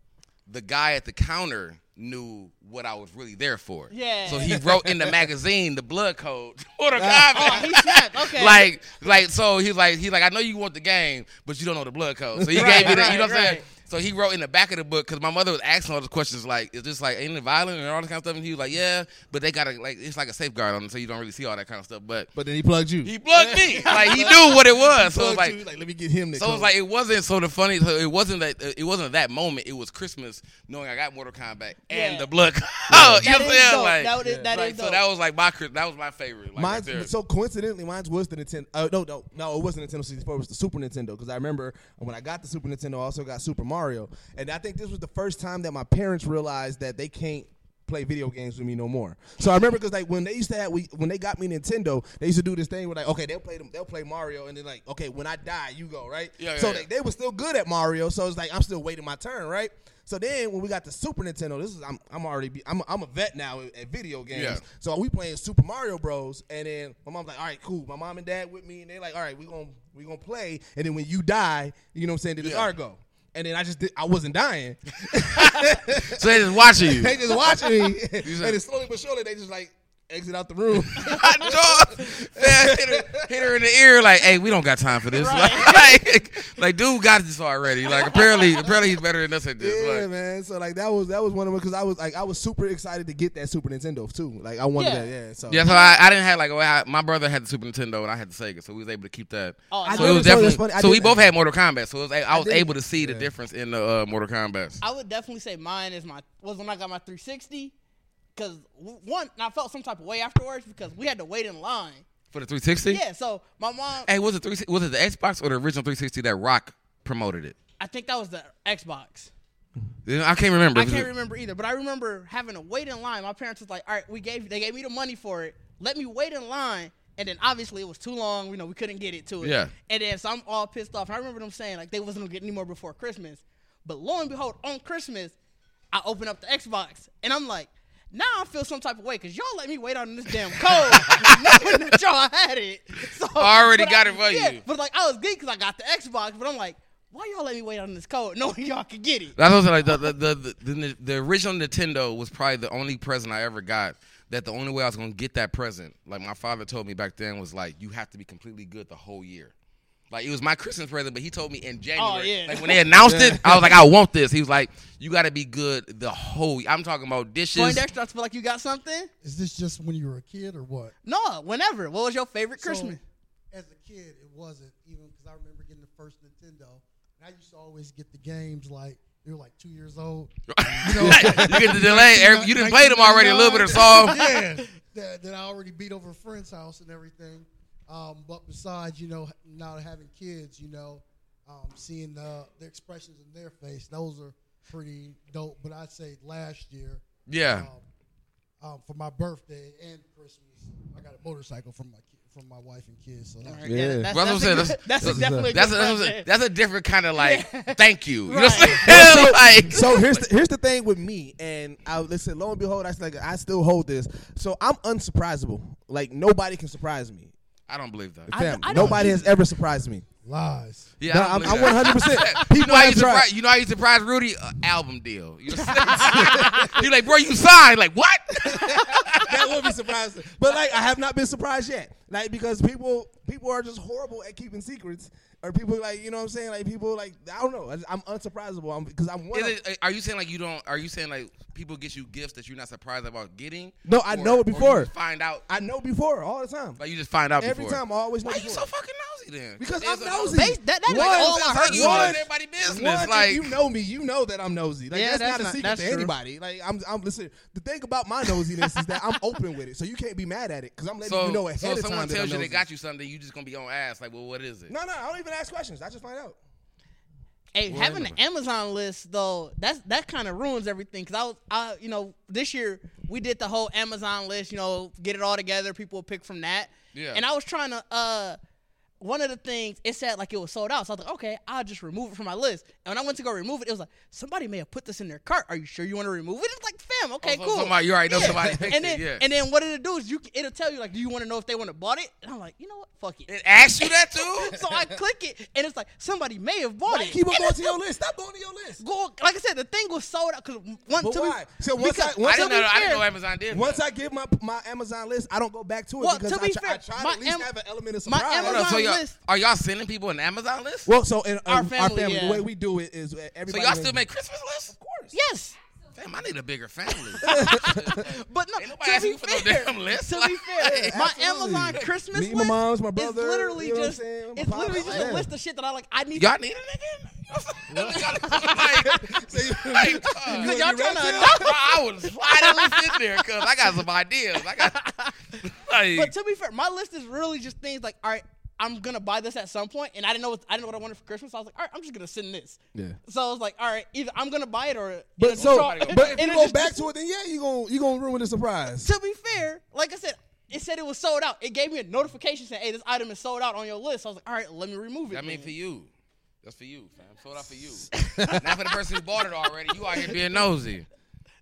Speaker 4: the guy at the counter knew what I was really there for.
Speaker 6: Yeah.
Speaker 4: So he wrote in the magazine the blood code. What a
Speaker 6: Oh,
Speaker 4: guy!
Speaker 6: he snapped. Okay.
Speaker 4: Like, like, so he's like, he's like, I know you want the game, but you don't know the blood code. So he
Speaker 6: Right,
Speaker 4: gave me that. You know
Speaker 6: right,
Speaker 4: what I'm saying?
Speaker 6: right.
Speaker 4: So he wrote in the back of the book because my mother was asking all the questions like, "Is this like ain't it violent and all this kind of stuff?" And he was like, "Yeah, but they got to like it's like a safeguard on it, so you don't really see all that kind of stuff." But
Speaker 7: But then he plugged you.
Speaker 4: He plugged me. Like he knew what it was. So it was
Speaker 7: Plugged
Speaker 4: like,
Speaker 7: you. He's like, let me get him. to
Speaker 4: So it
Speaker 7: come.
Speaker 4: was like it wasn't. So the funny. So it wasn't that. It wasn't that moment. It was Christmas, knowing I got Mortal Kombat and
Speaker 7: Yeah.
Speaker 4: the blood.
Speaker 7: Yeah.
Speaker 4: Oh, you know
Speaker 7: That
Speaker 4: what I'm
Speaker 7: is
Speaker 4: saying?
Speaker 7: dope.
Speaker 4: Like,
Speaker 7: That is- that
Speaker 4: like,
Speaker 7: is
Speaker 4: so
Speaker 7: dope.
Speaker 4: that was like my. Chris- That was my favorite. Like, right
Speaker 7: mine's
Speaker 4: there.
Speaker 7: so coincidentally, mine's was the Nintendo. Uh, no, no, no, it wasn't Nintendo 64. It was the Super Nintendo because I remember when I got the Super Nintendo, I also got Super Mario, and I think this was the first time that my parents realized that they can't play video games with me no more. So I remember because like when they used to have we when they got me Nintendo, they used to do this thing where like okay they'll play them they'll play Mario and then like okay when I die you go right.
Speaker 4: Yeah, yeah,
Speaker 7: so
Speaker 4: yeah.
Speaker 7: Like, they were still good at Mario, so it's like I'm still waiting my turn right. So then when we got the Super Nintendo, this is I'm I'm already be, I'm I'm a vet now at, at video games.
Speaker 4: Yeah.
Speaker 7: So we playing Super Mario Bros. And then my mom's like, all right, cool. My mom and dad with me, and they like, all right, we gonna we gonna play. And then when you die, you know what I'm saying? Did this Argo? And then I just did, I wasn't dying.
Speaker 4: So they just watching you.
Speaker 7: they just watching me. and
Speaker 4: You
Speaker 7: then slowly but surely they just like exit out the room.
Speaker 4: Man, hit, her, hit her in the ear like, hey, we don't got time for this. Like, like, dude got this already. Like, apparently, apparently he's better than us at this.
Speaker 7: Yeah,
Speaker 4: Like,
Speaker 7: man. So like that was that was one of them because I was like I was super excited to get that Super Nintendo too. Like I wanted
Speaker 4: Yeah.
Speaker 7: that. Yeah. So
Speaker 4: yeah, so I, I didn't have like well, I, my brother had the Super Nintendo and I had the Sega, so we was able to keep that.
Speaker 7: Oh, I
Speaker 4: so it was
Speaker 7: noticed- oh, that's
Speaker 4: definitely.
Speaker 7: funny. I
Speaker 4: So we
Speaker 7: didn't-
Speaker 4: both had Mortal Kombat, so it was, I,
Speaker 7: I
Speaker 4: was
Speaker 7: didn't-
Speaker 4: able to see the difference in the uh, Mortal Kombat.
Speaker 6: I would definitely say mine is my was when I got my 360, because one, I felt some type of way afterwards because we had to wait in line.
Speaker 4: For the 360?
Speaker 6: Yeah, so my mom,
Speaker 4: Hey, was it three? Was it the Xbox or the original 360 that Rock promoted it?
Speaker 6: I think that was the Xbox.
Speaker 4: You know, I can't remember.
Speaker 6: I can't remember either, but I remember having to wait in line. My parents was like, "All right, we gave they gave me the money for it. Let me wait in line." And then obviously it was too long. You know, we couldn't get it to it.
Speaker 4: Yeah.
Speaker 6: And then so I'm all pissed off. And I remember them saying like they wasn't gonna get any more before Christmas. But lo and behold, on Christmas, I open up the Xbox and I'm like, now I feel some type of way because y'all let me wait on this damn code, knowing that y'all had it. So
Speaker 4: I already
Speaker 6: but
Speaker 4: got it for
Speaker 6: yeah,
Speaker 4: you.
Speaker 6: But like I was geeked because I got the Xbox, but I'm like, why y'all let me wait on this code knowing y'all could get it?
Speaker 4: That's what I was like. The, the, the, the, the original Nintendo was probably the only present I ever got. That the only way I was gonna get that present, like my father told me back then, was like you have to be completely good the whole year. Like it was my Christmas present, but he told me in January.
Speaker 6: yeah.
Speaker 4: Like when they announced
Speaker 6: Yeah.
Speaker 4: it, I was like, I want this. He was like, you got to be good the whole. I'm talking about dishes.
Speaker 6: Poindexter, I feel like you got something.
Speaker 10: Is this just when you were a kid or what?
Speaker 6: No, whenever. What was your favorite
Speaker 13: So,
Speaker 6: Christmas?
Speaker 13: as a kid, it wasn't even because I remember getting the first Nintendo, and I used to always get the games like they were like two years old.
Speaker 4: You get the delay. Every- you done played them already, a little bit of song.
Speaker 13: yeah, that, that I already beat over a friend's house and everything. Um, but besides, you know, now having kids, you know, um, seeing the, the expressions in their face, those are pretty dope. But I'd say last year,
Speaker 4: Yeah.
Speaker 13: um, um, for my birthday and Christmas, I got a motorcycle from my ki- from my wife and kids. So that was-
Speaker 4: Yeah. That's what I'm saying. That's- that's- that's a- that's what I'm saying. That's a different kind of like
Speaker 13: Yeah.
Speaker 4: thank you. You know
Speaker 7: Right.
Speaker 4: what I'm saying? Like-
Speaker 7: so here's the, here's the thing with me, and I listen. Lo and behold, I s- like I still hold this. So I'm unsurprisable. Like nobody can surprise me.
Speaker 4: I don't believe that.
Speaker 7: Fam, nobody has ever surprised me.
Speaker 13: Lies.
Speaker 4: Yeah,
Speaker 7: No,
Speaker 4: I
Speaker 7: I'm,
Speaker 4: don't
Speaker 7: I'm
Speaker 4: believe that.
Speaker 7: 100%.
Speaker 4: you
Speaker 7: People
Speaker 4: know how you
Speaker 7: have tried.
Speaker 4: surprise, you know how you surprise Rudy? Uh, album deal. You are like, bro, you signed. Like, what?
Speaker 7: that would be surprising. But like, I have not been surprised yet. Like because people people are just horrible at keeping secrets, or people like you know what I'm saying. Like people like I don't know. I, I'm unsurprisable. I'm because I'm one.
Speaker 4: Is
Speaker 7: of-
Speaker 4: it, uh, are you saying like you don't? Are you saying like people get you gifts that you're not surprised about getting?
Speaker 7: no, I
Speaker 4: Or-
Speaker 7: know
Speaker 4: or
Speaker 7: it
Speaker 4: you
Speaker 7: before.
Speaker 4: just Find out.
Speaker 7: I know before all the time.
Speaker 4: Like you just find out
Speaker 7: every
Speaker 4: before.
Speaker 7: time. I always know.
Speaker 4: Why
Speaker 7: before.
Speaker 4: you so fucking nosy then?
Speaker 7: Because
Speaker 4: There's
Speaker 7: I'm
Speaker 4: a-
Speaker 7: nosy.
Speaker 4: They- that- that is all I heard
Speaker 7: you
Speaker 4: from
Speaker 7: know
Speaker 4: you. Everybody business,
Speaker 7: One,
Speaker 4: like-
Speaker 7: if you know me, you know that I'm nosy. Like
Speaker 4: Yeah,
Speaker 7: that's, not
Speaker 4: that's
Speaker 7: a
Speaker 4: not-
Speaker 7: secret
Speaker 4: that's
Speaker 7: to
Speaker 4: true.
Speaker 7: anybody. Like I'm, I'm listen. The thing about my nosiness is that I'm open with it, so you can't be mad at it because I'm letting
Speaker 4: So,
Speaker 7: you know ahead
Speaker 4: so
Speaker 7: of
Speaker 4: if
Speaker 7: time.
Speaker 4: someone
Speaker 7: that
Speaker 4: tells
Speaker 7: I'm
Speaker 4: you they
Speaker 7: nosy.
Speaker 4: got you something, you just gonna be on ass. Like, well, what is it?
Speaker 7: No, no, I don't even ask questions. I just find out.
Speaker 6: Hey,
Speaker 4: Well,
Speaker 6: having
Speaker 4: anyway.
Speaker 6: the Amazon list though, that's that kind of ruins everything. Cause I was, I you know, this year we did the whole Amazon list. You know, get it all together. People will pick from that.
Speaker 4: Yeah.
Speaker 6: And I was trying to, uh, one of the things it said like it was sold out. So I was like, okay, I'll just remove it from my list. And when I went to go remove it, it was like somebody may have put this in their cart. Are you sure you want to remove it? It's like, them. Okay,
Speaker 4: Oh, so
Speaker 6: cool.
Speaker 4: somebody- you already know somebody
Speaker 6: and
Speaker 4: picked it,
Speaker 6: then,
Speaker 4: yeah.
Speaker 6: And then what it'll do is you c- it'll tell you like, do you want to know if they want to bought it? And I'm like, you know what? Fuck it. It
Speaker 4: asks you that too.
Speaker 6: so I click it, and it's like somebody may have bought it.
Speaker 7: keep on
Speaker 6: And
Speaker 7: going
Speaker 6: it's
Speaker 7: to your
Speaker 6: still-
Speaker 7: list? Stop going to your list.
Speaker 6: Go like I said, the thing was sold out because one.
Speaker 7: But
Speaker 6: to
Speaker 7: why?
Speaker 6: Be,
Speaker 7: So once I,
Speaker 6: because-
Speaker 7: once
Speaker 6: to be fair-
Speaker 4: did.
Speaker 7: Once I give my my Amazon list, I don't go back to it
Speaker 6: Well,
Speaker 7: because
Speaker 6: to
Speaker 7: I,
Speaker 6: be
Speaker 7: try, I
Speaker 6: fair,
Speaker 7: try to
Speaker 6: my
Speaker 7: at least
Speaker 6: Am-
Speaker 7: have an element of
Speaker 6: my
Speaker 7: surprise.
Speaker 4: Hold up, so y'all- Are y'all sending people an Amazon list?
Speaker 7: Well, so in, uh,
Speaker 4: Our
Speaker 7: our family,
Speaker 4: family, yeah.
Speaker 7: the way we do it is uh,
Speaker 4: So
Speaker 7: everybody.
Speaker 4: y'all still make Christmas lists? Of
Speaker 6: course. Yes.
Speaker 4: Damn, I need a bigger family.
Speaker 6: But no,
Speaker 4: nobody
Speaker 6: to
Speaker 4: asking
Speaker 6: be
Speaker 4: you for no
Speaker 6: fair,
Speaker 4: damn list.
Speaker 6: to be
Speaker 4: Like-
Speaker 6: fair, my
Speaker 7: Absolutely.
Speaker 6: Amazon Christmas
Speaker 7: Me,
Speaker 6: list
Speaker 7: my mom's, my
Speaker 6: is
Speaker 7: brother,
Speaker 6: literally
Speaker 7: you know what I'm
Speaker 6: just
Speaker 7: saying? My
Speaker 6: it's
Speaker 7: pops,
Speaker 6: literally just a
Speaker 7: yeah.
Speaker 6: list of shit that I like. I need.
Speaker 4: Y'all need
Speaker 7: Like,
Speaker 4: uh,
Speaker 6: Cause y'all trying to adopt.
Speaker 4: I was fly that list in there because I got some ideas. I got like
Speaker 6: But to be fair, my list is really just things like, all right, I'm gonna buy this at some point, and I didn't know what I didn't know what I wanted for Christmas. So I was like, all right, I'm just gonna send this.
Speaker 7: Yeah.
Speaker 6: So I was like, all right, either I'm gonna buy it or.
Speaker 7: But
Speaker 6: it'll
Speaker 7: so,
Speaker 6: just-
Speaker 7: but if you
Speaker 6: it'll
Speaker 7: go
Speaker 6: just-
Speaker 7: back to it, then yeah, you gonna you gonna ruin the surprise.
Speaker 6: To be fair, like I said, it said it was sold out. It gave me a notification saying, hey, this item is sold out on your list. I was like, all right, let me remove it.
Speaker 4: I mean,
Speaker 6: then.
Speaker 4: for you, that's for you, fam. Sold out for you. Not for the person who bought it already. You out here being nosy.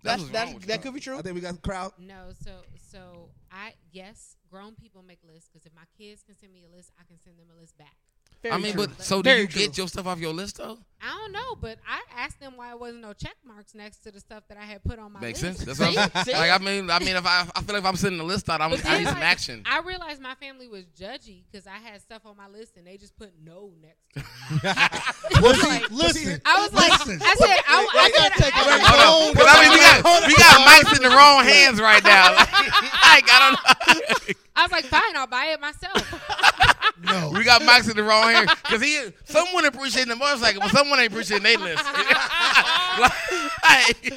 Speaker 4: That's, what's wrong with you.
Speaker 6: could be true.
Speaker 7: I think we got the crowd.
Speaker 14: No, so so I yes, grown people make lists because if my kids can send me a list, I can send them a list back.
Speaker 4: I mean, but so do you get your stuff off your list though?
Speaker 14: I don't know, but I asked them why it wasn't no check marks next to the stuff that I had put on my
Speaker 4: Makes
Speaker 14: list.
Speaker 4: sense. That's what I'm
Speaker 14: See?
Speaker 4: like. I mean, I mean, if I, I feel like if I'm sending a list out, I'm,
Speaker 14: But
Speaker 4: I
Speaker 14: then,
Speaker 4: need some
Speaker 14: like,
Speaker 4: action.
Speaker 14: I realized my family was judgy because I had stuff on my list and they just put no next. to it.
Speaker 7: listen.
Speaker 14: I was like, I said, I, I
Speaker 7: Wait, wait,
Speaker 14: said,
Speaker 7: wait, wait,
Speaker 4: Hold on, 'cause I mean, we got we got mics in the wrong hands right now. Like, I got on.
Speaker 14: I was like, fine, I'll buy it myself.
Speaker 4: We got mics in the wrong hands because he someone appreciating the motorcycle, but someone ain't appreciating their list. Like,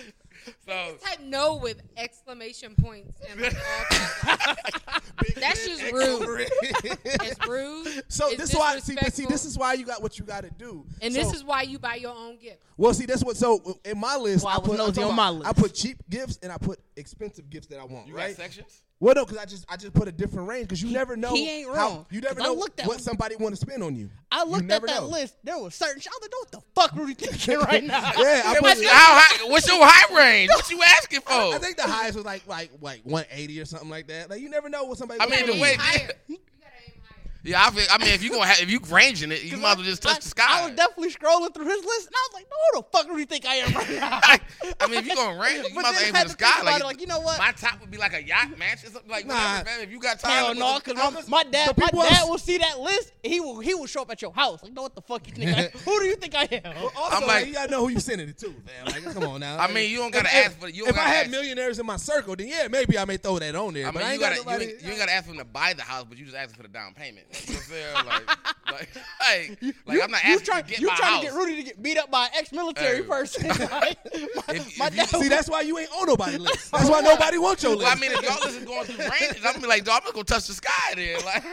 Speaker 4: so
Speaker 14: Type no with exclamation points and like all caps. That's just rude. it's rude.
Speaker 7: So
Speaker 14: it's
Speaker 7: this is why see, but see
Speaker 14: disrespectful.
Speaker 7: this is why you got what you got to do.
Speaker 14: and
Speaker 7: so,
Speaker 14: this is why you buy your own gift.
Speaker 7: well, see that's what. So in my list,
Speaker 14: Well, I
Speaker 7: I
Speaker 14: was
Speaker 7: put I'm
Speaker 14: nosy
Speaker 7: talking
Speaker 14: on my
Speaker 7: about- I put cheap gifts and I put expensive gifts that I want.
Speaker 4: You got
Speaker 7: right?
Speaker 4: sections?
Speaker 7: Well, no, because I just I just put a different range because you never know.
Speaker 6: he ain't
Speaker 7: how-
Speaker 6: wrong,
Speaker 7: you never
Speaker 6: 'cause I
Speaker 7: know
Speaker 6: looked at
Speaker 7: what
Speaker 6: him.
Speaker 7: somebody want to spend on you.
Speaker 6: I
Speaker 7: You
Speaker 6: looked at
Speaker 7: never
Speaker 6: that
Speaker 7: know.
Speaker 6: list. There was certain shit. I was like, "What the fuck Rudy thinking right now?"
Speaker 7: Yeah, I
Speaker 6: It
Speaker 7: put-
Speaker 6: was-
Speaker 7: How high-
Speaker 4: what's your high range? What you asking for?
Speaker 7: I, I think the highest was like like like 180 or something like that. Like you never know what somebody.
Speaker 4: I mean,
Speaker 7: gonna
Speaker 4: the
Speaker 7: do.
Speaker 4: way yeah, I, feel, I mean, if you gonna have, if you ranging it, you might as well just touch the
Speaker 6: I
Speaker 4: sky.
Speaker 6: was definitely scrolling through his list, and I was like, "No, who the fuck do you think I am right now?"
Speaker 4: I mean, if you gonna range it, you
Speaker 6: But
Speaker 4: might
Speaker 6: then I
Speaker 4: as well aim for
Speaker 6: had
Speaker 4: the
Speaker 6: to think
Speaker 4: sky.
Speaker 6: about
Speaker 4: Like,
Speaker 6: it, like, you know what?
Speaker 4: My top would be like a yacht match or something. Like,
Speaker 6: Nah.
Speaker 4: whatever, man, if you got time,
Speaker 6: Hell
Speaker 4: with
Speaker 6: no,
Speaker 4: the-
Speaker 6: because my, my dad, my
Speaker 7: people else-
Speaker 6: dad will see that list. And he will, he will show up at your house. Like, know what the fuck you think? I, who do you think I am?
Speaker 7: Also,
Speaker 4: I'm
Speaker 7: I'm
Speaker 4: like-
Speaker 7: like, you gotta know who you sending it to, man. Like, come on now.
Speaker 4: I mean, you don't gotta
Speaker 7: If-
Speaker 4: ask for the- you don't
Speaker 7: If I
Speaker 4: gotta
Speaker 7: had
Speaker 4: ask.
Speaker 7: millionaires in my circle, then yeah, maybe I may throw that on there.
Speaker 4: I
Speaker 7: but
Speaker 4: mean,
Speaker 7: I
Speaker 4: you
Speaker 7: ain't
Speaker 4: gotta,
Speaker 7: got
Speaker 4: you
Speaker 7: nobody.
Speaker 4: ain't, you ain't gotta ask them to buy the house, but you just asking for the down payment. You know what I'm saying? Like, like, like, like, I'm not asking
Speaker 6: you
Speaker 4: to
Speaker 6: trying,
Speaker 4: get
Speaker 6: you
Speaker 4: my
Speaker 6: trying
Speaker 4: house.
Speaker 6: to get Rudy to get beat up by an ex-military
Speaker 4: Hey.
Speaker 6: person. Like, my, my dad,
Speaker 7: See, that's why you ain't on nobody list. That's why nobody wants your list.
Speaker 4: Well, I mean, if y'all listen going through ranges, I'm gonna be like, dog, I'm not gonna touch the sky then. Like,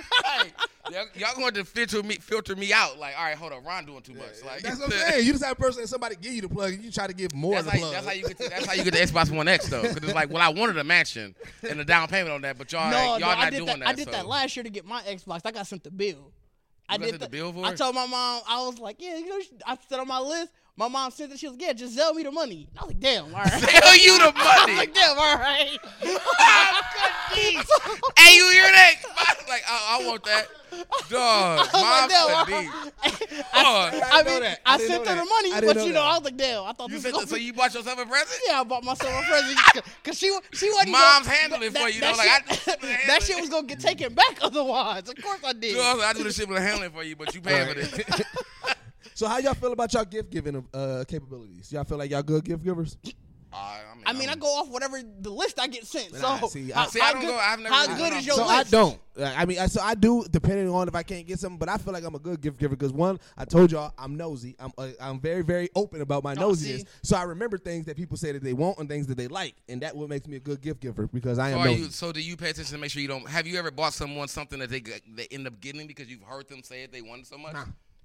Speaker 4: like, y'all, y'all going to filter me, filter me out. Like, all right, hold on, Ron doing too much. Like,
Speaker 7: that's what I'm saying. You just have a person that somebody give you the plug, and you try to give more
Speaker 4: That's
Speaker 7: of the
Speaker 4: how, you,
Speaker 7: plug.
Speaker 4: that's how you get to, that's how you get the Xbox One X though, 'Cause it's like, well, I wanted a mansion and a down payment on that, but y'all,
Speaker 6: no,
Speaker 4: ain't-
Speaker 6: no,
Speaker 4: y'all
Speaker 6: I
Speaker 4: not
Speaker 6: did
Speaker 4: doing
Speaker 6: that.
Speaker 4: that.
Speaker 6: I did
Speaker 4: so.
Speaker 6: that last year to get my Xbox. I got sent the bill. I
Speaker 4: got
Speaker 6: did
Speaker 4: sent the bill for
Speaker 6: I
Speaker 4: it?
Speaker 6: told my mom, I was like, yeah, you know, sh- I said on my list. My mom said that she was, yeah, just sell me the money. I was like, damn, all right.
Speaker 4: Sell you the
Speaker 6: I was
Speaker 4: money.
Speaker 6: like, damn, all right.
Speaker 4: hey, you hear that? Like, I, I want that. Dog,
Speaker 6: I was like, damn,
Speaker 4: mom
Speaker 6: all
Speaker 4: could be.
Speaker 6: I,
Speaker 4: Dog.
Speaker 6: I mean, I, sent her the money, but you know, I was like, damn, I thought
Speaker 4: You
Speaker 6: this
Speaker 4: sent
Speaker 6: was
Speaker 4: the-
Speaker 6: gonna
Speaker 4: so you bought yourself a present?
Speaker 6: Yeah, I bought myself a present because she wa- she wasn't.
Speaker 4: Mom's
Speaker 6: gonna-
Speaker 4: handling it for you, though.
Speaker 6: that
Speaker 4: Like,
Speaker 6: shit, that shit was gonna get taken back otherwise. Of course, I did.
Speaker 4: You know, I was like, I do the shit with the handling for you, but you paying for this.
Speaker 7: so how y'all feel about y'all gift giving uh, capabilities? Y'all feel like y'all good gift givers?
Speaker 6: I mean, I go off whatever the list I get sent. So
Speaker 7: Nah, see, I-
Speaker 6: how-
Speaker 7: See, I
Speaker 6: how
Speaker 7: don't
Speaker 6: good-
Speaker 7: go- I've never
Speaker 6: How
Speaker 7: really
Speaker 6: good
Speaker 7: gone
Speaker 6: is your
Speaker 7: so
Speaker 6: list?
Speaker 7: I don't. Like, I mean, I, so I do depending on if I can't get something, but I feel like I'm a good gift giver because one, I told y'all I'm nosy. I'm uh, I'm very very open about my
Speaker 4: Oh,
Speaker 7: nosiness,
Speaker 4: see.
Speaker 7: so I remember things that people say that they want and things that they like, and that what makes me a good gift giver because I
Speaker 4: So,
Speaker 7: am
Speaker 4: are
Speaker 7: nosy.
Speaker 4: you, so do you pay attention to make sure you don't? Have you ever bought someone something that they got- they end up getting because you've heard them say it they wanted so much?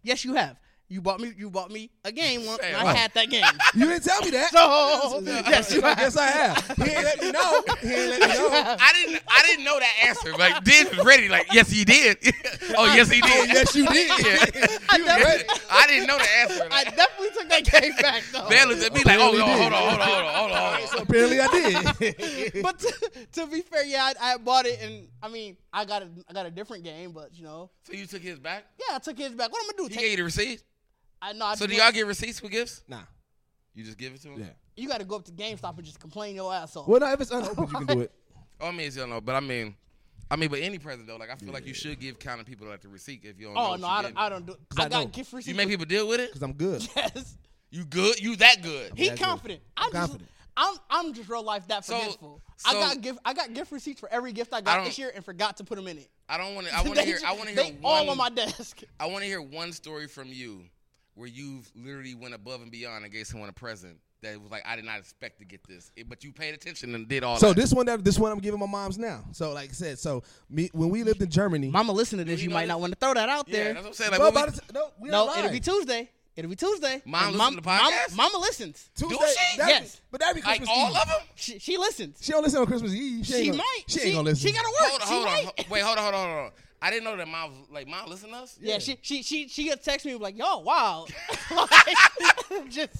Speaker 6: Yes, you have. You bought me. You bought me a game once. And I
Speaker 7: Right.
Speaker 6: had that game.
Speaker 7: You didn't tell me that.
Speaker 6: So
Speaker 7: yes, you, I guess I have. He ain't let me know. He ain't let me know.
Speaker 4: I didn't. I didn't know that answer. Like, did ready? Like, yes, he did. oh, yes, he did.
Speaker 7: Oh, yes, you did.
Speaker 4: Yeah.
Speaker 6: I definitely,
Speaker 4: I didn't know the answer.
Speaker 6: I definitely took that game back though.
Speaker 4: Van looked at me like, oh
Speaker 7: Apparently
Speaker 4: no,
Speaker 7: did.
Speaker 4: hold on, hold on, hold on, hold on. hold on.
Speaker 7: Apparently, I did.
Speaker 6: but to, to be fair, yeah, I, I bought it, and I mean, I got a, I got a different game, but you know,
Speaker 4: So you took his back?
Speaker 6: yeah, I took his back. What am I gonna do?
Speaker 4: He gave you the receipt.
Speaker 6: I know. I
Speaker 4: So do
Speaker 6: just-
Speaker 4: y'all get receipts for gifts?
Speaker 7: Nah.
Speaker 4: You just give it to him. Yeah.
Speaker 6: You got to go up to GameStop and just complain your ass off.
Speaker 7: Well, no, if it's unopened, you can do it.
Speaker 4: Oh, I mean, it's, you know, but I mean, I mean, but any present though, like I feel like you should give kind of people like the receipt if you don't. know
Speaker 6: Oh
Speaker 4: what
Speaker 6: no,
Speaker 4: you
Speaker 6: I
Speaker 4: gave
Speaker 6: don't,
Speaker 4: them.
Speaker 6: I don't do.
Speaker 4: 'Cause
Speaker 6: I,
Speaker 4: I know.
Speaker 6: got gift receipts.
Speaker 4: You make people deal with it?
Speaker 7: Cause I'm good.
Speaker 6: Yes.
Speaker 4: You good? You that good?
Speaker 6: He confident. I'm,
Speaker 7: confident.
Speaker 6: just. I'm I'm just real life that
Speaker 4: So-
Speaker 6: forgetful. I
Speaker 4: so-
Speaker 6: got gift I got gift receipts for every gift I
Speaker 4: I
Speaker 6: got
Speaker 4: don't-
Speaker 6: this year and forgot to put them in it.
Speaker 4: I don't want to. I want to
Speaker 6: They
Speaker 4: hear.
Speaker 6: ju-
Speaker 4: I want to hear
Speaker 6: they
Speaker 4: one.
Speaker 6: all on my desk.
Speaker 4: I want to hear one story from you where you've literally went above and beyond and gave someone a present that was like I did not expect to get this, It- but you paid attention and did all.
Speaker 7: So
Speaker 4: that.
Speaker 7: this one, that this one, I'm giving my mom's now. So like I said, so me when we lived in Germany,
Speaker 6: Mama, listen to this. You might not want to throw that out
Speaker 4: Yeah,
Speaker 6: there.
Speaker 4: that's what I'm saying. Like,
Speaker 7: No,
Speaker 4: what we-
Speaker 7: by the t- no, we
Speaker 6: No,
Speaker 7: not
Speaker 6: it'll
Speaker 7: live.
Speaker 6: be Tuesday. It'll be Tuesday.
Speaker 4: Mom
Speaker 6: And
Speaker 4: listen
Speaker 6: mom-
Speaker 4: to the
Speaker 6: mom-
Speaker 4: podcast?
Speaker 6: Mama listens.
Speaker 7: Tuesday. that'd
Speaker 4: she?
Speaker 7: be-
Speaker 6: Yes.
Speaker 7: but that'd be
Speaker 4: like
Speaker 7: Christmas
Speaker 4: all
Speaker 7: Eve.
Speaker 4: of them.
Speaker 6: She, she listens.
Speaker 7: She don't listen on Christmas Eve. She, ain't
Speaker 6: She
Speaker 7: gonna,
Speaker 6: might.
Speaker 7: She ain't
Speaker 6: She-
Speaker 7: gonna listen.
Speaker 6: she gotta work.
Speaker 4: Hold on,
Speaker 6: She
Speaker 4: hold on.
Speaker 6: might.
Speaker 4: ho- Wait, hold on, hold on, hold on. I didn't know that mom was like mom listen to us.
Speaker 6: Yeah, she she she she gonna text me like, yo, wow. like, just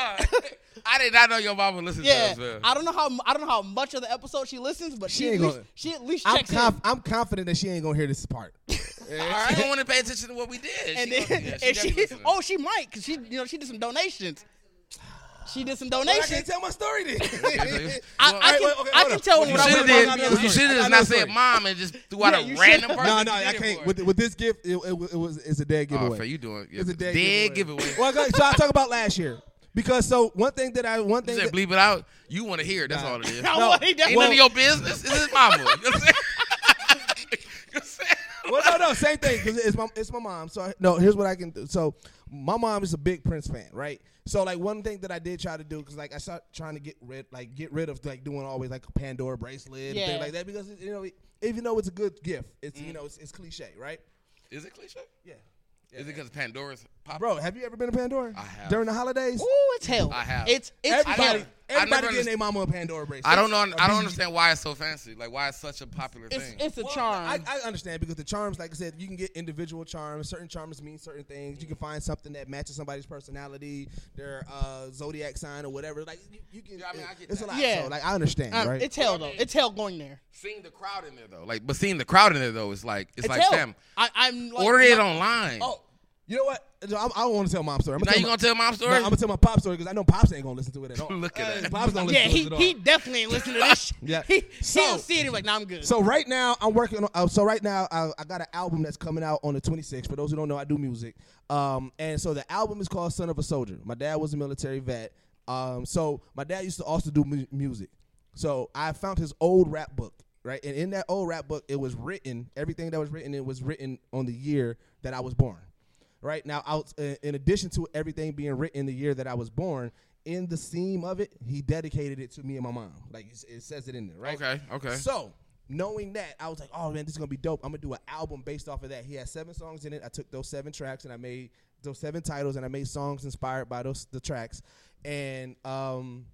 Speaker 4: I did not know your mom would listen
Speaker 6: yeah.
Speaker 4: to us, man.
Speaker 6: I don't know how I don't know how much of the episode she listens, but she,
Speaker 7: She
Speaker 6: at
Speaker 7: ain't
Speaker 6: least,
Speaker 7: gonna-
Speaker 6: she at least
Speaker 7: I'm,
Speaker 6: checks in.
Speaker 7: conf- I'm confident that she ain't gonna hear this part.
Speaker 4: All right, I don't want to pay attention to what we did.
Speaker 6: and
Speaker 4: she
Speaker 6: then
Speaker 4: gonna- yeah, she
Speaker 6: and
Speaker 4: definitely
Speaker 6: she
Speaker 4: listening.
Speaker 6: oh she might because she you know she did some donations. She did some
Speaker 7: Well, I
Speaker 6: donations.
Speaker 7: can't tell my story then.
Speaker 6: I,
Speaker 4: Well,
Speaker 6: I can,
Speaker 4: wait,
Speaker 7: wait, okay,
Speaker 6: I
Speaker 7: hold
Speaker 6: can
Speaker 7: up.
Speaker 6: tell
Speaker 7: What
Speaker 6: when
Speaker 4: you
Speaker 7: I
Speaker 6: I'm
Speaker 7: would've
Speaker 4: should have
Speaker 6: with my
Speaker 7: did- found out
Speaker 4: did.
Speaker 7: another
Speaker 4: You should
Speaker 7: story. I
Speaker 4: have just
Speaker 7: know
Speaker 4: not
Speaker 7: the
Speaker 4: said
Speaker 7: story.
Speaker 4: mom and just threw out
Speaker 6: Yeah,
Speaker 4: a
Speaker 6: you
Speaker 4: random
Speaker 6: should've-
Speaker 4: person.
Speaker 7: No, no,
Speaker 4: You did
Speaker 7: I
Speaker 4: it
Speaker 7: can't.
Speaker 4: for
Speaker 7: With, with this gift, it, it, it was it's a dead
Speaker 4: Oh,
Speaker 7: giveaway.
Speaker 4: fair, you doing? Yeah,
Speaker 7: It's a dead,
Speaker 4: dead
Speaker 7: giveaway.
Speaker 4: giveaway.
Speaker 7: Well, okay, so I talk about last year because so one thing that I one
Speaker 4: You
Speaker 7: thing
Speaker 4: said
Speaker 7: that,
Speaker 4: bleep it out. You want to hear it? That's all it is.
Speaker 6: I
Speaker 4: Ain't
Speaker 7: No,
Speaker 6: want- he definitely-
Speaker 4: none of your business. It's his mama. You know what I'm saying? You know what I'm saying?
Speaker 7: well, no, no, same thing. 'cause it's my it's my mom. So I- no, here's what I can do. So my mom is a big Prince fan, right? So like one thing that I did try to do because like I started trying to get rid like get rid of like doing always like a Pandora bracelet and
Speaker 6: Yeah.
Speaker 7: thing like that because you know even though it's a good gift, it's
Speaker 4: Mm.
Speaker 7: you know it's, it's cliche, right?
Speaker 4: Is it cliche?
Speaker 7: Yeah.
Speaker 4: Is it because Pandora's pop?
Speaker 7: Bro, have you ever been to Pandora
Speaker 4: I have.
Speaker 7: during the holidays?
Speaker 6: Ooh, it's hell.
Speaker 4: I have.
Speaker 6: It's it's
Speaker 7: everybody,
Speaker 6: hell.
Speaker 4: I never
Speaker 7: everybody getting
Speaker 4: underst-
Speaker 7: their mama a Pandora bracelet.
Speaker 4: I don't know. I don't understand why it's so fancy. Like why it's such a popular
Speaker 6: It's
Speaker 4: thing.
Speaker 6: it's a
Speaker 7: Well,
Speaker 6: charm.
Speaker 7: I, I understand because the charms, like I said, you can get individual charms. Certain charms mean certain things. You can find something that matches somebody's personality, their uh, zodiac sign, or whatever. Like you, you can.
Speaker 4: Yeah, I mean, I get
Speaker 7: it's
Speaker 4: that.
Speaker 7: a lot.
Speaker 6: Yeah.
Speaker 7: So, like I understand,
Speaker 6: Um,
Speaker 7: right?
Speaker 6: It's hell though. It's hell going there.
Speaker 4: seeing the crowd in there though, like, but seeing the crowd in there though, it's like it's,
Speaker 6: It's
Speaker 4: like
Speaker 6: hell.
Speaker 4: fam.
Speaker 6: I, I'm like,
Speaker 4: order it online.
Speaker 7: oh, you know what? So, I'm, I don't want to tell mom's story. I'm
Speaker 4: now you gonna tell mom story?
Speaker 7: I'm gonna tell my pop story because I know pops ain't gonna listen to it at all.
Speaker 4: Look at that.
Speaker 7: Pops don't listen
Speaker 6: Yeah,
Speaker 7: to
Speaker 6: he
Speaker 7: it at all.
Speaker 6: he definitely ain't listening to this. shit.
Speaker 7: Yeah.
Speaker 6: He
Speaker 7: So-
Speaker 6: he'll see it. He's like, nah, I'm good.
Speaker 7: So right now I'm working on. Uh, so right now I, I got an album that's coming out on the 26th. For those who don't know, I do music. Um, and so the album is called "Son of a Soldier." My dad was a military vet. Um, so my dad used to also do mu- music. So I found his old rap book, right? And in that old rap book, it was written everything that was written. It was written on the year that I was born. Right now, out uh, in addition to everything being written the year that I was born, in the seam of it, he dedicated it to me and my mom. Like it, it says it in there, right?
Speaker 4: Okay, okay.
Speaker 7: So knowing that, I was like, oh man, this is gonna be dope. I'm gonna do an album based off of that. He had seven songs in it. I took those seven tracks and I made those seven titles and I made songs inspired by those the tracks. And um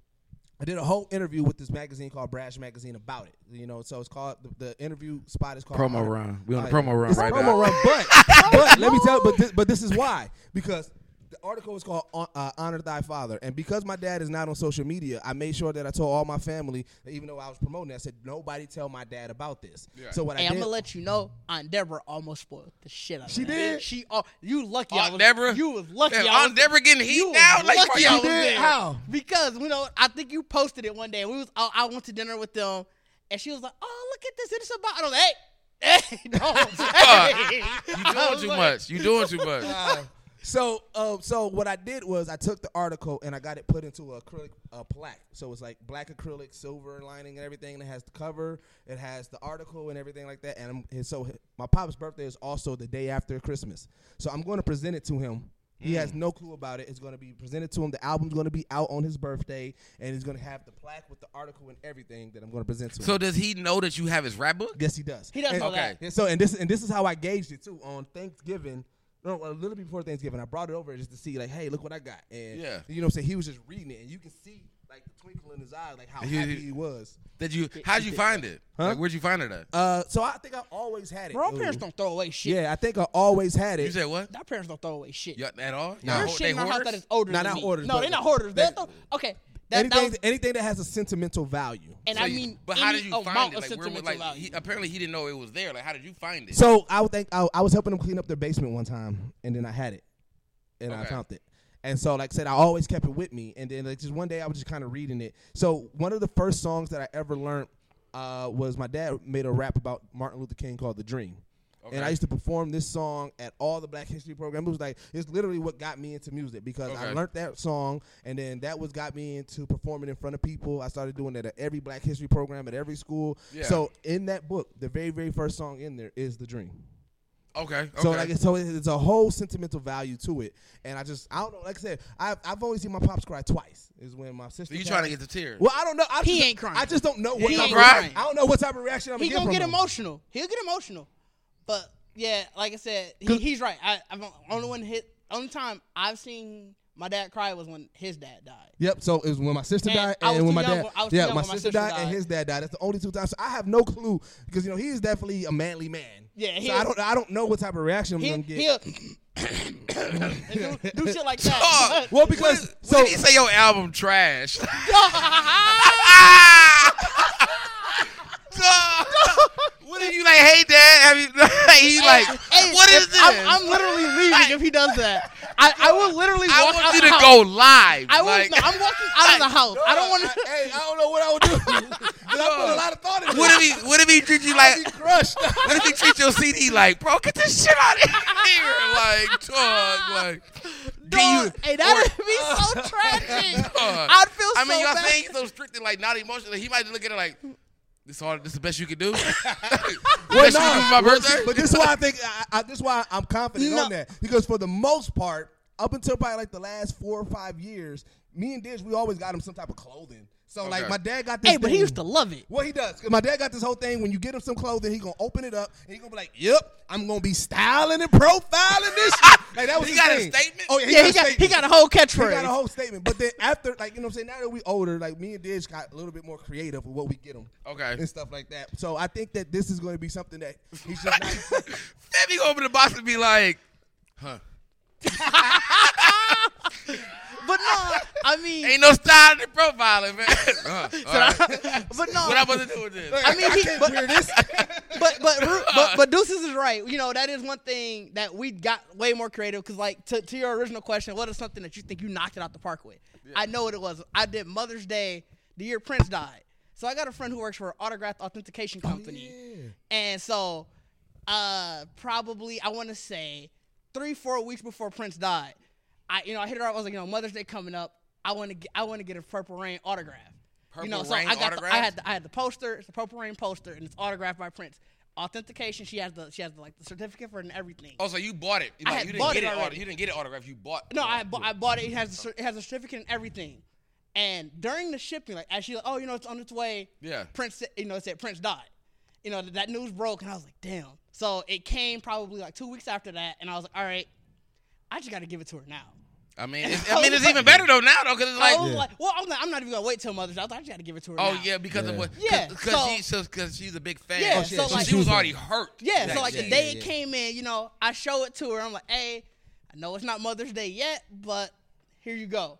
Speaker 7: I did a whole interview with this magazine called Brash Magazine about it. You know, so it's called the, the interview spot is called
Speaker 4: Promo
Speaker 7: Art-
Speaker 4: run. We on the
Speaker 7: Oh, yeah.
Speaker 4: promo run
Speaker 7: It's a
Speaker 4: right
Speaker 7: promo
Speaker 4: now.
Speaker 7: run, but but let me tell. But this, but this is why because the article is called Hon- uh, "Honor Thy Father," and because my dad is not on social media, I made sure that I told all my family. that Even though I was promoting, it, I said nobody tell my dad about this. So what
Speaker 6: Hey,
Speaker 7: I
Speaker 6: I'm
Speaker 7: did,
Speaker 6: gonna let you know, Aunt Deborah almost spoiled the shit out of
Speaker 7: She
Speaker 6: that.
Speaker 7: did?
Speaker 6: She, oh, you lucky. I
Speaker 4: Aunt
Speaker 6: was,
Speaker 4: Deborah?
Speaker 6: you was lucky. I
Speaker 4: Damn,
Speaker 6: was-
Speaker 4: Aunt Deborah getting heat
Speaker 6: you was
Speaker 4: now? Like,
Speaker 6: lucky
Speaker 4: bro,
Speaker 6: I
Speaker 4: you
Speaker 6: was
Speaker 4: did?
Speaker 6: there.
Speaker 7: How?
Speaker 6: Because you know, I think you posted it one day. We was, I, I went to dinner with them, and she was like, "Oh, look at this! It's about." I was like, "Hey." Hey, no, hey.
Speaker 4: you
Speaker 6: I
Speaker 4: doing
Speaker 6: was
Speaker 4: too
Speaker 6: like,
Speaker 4: much. You doing too much.
Speaker 7: So, uh, so what I did was I took the article and I got it put into a acrylic uh, plaque. So it's like black acrylic, silver lining, and everything. And it has the cover, it has the article, and everything like that. And, i and so h- my pop's birthday is also the day after Christmas. So I'm going to present it to him. He has no clue about it. It's going to be presented to him. The album's going to be out on his birthday, and he's going to have the plaque with the article and everything that I'm going to present to him.
Speaker 4: So does he know that you have his rap book?
Speaker 7: Yes, he does.
Speaker 6: He does
Speaker 7: and,
Speaker 6: know that.
Speaker 7: And so, and this and this is how I gauged it too. On Thanksgiving, No, a little bit before Thanksgiving, I brought it over just to see, like, hey, look what I got. And
Speaker 4: Yeah.
Speaker 7: you know what I'm saying? He was just reading it, and you can see like the twinkle in his eye, like how
Speaker 4: He-
Speaker 7: happy he was.
Speaker 4: Did you? How'd you find it?
Speaker 7: Huh?
Speaker 4: Like, where'd you find it at?
Speaker 7: Uh, so I think I always had it.
Speaker 6: Bro, our
Speaker 7: Ooh.
Speaker 6: parents don't throw away shit.
Speaker 7: Yeah, I think I always had it.
Speaker 4: You said what?
Speaker 6: Our parents don't throw away shit.
Speaker 4: Yeah, at all?
Speaker 7: Nah.
Speaker 6: There's
Speaker 7: Ho-
Speaker 6: shit in
Speaker 7: they
Speaker 6: our house
Speaker 7: hoarders?
Speaker 6: that is older
Speaker 7: Nah,
Speaker 6: than
Speaker 7: not
Speaker 6: me.
Speaker 7: hoarders,
Speaker 6: No,
Speaker 7: but-
Speaker 6: they're not hoarders. They're throw- okay. That, that
Speaker 7: anything,
Speaker 6: was,
Speaker 7: anything that has a sentimental value.
Speaker 6: and I mean,
Speaker 4: But how
Speaker 6: any
Speaker 4: did you find
Speaker 6: amount
Speaker 4: it?
Speaker 6: of
Speaker 4: Like, where, was-
Speaker 6: sentimental
Speaker 4: like
Speaker 6: value.
Speaker 4: he, apparently he didn't know it was there. Like, how did you find it?
Speaker 7: So I would think I, I was helping them clean up their basement one time, and then I had it, and I
Speaker 4: Okay.
Speaker 7: found it. And so, like I said, I always kept it with me. And then, like, just one day, I was just kind of reading it. So one of the first songs that I ever learned uh, was my dad made a rap about Martin Luther King called "The Dream." And I
Speaker 4: Okay.
Speaker 7: used to perform this song at all the Black History programs. It was like it's literally what got me into music because I
Speaker 4: Okay.
Speaker 7: learned that song, and then that was got me into performing in front of people. I started doing that at every Black History program at every school.
Speaker 4: Yeah.
Speaker 7: So in that book, the very very first song in there is "The Dream."
Speaker 4: okay. okay.
Speaker 7: So like so it- it's a whole sentimental value to it, and I just I don't know. Like I said, I've I've only seen my pops cry twice. Is when my sister.
Speaker 4: So you
Speaker 7: cried.
Speaker 4: trying to get the tears.
Speaker 7: Well, I don't know. I
Speaker 6: He
Speaker 7: just,
Speaker 6: ain't crying.
Speaker 7: I just don't know
Speaker 6: He
Speaker 7: what.
Speaker 6: ain't
Speaker 7: Type of,
Speaker 6: crying.
Speaker 7: I don't know what type of reaction I'm
Speaker 6: he
Speaker 7: get
Speaker 6: gonna
Speaker 7: from
Speaker 6: get
Speaker 7: him.
Speaker 6: emotional. He'll get emotional. But yeah, like I said, he, he's right. I, I'm only one hit. Only time I've seen my dad cry was when his dad died.
Speaker 7: Yep. So it was when my sister
Speaker 6: And
Speaker 7: died
Speaker 6: I was
Speaker 7: and
Speaker 6: too
Speaker 7: when my
Speaker 6: young
Speaker 7: dad.
Speaker 6: when- I was too
Speaker 7: yeah,
Speaker 6: young
Speaker 7: my
Speaker 6: when my
Speaker 7: sister
Speaker 6: sister
Speaker 7: died and
Speaker 6: died.
Speaker 7: his dad died. That's the only two times. So I have no clue because you know he is definitely a manly man.
Speaker 6: Yeah, he
Speaker 7: So I
Speaker 6: is-
Speaker 7: don't I don't know what type of reaction I'm
Speaker 6: He,
Speaker 7: gonna
Speaker 6: he'll
Speaker 7: get.
Speaker 6: do shit like that.
Speaker 7: Well, because so
Speaker 4: Did he say your album trash? what if you like? Hey, dad. I mean, like, he like,
Speaker 6: Hey,
Speaker 4: what is
Speaker 6: if-
Speaker 4: this?
Speaker 6: I'm, I'm literally leaving if he does that. I, I will literally. Walk
Speaker 4: I want
Speaker 6: out
Speaker 4: you
Speaker 6: the
Speaker 4: to
Speaker 6: house.
Speaker 4: go live.
Speaker 6: I will.
Speaker 4: like,
Speaker 6: no, I'm walking out of the house. I don't want to.
Speaker 7: Hey, I don't know what I would do. 'Cause I put a lot of thought into
Speaker 4: what
Speaker 7: it.
Speaker 4: if he? What if he treat you like?
Speaker 7: crushed.
Speaker 4: What if he treat your CD like, bro? Get this shit out of here, like, dog, like. Then you,
Speaker 6: Hey, that would be so tragic.
Speaker 4: dog.
Speaker 6: I'd feel
Speaker 4: I
Speaker 6: so
Speaker 4: mean, y'all
Speaker 6: bad.
Speaker 4: saying he's so strict and like not emotional. He might look at it like, this all, this the best you can do. best
Speaker 7: Well, nah,
Speaker 4: you can do for my
Speaker 7: well,
Speaker 4: birthday.
Speaker 7: see, But this is why I think I, I, this is why I'm confident
Speaker 6: No.
Speaker 7: on that because for the most part, up until probably like the last four or five years, me and Dish we always got him some type of clothing. So like
Speaker 4: Okay.
Speaker 7: my dad got this.
Speaker 6: Hey, but he
Speaker 7: thing-
Speaker 6: used to love it.
Speaker 7: Well, he does. 'Cause My dad got this whole thing. When you get him some clothing, he gonna open it up and he gonna be like, "Yep, I'm gonna be styling and profiling this." shit." Like that was
Speaker 4: He
Speaker 7: his
Speaker 4: got a
Speaker 7: thing.
Speaker 4: statement?
Speaker 7: Oh yeah, he
Speaker 6: Yeah,
Speaker 7: got
Speaker 6: he
Speaker 7: a
Speaker 6: got he
Speaker 7: statement.
Speaker 6: got a whole
Speaker 7: We
Speaker 6: catchphrase.
Speaker 7: got a whole statement, but then after, like you know, what I'm saying now that we older, like me and Dish got a little bit more creative with what we get them,
Speaker 4: Okay.
Speaker 7: and stuff like that. So I think that this is going to be something that he's just not expecting.
Speaker 4: Fabby go over to the box and be like, huh?
Speaker 6: but no, I mean,
Speaker 4: Ain't no style in the profiling, man. huh, all right.
Speaker 6: but no,
Speaker 4: What I'm supposed to do with this?
Speaker 6: I mean, he, but,
Speaker 7: Hear this?
Speaker 6: but but Ru- but but Deuces is right. You know that is one thing that we got way more creative because like to, to your original question, what is something that you think you knocked it out the park with? I know what it was. I did Mother's Day the year Prince died. So I got a friend who works for an autographed authentication company, and so uh probably I want to say three four weeks before Prince died, I you know I hit her up. I was like, you know Mother's Day coming up. I want to get I want to get a Purple Rain autograph. you know,
Speaker 4: Purple
Speaker 6: so
Speaker 4: Rain
Speaker 6: I got the, I
Speaker 4: autograph?
Speaker 6: had the, I had the poster. It's a Purple Rain poster, and it's autographed by Prince. Authentication. She has the she has the, like the certificate for it and everything.
Speaker 4: Oh, so you bought it? You,
Speaker 6: I
Speaker 4: like,
Speaker 6: had
Speaker 4: you didn't
Speaker 6: bought
Speaker 4: get
Speaker 6: it
Speaker 4: it.
Speaker 6: already.
Speaker 4: you didn't get it autographed. You bought.
Speaker 6: No, I, bu- I bought it. It has a, cer- it has a certificate and everything. And during the shipping, like actually, like, oh, you know, it's on its way.
Speaker 4: Yeah.
Speaker 6: Prince, sa- you know, it said Prince died. You know, that news broke, and I was like, damn. So it came probably like two weeks after that, and I was like, all right, I just got to give it to her now.
Speaker 4: I mean, it's, I mean, it's even better though now though, because it's like,
Speaker 6: I was like, well, I'm not, I'm not even gonna wait till Mother's Day. I was like, I just got to give it to her.
Speaker 4: oh
Speaker 6: now.
Speaker 4: yeah, because of what?
Speaker 6: Yeah,
Speaker 4: because
Speaker 6: so-
Speaker 4: she's because she's a big fan.
Speaker 6: Yeah,
Speaker 4: Oh,
Speaker 6: so
Speaker 4: shit.
Speaker 6: like-
Speaker 4: she was already hurt.
Speaker 6: Yeah,
Speaker 4: that
Speaker 6: so like
Speaker 4: day.
Speaker 6: the day it came in, you know, I show it to her. I'm like, hey, I know it's not Mother's Day yet, but here you go.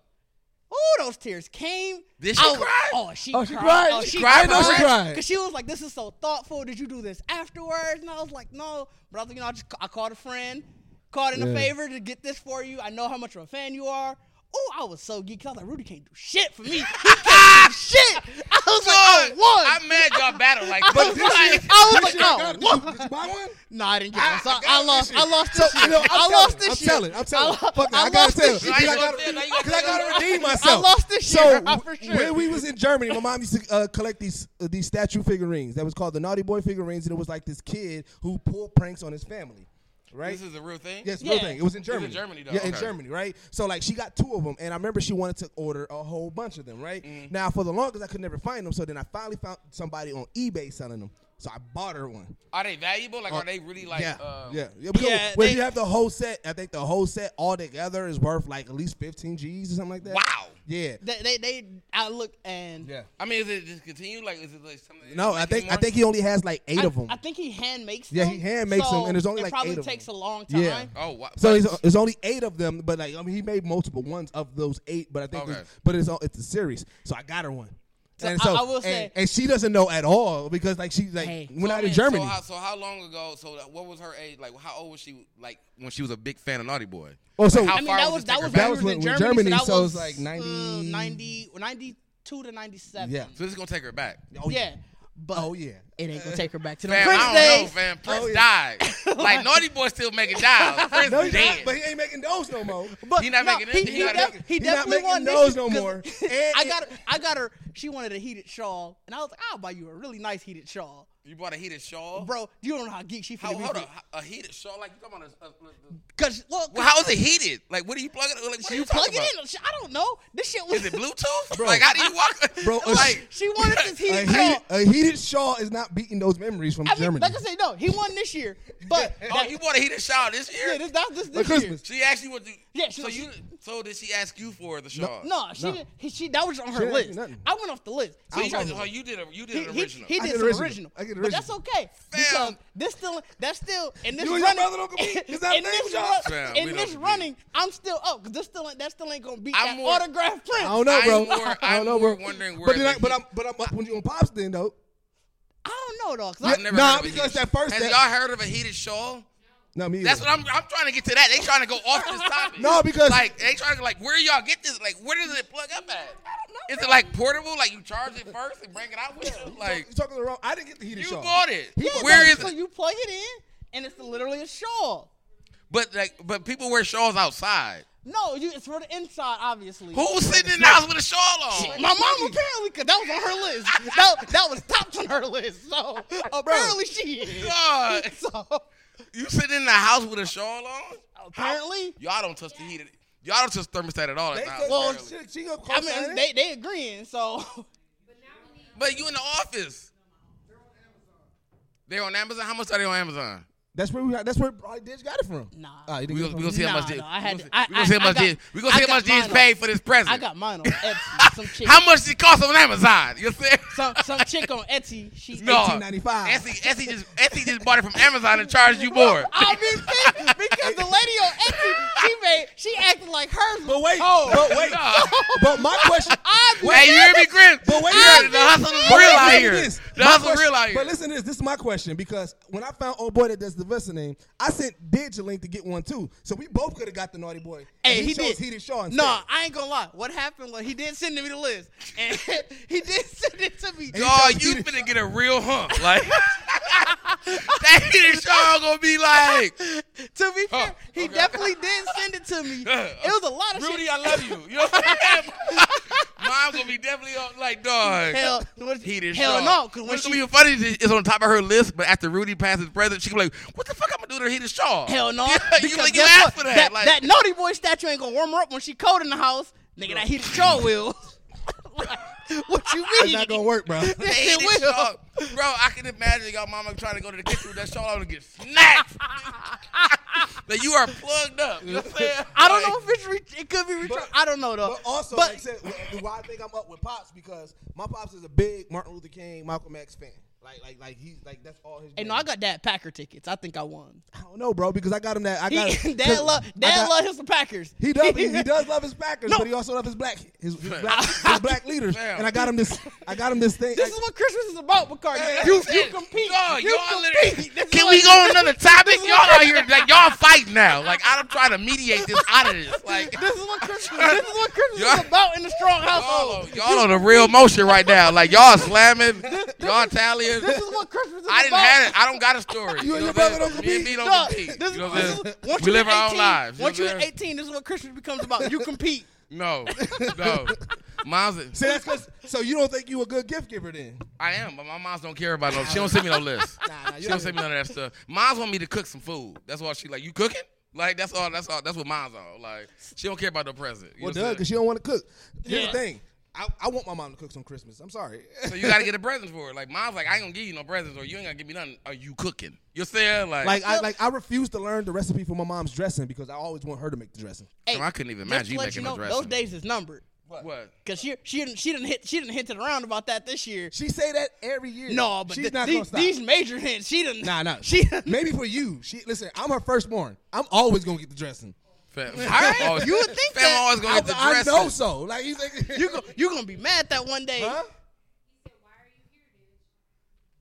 Speaker 6: Oh, those tears came.
Speaker 4: Did
Speaker 6: I
Speaker 4: she
Speaker 6: was-
Speaker 4: cry?
Speaker 6: Oh, she
Speaker 10: Oh,
Speaker 6: cried.
Speaker 10: she cried?
Speaker 6: Oh,
Speaker 10: She
Speaker 6: she
Speaker 10: cried? I know she cried.
Speaker 6: Because she was like, this is so thoughtful. Did you do this afterwards? And I was like, no. But I was like, you know, I, just, I called a friend, called in a
Speaker 10: Yeah.
Speaker 6: favor to get this for you. I know how much of a fan you are. Oh, I was so geeked. I was like, Rudy can't do shit for me. He can't do shit. I was like,
Speaker 4: Dog,
Speaker 6: oh, one.
Speaker 4: I'm mad y'all battle like
Speaker 6: I
Speaker 4: this.
Speaker 6: was like, I was like, oh, one.
Speaker 7: Did you buy one?
Speaker 6: No, I didn't get one. So I,
Speaker 7: got
Speaker 6: I
Speaker 7: this
Speaker 6: lost.
Speaker 7: shit.
Speaker 6: I lost this year.
Speaker 7: you know, I'm
Speaker 6: I
Speaker 7: telling,
Speaker 6: lost this
Speaker 7: I'm
Speaker 6: year.
Speaker 7: telling, I'm telling.
Speaker 6: I lo-
Speaker 7: Fuck it,
Speaker 6: I
Speaker 7: I gotta
Speaker 6: lost
Speaker 7: tell.
Speaker 6: this
Speaker 7: Cause
Speaker 6: year.
Speaker 7: I
Speaker 4: Now you gonna tell- now
Speaker 7: gotta,
Speaker 4: you gonna
Speaker 7: 'cause I
Speaker 4: tell
Speaker 7: gotta
Speaker 4: them.
Speaker 7: redeem
Speaker 6: I
Speaker 7: myself.
Speaker 6: lost this
Speaker 7: So
Speaker 6: year. I for sure.
Speaker 7: when we was in Germany, my mom used to uh, collect these uh, these statue figurines that was called the Naughty Boy figurines, and it was like this kid who pulled pranks on his family. right?
Speaker 4: This is a real thing?
Speaker 7: Yes, real
Speaker 4: Yeah.
Speaker 7: thing. It was in
Speaker 4: It's in
Speaker 7: Germany.
Speaker 4: Germany, though.
Speaker 7: Yeah, in
Speaker 4: Okay.
Speaker 7: Germany, right? So like she got two of them, and I remember she wanted to order a whole bunch of them, right?
Speaker 4: Mm-hmm.
Speaker 7: Now for the longest I could never find them, so then I finally found somebody on eBay selling them. So I bought her one.
Speaker 4: Are they valuable? Like,
Speaker 7: Uh,
Speaker 4: are they really like?
Speaker 7: yeah,
Speaker 4: uh,
Speaker 7: yeah, yeah. But
Speaker 4: Yeah,
Speaker 7: when
Speaker 4: they-
Speaker 7: you have the whole set, I think the whole set all together is worth like at least fifteen G's or something like that. Wow. Yeah.
Speaker 6: They, they, they outlook and
Speaker 7: yeah.
Speaker 4: I mean, is it discontinued? Like, is it like something?
Speaker 7: No, I think I think he only has like eight
Speaker 6: I,
Speaker 7: of them.
Speaker 6: I think he hand makes
Speaker 7: Yeah,
Speaker 6: them.
Speaker 7: he hand makes them,
Speaker 6: so
Speaker 7: and there's only
Speaker 6: it
Speaker 7: like
Speaker 6: probably
Speaker 7: eight of
Speaker 6: takes
Speaker 7: them.
Speaker 6: a long time.
Speaker 7: Yeah.
Speaker 4: Oh, wow.
Speaker 7: So it's, it's only eight of them, but like I mean, he made multiple ones of those eight. But I think,
Speaker 4: Okay.
Speaker 7: it's, but it's all it's a series. So I got her one.
Speaker 4: So
Speaker 7: and
Speaker 4: I-
Speaker 7: so
Speaker 4: I will
Speaker 7: and-
Speaker 4: say-
Speaker 7: and she doesn't know at all because like she's like we're not in
Speaker 4: So
Speaker 7: Germany.
Speaker 4: how, so how long ago? So that- what was her age? Like, how old was she? Like when she was a big fan of Naughty Boy.
Speaker 7: Oh, so-
Speaker 4: Like, how
Speaker 7: I mean,
Speaker 4: far
Speaker 7: that
Speaker 4: would
Speaker 7: was-
Speaker 4: it
Speaker 7: that
Speaker 4: take her
Speaker 7: was
Speaker 4: back?
Speaker 7: when we was in Germany, so that was, uh,
Speaker 6: 90 92 to 97.
Speaker 7: Yeah.
Speaker 4: So this is gonna take her back.
Speaker 6: yeah. But
Speaker 7: oh yeah,
Speaker 6: it ain't gonna take her back to the
Speaker 4: Fam,
Speaker 6: Prince
Speaker 4: I don't know,
Speaker 6: days.
Speaker 4: fam. Prince died. Like Naughty Boy still making dials. Prince
Speaker 7: Oh, No, he's not,
Speaker 4: dead.
Speaker 7: but he ain't making those no more.
Speaker 6: But
Speaker 4: he not
Speaker 6: no,
Speaker 4: making
Speaker 6: he,
Speaker 4: it.
Speaker 6: he
Speaker 4: He not
Speaker 6: def-
Speaker 4: making-
Speaker 6: he
Speaker 7: he not
Speaker 6: definitely
Speaker 7: making
Speaker 6: won
Speaker 7: those
Speaker 6: this
Speaker 7: no
Speaker 6: 'cause
Speaker 7: more.
Speaker 6: I got her, I got her. She wanted a heated shawl, and I was like, I'll buy you a really nice heated shawl,
Speaker 4: You bought a heated shawl,
Speaker 6: bro. You don't know how geek she
Speaker 4: How,
Speaker 6: finna
Speaker 4: hold
Speaker 6: be.
Speaker 4: on, a heated shawl? Like you talking about a, a, a
Speaker 6: Cause well,
Speaker 4: Well, how is it heated? Like, what do you plug it? Like, what
Speaker 6: You plug it in. Sh- I don't know. This shit was.
Speaker 4: Is it Bluetooth? Like, how do you walk?
Speaker 7: Bro, uh, a,
Speaker 4: like,
Speaker 6: She wanted this
Speaker 7: a
Speaker 6: heated shawl.
Speaker 7: heated, a heated shawl is not beating those memories from
Speaker 6: I mean,
Speaker 7: Germany.
Speaker 6: like I said, no, he won this year, but
Speaker 4: oh, you bought a heated shawl this year?
Speaker 6: Yeah, this, that, this, this
Speaker 7: Like
Speaker 6: year.
Speaker 7: Christmas.
Speaker 4: She asked you what? You,
Speaker 6: Yeah, she
Speaker 4: so
Speaker 6: was-
Speaker 4: you. So did she ask you for the shawl?
Speaker 6: No, she
Speaker 4: So
Speaker 6: didn't. He, she that was on
Speaker 4: She
Speaker 6: her
Speaker 4: didn't
Speaker 6: list.
Speaker 4: do nothing.
Speaker 6: I went off the list.
Speaker 4: you,
Speaker 6: I'm trying
Speaker 4: oh,
Speaker 6: to-
Speaker 4: you did a you did
Speaker 6: He,
Speaker 4: an
Speaker 6: he,
Speaker 4: original.
Speaker 6: he
Speaker 7: I
Speaker 6: did
Speaker 7: did
Speaker 6: some
Speaker 7: original.
Speaker 6: original.
Speaker 7: I did
Speaker 6: But that's
Speaker 7: original.
Speaker 6: okay. Because this still that's still in this
Speaker 7: You and your
Speaker 6: running.
Speaker 7: brother don't compete? Is that
Speaker 6: in
Speaker 7: the
Speaker 6: this,
Speaker 7: same
Speaker 6: run-
Speaker 7: job? Fam,
Speaker 6: in
Speaker 7: we don't
Speaker 6: this
Speaker 7: compete.
Speaker 6: running, I'm still up because this still ain't- that still ain't gonna beat
Speaker 4: I'm
Speaker 6: that
Speaker 4: more-
Speaker 6: autograph print.
Speaker 7: I don't know,
Speaker 4: I'm
Speaker 7: bro.
Speaker 4: more-
Speaker 7: I
Speaker 4: I'm
Speaker 7: don't know,
Speaker 4: more
Speaker 7: bro.
Speaker 4: wondering where
Speaker 7: but, then
Speaker 4: the
Speaker 7: I, but
Speaker 4: heat-
Speaker 7: I'm but I'm up when you on pops then though.
Speaker 6: I don't know, dog. 'cause
Speaker 7: Yeah,
Speaker 6: I-
Speaker 4: I've never
Speaker 7: nah,
Speaker 4: heard of a
Speaker 7: because
Speaker 4: heated-
Speaker 7: that first
Speaker 4: Has
Speaker 7: that-
Speaker 4: y'all heard of a heated shawl?
Speaker 7: No, me.
Speaker 4: That's
Speaker 7: either.
Speaker 4: what I'm. I'm trying to get to that. They trying to go off this topic.
Speaker 7: No, because-
Speaker 4: like they trying to like where y'all get this? Like where does it plug up at? Is it like portable? Like you charge it first and bring it out with you? Like
Speaker 7: you talking the wrong. I didn't get the heated
Speaker 4: you
Speaker 7: shawl.
Speaker 4: bought it.
Speaker 7: He
Speaker 6: yeah,
Speaker 7: bought
Speaker 4: where
Speaker 6: like,
Speaker 4: is
Speaker 6: so
Speaker 4: it?
Speaker 6: you plug it in, and it's literally a shawl.
Speaker 4: But like, but people wear shawls outside.
Speaker 6: No, you, it's for the inside, obviously.
Speaker 4: Who's sitting in the house with a shawl on?
Speaker 6: My mom apparently, cause that was on her list. that, that was tops on her list. So apparently she is.
Speaker 4: God.
Speaker 6: So
Speaker 4: You sitting in the house with a shawl on?
Speaker 6: Apparently.
Speaker 4: Y'all don't touch the heater. Y'all don't touch thermostat at all.
Speaker 7: They
Speaker 4: At the
Speaker 7: said-
Speaker 4: house,
Speaker 7: well,
Speaker 4: apparently.
Speaker 7: she, she gonna
Speaker 6: I
Speaker 7: co-sign
Speaker 6: mean,
Speaker 7: it.
Speaker 6: they they agreeing. So
Speaker 4: but you in the office. They're on Amazon. How much are they on Amazon?
Speaker 7: That's where we. That's where Bro Ditch got it from. Nah.
Speaker 4: We gonna, we gonna see how much.
Speaker 6: Nah,
Speaker 4: Nah,
Speaker 6: nah, I had to- I-
Speaker 4: we gonna see
Speaker 6: I-
Speaker 4: how much.
Speaker 6: I got-
Speaker 4: Diz- we gonna see
Speaker 6: I
Speaker 4: how much
Speaker 6: got
Speaker 4: Diz
Speaker 6: mine
Speaker 4: paid
Speaker 6: on-
Speaker 4: for this present.
Speaker 6: I got mine on Etsy. Some chick,
Speaker 4: how much it cost on Amazon? You see?
Speaker 6: Some some chick on Etsy. She
Speaker 4: No.
Speaker 7: $18.95.
Speaker 4: Etsy, Etsy just Etsy just bought it from Amazon and charged you more.
Speaker 6: I mean, bitch, because the lady on Etsy, she made she acted like hers.
Speaker 7: But wait,
Speaker 6: Oh,
Speaker 7: but wait, but my question.
Speaker 4: Hey, you hear me, Chris?
Speaker 7: But wait,
Speaker 4: Yeah, the hustle is
Speaker 7: But
Speaker 4: real
Speaker 7: listen
Speaker 4: out
Speaker 7: to
Speaker 4: here.
Speaker 7: this. My
Speaker 4: The hustle
Speaker 7: question-
Speaker 4: real out here.
Speaker 7: But listen to this. This is my question because when I found old boy that does the listening, I sent Didge a link to get one too. So we both could have got the naughty boy. And
Speaker 6: Hey, he,
Speaker 7: chose
Speaker 6: did.
Speaker 7: Heated Shaw instead.
Speaker 6: No, I ain't gonna lie. What happened was he did send me the list, and he did send it to me.
Speaker 4: Dog, you finna get a real hump. Like that shit y'all gonna be like.
Speaker 6: to be fair, he definitely did send it to me. It was a lot of
Speaker 4: Rudy,
Speaker 6: shit.
Speaker 4: I love you. You know what I'm saying? Mom gonna be definitely on, like, dog.
Speaker 6: Hell, what-
Speaker 4: heated
Speaker 6: hell
Speaker 4: Shaw.
Speaker 6: no, 'cause when
Speaker 4: What's
Speaker 6: she-
Speaker 4: gonna be funny is it's on top of her list, but after Rudy passes president, she gonna be like, "What the fuck I'm gonna do to heated shawl?"
Speaker 6: Hell no.
Speaker 4: you
Speaker 6: because
Speaker 4: like you
Speaker 6: guess
Speaker 4: asked
Speaker 6: what?
Speaker 4: for that?
Speaker 6: That,
Speaker 4: like,
Speaker 6: that naughty boy statue ain't gonna warm her up when she cold in the house. Nigga, that heated jaw will. Like, what you mean?
Speaker 7: It's not gonna work, bro.
Speaker 4: I hate
Speaker 6: It
Speaker 4: this
Speaker 6: will.
Speaker 4: shawl. Bro, I can imagine y'all mama trying to go to the kitchen with that shawl on and get snapped. That you are plugged up. You know what I'm saying?
Speaker 6: I don't
Speaker 4: Like,
Speaker 6: know if it's re- it could be retro. I don't know though.
Speaker 7: But also,
Speaker 6: But-
Speaker 7: like I said, wh- why I think I'm up with pops because my pops is a big Martin Luther King, Malcolm X fan. Like, like, like he's like that's all his.
Speaker 6: hey, no, I got Dad Packer tickets. I think I won.
Speaker 7: I don't know, bro, because I got him that. I got
Speaker 6: He,
Speaker 7: cause
Speaker 6: Dad love
Speaker 7: I
Speaker 6: Dad
Speaker 7: got-
Speaker 6: love his Packers.
Speaker 7: He does. He, he does love his Packers, but he also loves his black his, his black, his black leaders.
Speaker 4: Fam.
Speaker 7: And I got him this. I got him this thing.
Speaker 6: This is what Christmas is about, McCartney.
Speaker 4: that's
Speaker 6: You,
Speaker 4: it.
Speaker 6: you compete.
Speaker 4: Dog,
Speaker 6: you
Speaker 4: oh, y'all
Speaker 6: compete. This is
Speaker 4: Can
Speaker 6: what-
Speaker 4: we go on another topic? Y'all out here like y'all fight now. Like I'm trying to mediate this out of this. Like
Speaker 6: This is what Christmas. This is what Christmas
Speaker 4: Y'all-
Speaker 6: is about in the strong
Speaker 4: y'all
Speaker 6: household.
Speaker 4: on, y'all on the real motion right now. Like y'all slamming, y'all tallying.
Speaker 6: This is what Christmas is
Speaker 4: I didn't
Speaker 6: about.
Speaker 4: have it. I don't got a story.
Speaker 7: You and your
Speaker 4: know what I'm
Speaker 7: brother
Speaker 4: saying?
Speaker 7: don't
Speaker 4: Me
Speaker 7: compete.
Speaker 4: and me
Speaker 6: Dog,
Speaker 4: don't compete.
Speaker 6: this-
Speaker 4: You know what
Speaker 6: this
Speaker 4: I'm
Speaker 6: is-
Speaker 4: saying?
Speaker 6: once
Speaker 4: We
Speaker 6: you
Speaker 4: live
Speaker 6: hit
Speaker 4: our own
Speaker 6: 18
Speaker 4: lives. know
Speaker 6: Once
Speaker 4: what
Speaker 6: you're
Speaker 4: I'm saying?
Speaker 6: 18, this is what Christmas becomes about. You compete.
Speaker 4: No, no, Mom's a-
Speaker 7: See, that's 'cause- so you don't think you a good gift giver then?
Speaker 4: I am, but my mom's don't care about no. She don't send me no list. she don't send me none of that stuff. Mom's want me to cook some food. That's all she like. You cooking? Like that's all. That's all. That's what mom's on. Like she don't care about no present. You
Speaker 7: Well,
Speaker 4: know what I'm
Speaker 7: duh, because she don't want to cook. Here's
Speaker 4: Yeah.
Speaker 7: the thing. I, I want my mom to cook some Christmas. I'm sorry.
Speaker 4: saying? so you gotta get a present for her. Like mom's like, I ain't gonna give you no presents, or you ain't gonna give me nothing. Are you cooking? You saying like,
Speaker 7: Like I like I refuse to learn the recipe for my mom's dressing because I always want her to make the dressing.
Speaker 6: Hey,
Speaker 4: I couldn't even
Speaker 6: just
Speaker 4: imagine
Speaker 6: to
Speaker 4: you
Speaker 6: let
Speaker 4: making
Speaker 6: you
Speaker 4: no
Speaker 6: know, Those
Speaker 4: dressing.
Speaker 6: days is numbered.
Speaker 4: What?
Speaker 6: Cause she she didn't she didn't hit she didn't hint it around about that this year.
Speaker 7: She say that every year.
Speaker 6: No, but
Speaker 7: She's
Speaker 6: th-
Speaker 7: not
Speaker 6: these,
Speaker 7: gonna stop.
Speaker 6: these major hints she didn't.
Speaker 7: Nah, nah. She maybe for you. She listen. I'm her firstborn. I'm always gonna get the dressing.
Speaker 4: Fam,
Speaker 6: right, you would think
Speaker 7: fam
Speaker 6: that.
Speaker 7: always gonna get the I- I dressing. know so. Like, you
Speaker 6: you go, you gonna be mad that one day. Huh?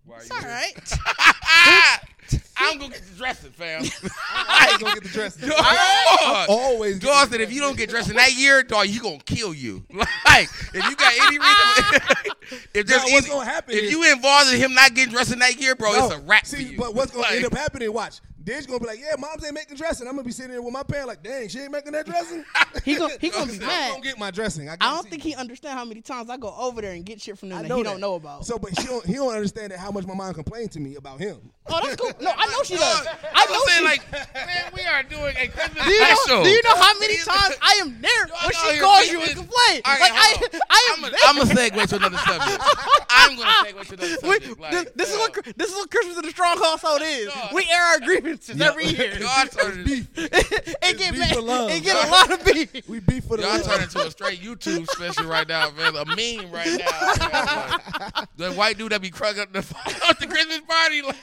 Speaker 4: Why
Speaker 6: It's all right.
Speaker 4: I'm gonna get the dressing, fam.
Speaker 7: I ain't gonna get the dressing.
Speaker 4: Dog,
Speaker 7: I'm always
Speaker 4: dog said if you don't get dressed in that year, dog, you gonna kill you. Like if you got any reason, if there's
Speaker 7: Now,
Speaker 4: any,
Speaker 7: what's gonna happen
Speaker 4: if
Speaker 7: is-
Speaker 4: you involved in him not getting dressed in that year, bro,
Speaker 7: No,
Speaker 4: it's a wrap
Speaker 7: see,
Speaker 4: for you.
Speaker 7: But what's gonna
Speaker 4: Like,
Speaker 7: end up happening? Watch. Didge gonna be like, yeah, mom's ain't making dressing. I'm gonna be sitting there with my pants like, dang, she ain't making that dressing.
Speaker 6: He gon- he gonna be
Speaker 7: I'm
Speaker 6: mad.
Speaker 7: gonna get my dressing. I,
Speaker 6: I don't think he understand how many times I go over there and get shit from them that he Oh. don't know about.
Speaker 7: So, but she don't, he don't understand that how much my mom complained to me about him.
Speaker 6: Oh, that's cool. No, I know she does.
Speaker 4: dog,
Speaker 6: I
Speaker 4: I'm
Speaker 6: know
Speaker 4: saying
Speaker 6: she.
Speaker 4: like, man, we are doing a Christmas
Speaker 6: do you know,
Speaker 4: special.
Speaker 6: do you know how many times I am there
Speaker 4: I'm
Speaker 6: when
Speaker 4: out
Speaker 6: she
Speaker 4: here
Speaker 6: calls you and
Speaker 4: thinking-
Speaker 6: complains?
Speaker 4: All right,
Speaker 6: like I,
Speaker 4: hold on.
Speaker 6: I am
Speaker 4: I'm
Speaker 6: there.
Speaker 4: gonna segue to another subject. I'm gonna segue to another
Speaker 6: We-
Speaker 4: subject. Like, uh,
Speaker 6: this, this is what this is what Christmas in the strong household is. We air our grievances every year.
Speaker 4: Y'all turning,
Speaker 6: It get
Speaker 7: beef for love.
Speaker 6: mad. It get a lot of beef.
Speaker 7: We beef for the
Speaker 4: y'all
Speaker 7: love.
Speaker 4: turning into a straight YouTube special right now, man. A meme right now. man. Like, the white dude that be crugging up the, at the Christmas party, like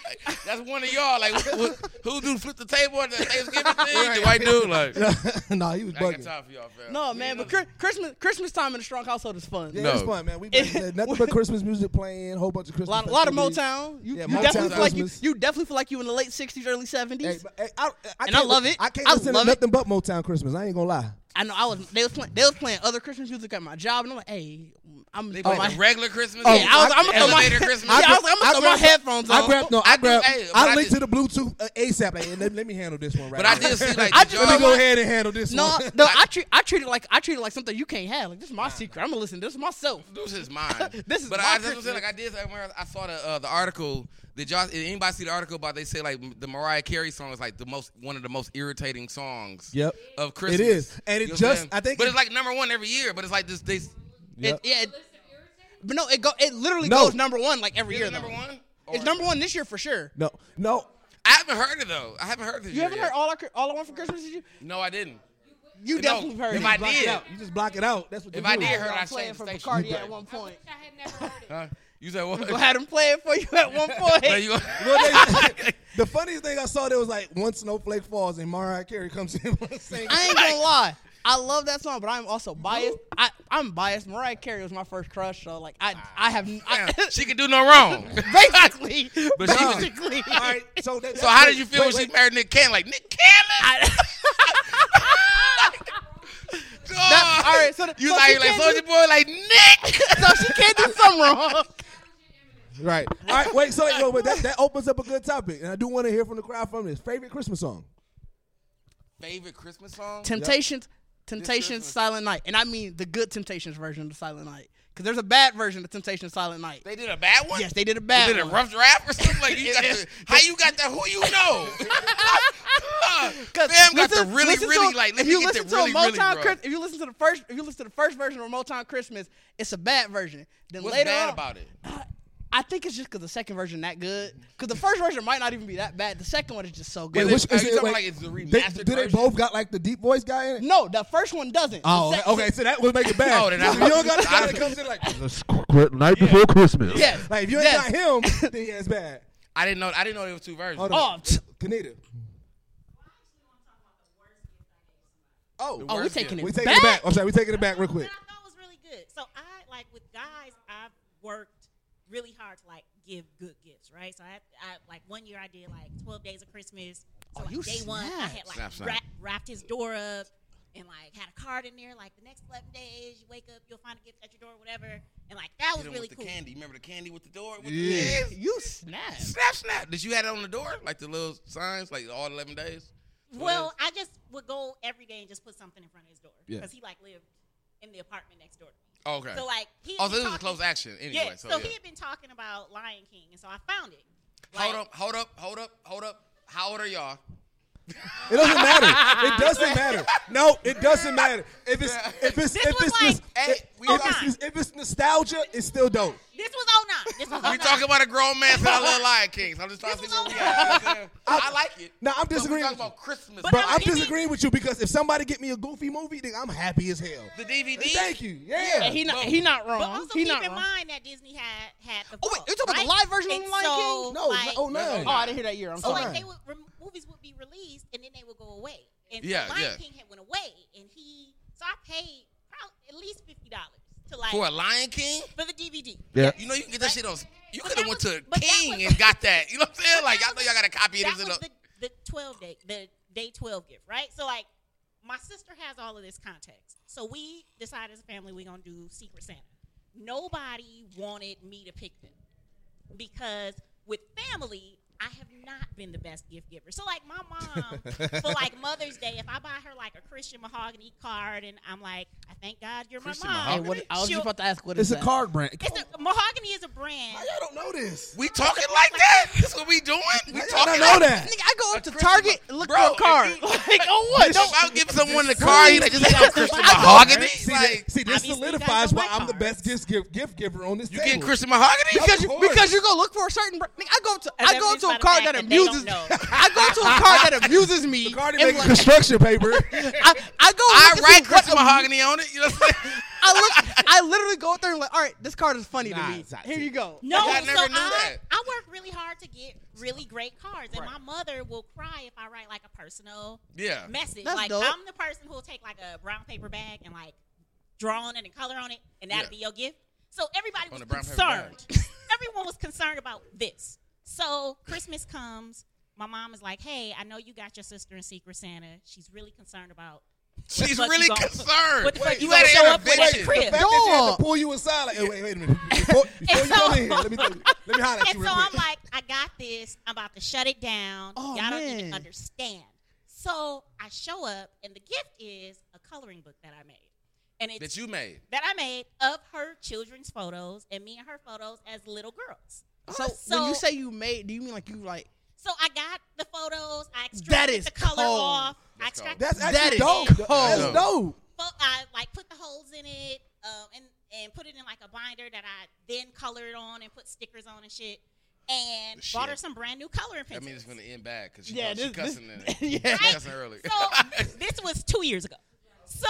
Speaker 4: that's one of y'all. Like who, who do flip the table at the Thanksgiving thing? The white dude, like
Speaker 7: nah, he was
Speaker 4: I ain't got
Speaker 7: bugging.
Speaker 4: time for y'all, fam.
Speaker 6: No man, but Chri- Christmas Christmas time in a strong household is fun.
Speaker 7: Yeah, it's fun, man. We been- had nothing but Christmas music playing, whole bunch of Christmas.
Speaker 6: A lot, lot of
Speaker 7: festivities.
Speaker 6: Motown. You,
Speaker 7: Yeah,
Speaker 6: you
Speaker 7: Motown
Speaker 6: definitely feel like you,
Speaker 7: Christmas.
Speaker 6: you definitely feel like you in the late '60s, early '70s. and I
Speaker 7: can't-
Speaker 6: love it.
Speaker 7: I can't
Speaker 6: I
Speaker 7: listen
Speaker 6: love
Speaker 7: to
Speaker 6: it.
Speaker 7: nothing but Motown Christmas. I ain't gonna lie.
Speaker 6: I know I was they was playing they was playing other Christmas music at my job, and I'm like, hey, I'm
Speaker 4: They
Speaker 6: oh,
Speaker 4: play
Speaker 6: my,
Speaker 4: the regular Christmas.
Speaker 6: Yeah, I was- I'ma throw my-
Speaker 4: elevator Christmas.
Speaker 6: I Yeah, was- I'ma throw my
Speaker 7: grabbed-
Speaker 6: headphones
Speaker 7: I
Speaker 6: on.
Speaker 7: grabbed no. I,
Speaker 6: I do-
Speaker 7: grabbed.
Speaker 6: hey,
Speaker 7: I,
Speaker 4: but I
Speaker 7: linked to the Bluetooth uh, ASApp. Like, let, let me handle this one right.
Speaker 4: But
Speaker 7: now.
Speaker 4: I did see, like,
Speaker 6: I just-
Speaker 7: let me
Speaker 6: y'all-
Speaker 7: go ahead and handle this
Speaker 6: no,
Speaker 7: one.
Speaker 6: no, I treat I treat it like I treat it like something you can't have. Like this is my secret. I'm gonna listen to this myself.
Speaker 4: This is mine.
Speaker 6: This is
Speaker 4: but
Speaker 6: my
Speaker 4: I, that's what I'm saying.
Speaker 6: Christmas.
Speaker 4: Like I did somewhere. I saw the uh, the article. Did y'all? Did anybody see the article about they say like the Mariah Carey song is like the most one of the most irritating songs.
Speaker 7: Yep.
Speaker 4: Of Christmas.
Speaker 7: It is. And it
Speaker 4: You know what
Speaker 7: just-
Speaker 4: I'm saying?
Speaker 7: I think
Speaker 4: But
Speaker 7: it-
Speaker 4: it's like number one every year. But it's like this. They,
Speaker 7: Yep.
Speaker 6: It, yeah, it- but no, it go it literally
Speaker 7: No.
Speaker 6: goes number one like every
Speaker 4: Is it
Speaker 6: year.
Speaker 4: number
Speaker 6: though.
Speaker 4: one?
Speaker 6: It's number one this year for sure.
Speaker 7: No, no.
Speaker 4: I haven't heard it though. I haven't heard this.
Speaker 6: You haven't
Speaker 4: year
Speaker 6: heard all I cr- all I want for Christmas? Did you?
Speaker 4: yet. No, I didn't.
Speaker 6: You
Speaker 4: No,
Speaker 6: definitely heard
Speaker 4: if
Speaker 6: it.
Speaker 4: I
Speaker 7: Block it
Speaker 4: did.
Speaker 7: out. You just block it out. That's what
Speaker 4: If
Speaker 7: you
Speaker 4: I
Speaker 7: do.
Speaker 4: did heard,
Speaker 6: I'm
Speaker 4: I
Speaker 6: playing
Speaker 4: changed
Speaker 6: for
Speaker 4: the station.
Speaker 6: Bacardi at one point.
Speaker 4: Huh? You said what?
Speaker 6: Go had him playing for you at one point.
Speaker 4: No, you-
Speaker 7: Well, they- the funniest thing I saw there was like one snowflake falls and Mariah Carey comes in. singing.
Speaker 6: I ain't gonna lie. I love that song, but I'm also biased. I, I'm biased. Mariah Carey was my first crush, so like I I have I,
Speaker 4: she could do no wrong.
Speaker 6: basically.
Speaker 4: But she was-
Speaker 6: basically.
Speaker 7: All right, so that,
Speaker 4: So how
Speaker 7: wait,
Speaker 4: did you feel
Speaker 7: wait,
Speaker 4: when
Speaker 7: wait.
Speaker 4: she married Nick Cannon? Like Nick Cannon?
Speaker 6: That- all right, so the-
Speaker 4: you
Speaker 6: so
Speaker 4: was out
Speaker 6: she
Speaker 4: here like
Speaker 6: can't
Speaker 4: Soldier Boy, like Nick.
Speaker 6: so she can't do something wrong.
Speaker 7: Right. All right. Wait. So wait, wait, that, that opens up a good topic, and I do want to hear from the crowd from this favorite Christmas song.
Speaker 4: Favorite Christmas song?
Speaker 6: Temptations, Temptations, Silent Night, and I mean the good Temptations version of Silent Night, because there's a bad version of Temptations, Silent Night.
Speaker 4: They did a bad one.
Speaker 6: Yes, they did a bad
Speaker 4: They did a
Speaker 6: one.
Speaker 4: rough draft or something. Like you got the, how you got that? Who you know? Fam got the really,
Speaker 6: listen to-
Speaker 4: really like. Let
Speaker 6: if
Speaker 4: me
Speaker 6: you
Speaker 4: get the
Speaker 6: listen to
Speaker 4: really,
Speaker 6: a
Speaker 4: really
Speaker 6: Motown
Speaker 4: rough.
Speaker 6: Chris- if you listen to the first, if you listen to the first version of Motown Christmas, it's a bad version. Then
Speaker 4: What's
Speaker 6: later
Speaker 4: bad
Speaker 6: on,
Speaker 4: about it?
Speaker 6: I think it's just because the second version that good. Because the first version might not even be that bad. The second one is just so good.
Speaker 4: Wait, which-
Speaker 7: Which-
Speaker 4: are
Speaker 7: is
Speaker 4: you
Speaker 7: it,
Speaker 4: talking
Speaker 7: wait,
Speaker 4: like it's the
Speaker 7: they-
Speaker 4: remastered
Speaker 7: Do they
Speaker 4: version?
Speaker 7: both got like the deep voice guy in it?
Speaker 6: no, the first one doesn't. The
Speaker 7: Oh,
Speaker 6: sec-
Speaker 7: okay. So that would make it bad.
Speaker 4: No, then I-
Speaker 7: If you don't got a guy
Speaker 4: I-
Speaker 7: that comes in like,
Speaker 10: Night before Christmas.
Speaker 6: Yeah.
Speaker 7: like if you ain't
Speaker 6: Yes.
Speaker 7: got him, then yeah, it's bad.
Speaker 4: I didn't know. I didn't know there was two versions.
Speaker 7: Hold
Speaker 6: Oh,
Speaker 7: on.
Speaker 6: t-
Speaker 7: Kanita.
Speaker 4: The
Speaker 6: oh, we're
Speaker 4: worst
Speaker 6: taking
Speaker 4: gift.
Speaker 6: it.
Speaker 7: We taking it back. I'm sorry. We taking it back real quick.
Speaker 15: That I thought was really good. So I like with guys, I've worked really hard to like give good gifts, right? So I, I like one year I did like twelve days of Christmas. So
Speaker 6: Oh,
Speaker 15: like
Speaker 6: you
Speaker 15: day one, I had
Speaker 6: snapped.
Speaker 15: like
Speaker 4: Snap, snap.
Speaker 15: wrap- wrapped his door up and like had a card in there. Like the next eleven days, you wake up, you'll find a gift at your door, whatever. And like that
Speaker 4: Hit
Speaker 15: was
Speaker 4: 'em
Speaker 15: really
Speaker 4: with
Speaker 15: cool.
Speaker 4: the candy. You remember the candy with the door? With
Speaker 7: Yeah.
Speaker 4: the
Speaker 6: You snap.
Speaker 4: Snap, snap. Did you have it on the door? Like the little signs, like all 11 days?
Speaker 15: Well, I just would go every day and just put something in front of his door
Speaker 7: Yeah.
Speaker 15: because he like lived in the apartment next door. to me.
Speaker 4: Oh, okay.
Speaker 15: So like he.
Speaker 4: Oh,
Speaker 15: had
Speaker 4: so
Speaker 15: been
Speaker 4: this was a
Speaker 15: talking-
Speaker 4: close action anyway,
Speaker 15: Yeah.
Speaker 4: so
Speaker 15: So,
Speaker 4: yeah.
Speaker 15: he had been talking about Lion King, and so I found it.
Speaker 4: Hold up, hold up, hold up, hold up. How old are y'all?
Speaker 7: It doesn't matter. It doesn't matter. No, it doesn't matter. If it's if it's if it's, this, if, it's if it's nostalgia, it's still dope.
Speaker 15: This was 09. This was 09.
Speaker 4: We talking about a grown man saying I love Lion King. So I'm just trying to see where we at. You know what I'm saying? I like it.
Speaker 7: No, I'm disagreeing. with
Speaker 4: talking
Speaker 7: you.
Speaker 4: about Christmas.
Speaker 7: But,
Speaker 4: But
Speaker 7: I'm
Speaker 4: I'm giving-
Speaker 7: disagreeing with you because if somebody get me a goofy movie, then I'm happy as hell.
Speaker 4: The DVD.
Speaker 7: Thank you. Yeah.
Speaker 6: he not he not wrong.
Speaker 15: But also
Speaker 6: he
Speaker 15: keep
Speaker 6: not
Speaker 15: in
Speaker 6: wrong.
Speaker 15: mind that Disney had had the. Oh wait,
Speaker 6: you talking about the live version of Lion King? No,
Speaker 15: like,
Speaker 6: oh, no. Oh, I didn't hear that year. I'm
Speaker 15: so
Speaker 6: sorry.
Speaker 15: like they would rem- movies would be released and then they would go away. And so
Speaker 4: Yeah,
Speaker 15: Lion
Speaker 4: yeah.
Speaker 15: King had went away, and he so I paid probably at least fifty dollars to like
Speaker 4: For a Lion King?
Speaker 15: for the DVD.
Speaker 4: Yeah. You know you can get that shit on. You could have went to King and got that. You know what I'm saying? Like y'all know y'all got a copy of
Speaker 15: That
Speaker 4: this. in
Speaker 15: was
Speaker 4: the-
Speaker 15: the, the twelve day the day twelve gift, right? So like my sister has all of this context, so we decided as a family we're gonna do Secret Santa. Nobody wanted me to pick them because with family, I have not been the best gift giver. So like my mom for like Mother's Day, if I buy her like a Christian mahogany card, and I'm like, I thank God you're
Speaker 6: Christian
Speaker 15: my mom.
Speaker 6: mahogany? Hey, what- I was just about to ask, what
Speaker 7: it's
Speaker 6: is
Speaker 7: a
Speaker 6: that?
Speaker 7: card brand.
Speaker 15: It's a, mahogany is a brand.
Speaker 7: I don't know this.
Speaker 4: We talking like that? This what we doing? We
Speaker 7: Y'all
Speaker 4: talking
Speaker 7: don't know
Speaker 4: like
Speaker 7: that.
Speaker 6: Nigga, I go up to Target, look for a card. Like, oh what?
Speaker 4: If I'm giving someone the card, you like, just ain't no Christian mahogany.
Speaker 7: See,
Speaker 4: Like,
Speaker 7: that, see this solidifies why I'm the best gift, gift, gift giver on this you
Speaker 4: getting Christian mahogany?
Speaker 6: Because you, because you go look for a certain. br- Nigga, I go up to
Speaker 15: And
Speaker 6: I
Speaker 15: that
Speaker 6: go up
Speaker 15: leads
Speaker 6: to
Speaker 15: by
Speaker 6: a
Speaker 15: the
Speaker 6: card
Speaker 15: fact
Speaker 6: that
Speaker 15: that they don't
Speaker 6: amuses.
Speaker 15: know.
Speaker 6: I go to a card that amuses me. and like-
Speaker 7: construction paper.
Speaker 6: I, I go.
Speaker 4: I
Speaker 6: look to see
Speaker 4: write
Speaker 6: what
Speaker 4: Christian
Speaker 6: amu-
Speaker 4: mahogany on it. You know what I'm saying?
Speaker 6: I look. I literally go up there and like, all right, this card is funny to me. Here you go.
Speaker 15: No,
Speaker 4: I
Speaker 15: so
Speaker 4: never knew
Speaker 15: I,
Speaker 4: that.
Speaker 15: I work really hard to get really great cards, and my mother will cry if I write like a personal
Speaker 4: Yeah.
Speaker 15: message.
Speaker 4: That's
Speaker 15: like
Speaker 4: dope.
Speaker 15: I'm the person who'll take like a brown paper bag and like draw on it and color on it, and that'll
Speaker 4: Yeah.
Speaker 15: be your gift. So everybody
Speaker 4: On
Speaker 15: was
Speaker 4: the brown paper
Speaker 15: concerned. Everyone was concerned about this. So Christmas comes. My mom is like, "Hey, I know you got your sister in Secret Santa. She's really concerned about." what the
Speaker 4: She's
Speaker 15: fuck you
Speaker 4: really
Speaker 15: gonna-
Speaker 4: concerned.
Speaker 15: What the
Speaker 4: Wait,
Speaker 15: fuck you
Speaker 4: you
Speaker 15: gonna
Speaker 4: had
Speaker 15: show up with at the
Speaker 4: intervention. The
Speaker 15: crib?
Speaker 7: fact that she had to pull you aside, like, hey, wait, wait a minute. Before, before you come in here, let me, let me, let me holler at you
Speaker 15: And
Speaker 7: real
Speaker 15: so
Speaker 7: quick.
Speaker 15: I'm like, I got this. I'm about to shut it down.
Speaker 6: Oh,
Speaker 15: Y'all don't
Speaker 6: man.
Speaker 15: even understand. So I show up, and the gift is a coloring book that I made. And it's
Speaker 4: That you made.
Speaker 15: that I made of her children's photos and me and her photos as little girls.
Speaker 6: So, when you say you made, do you mean like you like?
Speaker 15: so I got the photos. I extracted
Speaker 6: That is
Speaker 15: the color
Speaker 6: cold.
Speaker 15: off. I
Speaker 7: That's
Speaker 15: extracted
Speaker 7: That's
Speaker 15: the
Speaker 7: actually
Speaker 15: color
Speaker 7: dope.
Speaker 15: in.
Speaker 7: That's dope.
Speaker 15: Fo- I like put the holes in it um, and and put it in like a binder that I then colored on and put stickers on and shit. And
Speaker 4: Shit.
Speaker 15: bought her some brand new coloring
Speaker 4: That
Speaker 15: pencils.
Speaker 4: means it's gonna end bad because she,
Speaker 15: Yeah,
Speaker 4: yeah, she
Speaker 15: this- this-
Speaker 4: cussing in it.
Speaker 6: Yeah.
Speaker 4: She cussing early.
Speaker 15: this was two years ago. So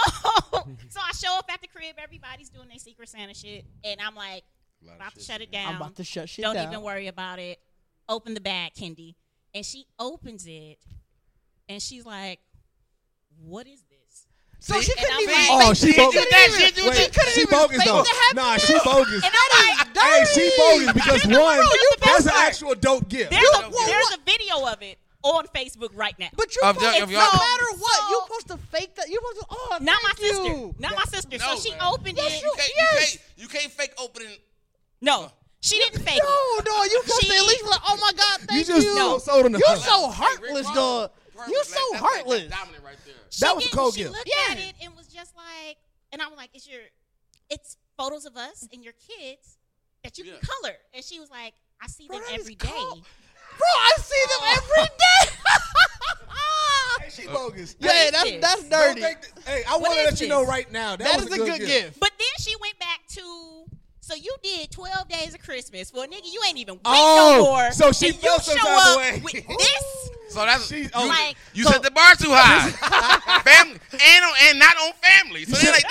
Speaker 15: so I show up at the crib, everybody's doing their Secret Santa shit, and I'm like, about to shut it down.
Speaker 6: I'm about to shut shit
Speaker 15: Don't
Speaker 6: down.
Speaker 15: even worry about it. Open the bag, Kendi. And she opens it and she's like, What is this?
Speaker 6: So she
Speaker 15: And
Speaker 6: couldn't
Speaker 15: I'm
Speaker 6: even.
Speaker 15: like-
Speaker 7: Oh, she
Speaker 6: couldn't
Speaker 7: bogus.
Speaker 6: even-
Speaker 7: Wait,
Speaker 6: She couldn't
Speaker 7: she
Speaker 6: even
Speaker 7: bogus
Speaker 6: fake
Speaker 7: though.
Speaker 6: the happy
Speaker 7: Nah, she bogus.
Speaker 6: And that is
Speaker 7: Hey,
Speaker 6: dirty.
Speaker 7: she bogus because one,
Speaker 6: you
Speaker 7: that's an
Speaker 6: bastard.
Speaker 7: actual dope gift.
Speaker 15: There's, a, there's a video of it on Facebook right now.
Speaker 6: But you,
Speaker 7: Of
Speaker 6: supposed-
Speaker 7: the- of y'all-
Speaker 6: no matter what, you supposed to fake that. You supposed to. Oh,
Speaker 15: Not my
Speaker 6: thank
Speaker 15: sister.
Speaker 6: you.
Speaker 15: Not my sister.
Speaker 4: No,
Speaker 15: so she
Speaker 4: man.
Speaker 15: opened it.
Speaker 4: you, can't, you, can't, you can't fake opening.
Speaker 15: No, she didn't fake
Speaker 6: No,
Speaker 15: it.
Speaker 6: no, you supposed to
Speaker 15: She-
Speaker 6: at least be like, oh my God, thank
Speaker 7: just
Speaker 6: you.
Speaker 7: no. sold on the
Speaker 6: you
Speaker 7: hustle.
Speaker 6: so heartless, dog. You so heartless.
Speaker 4: dominant right there.
Speaker 15: She
Speaker 7: That was a
Speaker 15: didn't-
Speaker 7: cold
Speaker 15: she
Speaker 7: gift.
Speaker 15: looked at it and was just like, and I'm like, it's your, it's photos of us and your kids that you can color. And she was like, I see them every day.
Speaker 6: Bro, I see them every day.
Speaker 7: Hey, she bogus.
Speaker 6: Yeah,
Speaker 7: Hey,
Speaker 6: that's-
Speaker 7: don't
Speaker 6: that's dirty.
Speaker 7: take th- Hey, I
Speaker 15: What
Speaker 7: want to
Speaker 15: is
Speaker 7: let you know
Speaker 15: this?
Speaker 7: right now. That,
Speaker 6: That
Speaker 7: was
Speaker 6: is a good gift.
Speaker 15: But then she went back to, so you did 12 days of Christmas for a nigga you ain't even went
Speaker 7: Oh,
Speaker 15: no more.
Speaker 7: so she
Speaker 15: and you
Speaker 7: felt some
Speaker 15: show
Speaker 7: type of
Speaker 15: up
Speaker 7: way.
Speaker 15: with this.
Speaker 4: So that's
Speaker 7: oh,
Speaker 4: you,
Speaker 15: Like-
Speaker 4: you set the bar too high. family and on, and not on family. So they like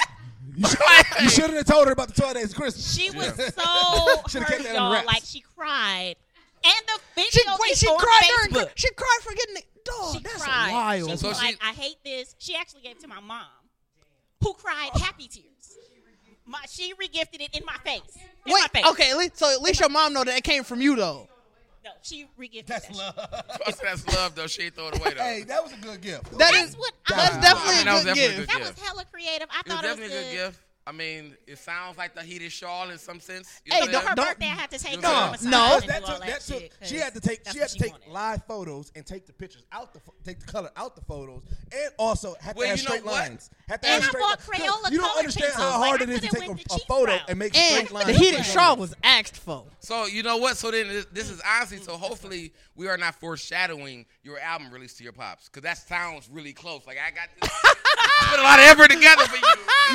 Speaker 7: You shouldn't have told her about the 12 days of Christmas.
Speaker 15: She was so
Speaker 7: Shoulda
Speaker 15: hurt,
Speaker 7: kept that under
Speaker 15: y'all.
Speaker 7: wraps.
Speaker 15: Like she cried, and the video
Speaker 6: She, wait,
Speaker 15: is
Speaker 6: she
Speaker 15: on
Speaker 6: cried
Speaker 15: Facebook.
Speaker 6: during. She cried for getting the dog.
Speaker 15: she
Speaker 6: that's
Speaker 15: cried.
Speaker 6: wild.
Speaker 15: She was
Speaker 4: So she-
Speaker 15: like, I hate this. She actually gave it to my mom, who cried happy tears. My, she regifted it in my face. In
Speaker 6: Wait,
Speaker 15: my face.
Speaker 6: okay, at least, so at least your mom know that it came from you though.
Speaker 15: No, she regifted That's that. Love.
Speaker 4: that's love though. She ain't throw it away though.
Speaker 7: Hey, that was a good gift.
Speaker 6: That
Speaker 15: That's
Speaker 6: is
Speaker 15: what I
Speaker 6: that's
Speaker 15: thought.
Speaker 6: definitely
Speaker 4: I mean, that was
Speaker 6: a good
Speaker 4: definitely a
Speaker 6: gift.
Speaker 4: good
Speaker 15: That
Speaker 4: gift.
Speaker 15: was hella creative. I
Speaker 4: it was
Speaker 15: thought it was
Speaker 4: definitely
Speaker 15: good.
Speaker 4: a good gift. I mean, it sounds like the heated shawl in some sense.
Speaker 15: Hey, don't- her birthday I had to take her to a massage
Speaker 7: no,
Speaker 15: and do
Speaker 7: that
Speaker 15: all
Speaker 7: took,
Speaker 15: that
Speaker 7: that took,
Speaker 15: shit,
Speaker 7: she
Speaker 15: 'cause
Speaker 7: had to take
Speaker 15: that's
Speaker 7: she
Speaker 15: what
Speaker 7: had to take live photos and take the pictures out the pho- take the color out the photos and also had to
Speaker 15: Well,
Speaker 7: have
Speaker 15: you know
Speaker 7: straight
Speaker 15: what?
Speaker 7: lines. Had to
Speaker 15: And
Speaker 7: have
Speaker 15: I
Speaker 7: straight
Speaker 15: bought
Speaker 7: lines.
Speaker 15: Crayola
Speaker 7: You
Speaker 15: colored
Speaker 7: don't understand
Speaker 15: pencils.
Speaker 7: how
Speaker 15: Like,
Speaker 7: hard
Speaker 15: I
Speaker 7: it is to
Speaker 15: could've
Speaker 7: take
Speaker 15: went
Speaker 7: a,
Speaker 15: the
Speaker 7: a
Speaker 15: cheap
Speaker 7: photo
Speaker 15: route.
Speaker 7: and make
Speaker 6: And
Speaker 7: straight lines.
Speaker 6: the heated shawl was asked for.
Speaker 4: So you know what? So then this, this is honestly. So hopefully we are not foreshadowing your album release to your pops, because that sounds really close. Like I got this, put a lot of effort together for you.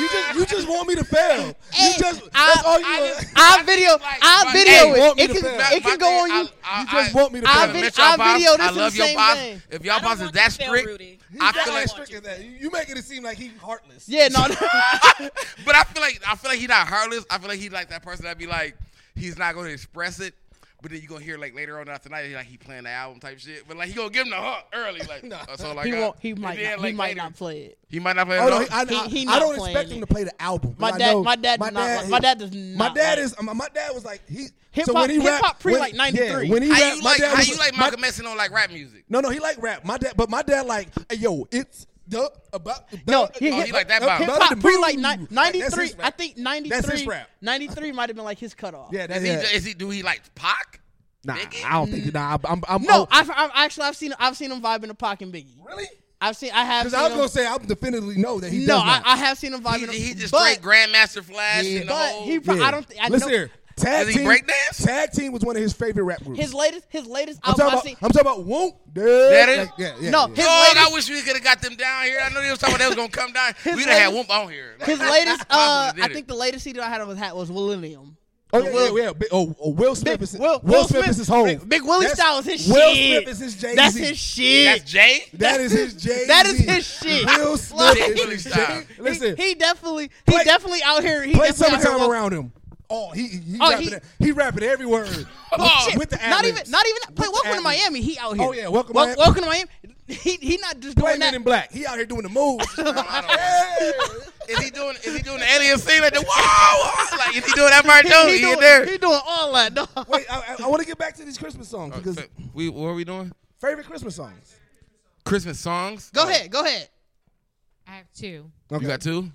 Speaker 7: You just you just want me to fail. You just that's all you want.
Speaker 6: I video, I
Speaker 7: my-
Speaker 6: video
Speaker 7: Hey, want
Speaker 6: it.
Speaker 7: me
Speaker 6: It
Speaker 7: to
Speaker 6: can,
Speaker 7: fail.
Speaker 6: it can go on you.
Speaker 7: You just want me to
Speaker 6: I
Speaker 7: fail.
Speaker 6: vid- I video this
Speaker 4: I
Speaker 6: in
Speaker 4: love
Speaker 6: the
Speaker 4: your
Speaker 6: same
Speaker 4: pops.
Speaker 6: vein.
Speaker 4: If y'all pops is that strict, I
Speaker 7: He's
Speaker 4: feel
Speaker 7: not
Speaker 4: like
Speaker 7: as strict as that. You- You making it seem like he's heartless.
Speaker 6: Yeah, no.
Speaker 4: but I feel like I feel like he not heartless. I feel like he like that person that be like, he's not going to express it, but then you gonna hear like later on after night, he like he playing the album type shit. But like he gonna give him the hook early, like that's all I
Speaker 6: he
Speaker 4: got.
Speaker 6: won't. He
Speaker 4: And
Speaker 6: might.
Speaker 4: then,
Speaker 6: not,
Speaker 4: like,
Speaker 6: he might
Speaker 4: later-
Speaker 6: not play it.
Speaker 4: He might not play.
Speaker 7: Oh, no,
Speaker 4: it.
Speaker 7: he- I, I,
Speaker 6: He- he
Speaker 7: I
Speaker 6: not
Speaker 7: don't
Speaker 6: playing
Speaker 7: expect him to play the album.
Speaker 6: My
Speaker 7: I
Speaker 6: dad-
Speaker 7: know-
Speaker 6: my dad did not like- my dad does
Speaker 7: My
Speaker 6: not
Speaker 7: dad
Speaker 6: like-
Speaker 7: is. um, My dad was like he.
Speaker 6: Hip
Speaker 7: so when
Speaker 6: hop-
Speaker 7: he
Speaker 6: hip
Speaker 7: rap-
Speaker 6: hop pre,
Speaker 7: when-
Speaker 6: like,
Speaker 7: yeah,
Speaker 6: 93.
Speaker 7: when he
Speaker 4: How
Speaker 7: rap,
Speaker 4: you
Speaker 7: my
Speaker 4: like
Speaker 7: dad
Speaker 4: how
Speaker 7: was
Speaker 4: you like
Speaker 7: my-
Speaker 4: Malcolm X and don't like rap music?
Speaker 7: No, no, he like rap. My dad, but my dad like, hey, yo, it's the about.
Speaker 6: No,
Speaker 7: the-
Speaker 6: he,
Speaker 7: uh,
Speaker 4: Oh,
Speaker 6: hip-
Speaker 7: he like that
Speaker 6: hip
Speaker 7: vibe.
Speaker 6: hop pre like
Speaker 7: That-
Speaker 6: ni-
Speaker 7: that's his
Speaker 6: 93. I
Speaker 7: rap.
Speaker 6: think
Speaker 7: That's
Speaker 6: 93.
Speaker 7: his rap.
Speaker 6: 93 might have been like his cutoff.
Speaker 7: Yeah,
Speaker 4: Is
Speaker 7: that's
Speaker 4: he,
Speaker 7: yeah.
Speaker 4: is he do he like Pac?
Speaker 7: Nah, I don't think. Nah, I'm. I'm
Speaker 6: No, I've, I've actually I've seen I've seen him vibing to Pac and Biggie.
Speaker 7: Really?
Speaker 6: I've seen I have.
Speaker 7: Because
Speaker 6: seen
Speaker 7: I was
Speaker 6: him-
Speaker 7: gonna say I definitively know that he
Speaker 6: no,
Speaker 7: does
Speaker 6: I,
Speaker 7: not.
Speaker 6: I have seen him vibing.
Speaker 4: He, he just
Speaker 6: but,
Speaker 4: straight Grandmaster Flash and the
Speaker 6: but
Speaker 4: whole.
Speaker 6: he pro-
Speaker 7: Yeah.
Speaker 6: I don't. thi- I
Speaker 7: Listen
Speaker 6: know-
Speaker 7: here, tag
Speaker 4: Does he
Speaker 7: team.
Speaker 4: break dance?
Speaker 7: Tag team was one of his favorite rap groups.
Speaker 6: His latest his latest
Speaker 7: I'm
Speaker 6: album.
Speaker 7: talking
Speaker 6: I've
Speaker 7: about.
Speaker 6: seen,
Speaker 7: I'm talking about. Won't
Speaker 4: That is-
Speaker 7: yeah, yeah,
Speaker 6: No,
Speaker 7: yeah.
Speaker 6: his
Speaker 4: Dog, I
Speaker 6: latest-
Speaker 4: wish we could have got them down here. I know they was talking they was gonna come down.
Speaker 6: His
Speaker 4: We'd have had
Speaker 6: latest-
Speaker 4: Whoop on here. Like,
Speaker 6: his latest. Uh,
Speaker 4: Possibly did
Speaker 6: I
Speaker 4: it.
Speaker 6: think the latest CD I had of his hat was Millennium.
Speaker 7: Oh, yeah, yeah, yeah. Big- oh, oh, Will Smith is
Speaker 6: Will,
Speaker 7: Will, Smith, is his home.
Speaker 6: Big, Big Willie
Speaker 7: That's-
Speaker 6: Style is his
Speaker 7: Will
Speaker 6: shit.
Speaker 7: Smith is his Jay-Z.
Speaker 6: That's his shit.
Speaker 4: That's Jay.
Speaker 7: That is his Jay.
Speaker 6: That is his shit.
Speaker 7: Will
Speaker 6: Like,
Speaker 7: Smith is his
Speaker 4: Style.
Speaker 7: Jay. Listen,
Speaker 6: he definitely, he definitely out here. He
Speaker 7: play
Speaker 6: definitely out here
Speaker 7: summertime
Speaker 6: walking-
Speaker 7: around him. Oh, he he
Speaker 6: Oh,
Speaker 7: rapping
Speaker 6: he-
Speaker 7: it- he, rapping every word with,
Speaker 6: Oh,
Speaker 7: with the
Speaker 6: not
Speaker 7: ad-libs.
Speaker 6: even, not even. Play
Speaker 7: the
Speaker 6: Welcome to
Speaker 7: ad-libs.
Speaker 6: Miami. He out here.
Speaker 7: Oh, yeah, Welcome to
Speaker 6: Wel-
Speaker 7: Miami.
Speaker 6: Welcome to Miami. He he not just
Speaker 7: Play
Speaker 6: doing
Speaker 7: Men
Speaker 6: that.
Speaker 7: in Black. He out here doing the moves.
Speaker 4: Is he doing? Is he doing the alien scene like the whoa? Like is he doing that part too? He, in there.
Speaker 6: He doing all that. dog.
Speaker 7: Wait, I, I, I want to get back to these Christmas songs because
Speaker 4: We what are we doing?
Speaker 7: favorite Christmas songs.
Speaker 4: Christmas songs.
Speaker 6: Go ahead. Go ahead.
Speaker 16: I have two.
Speaker 4: You got two.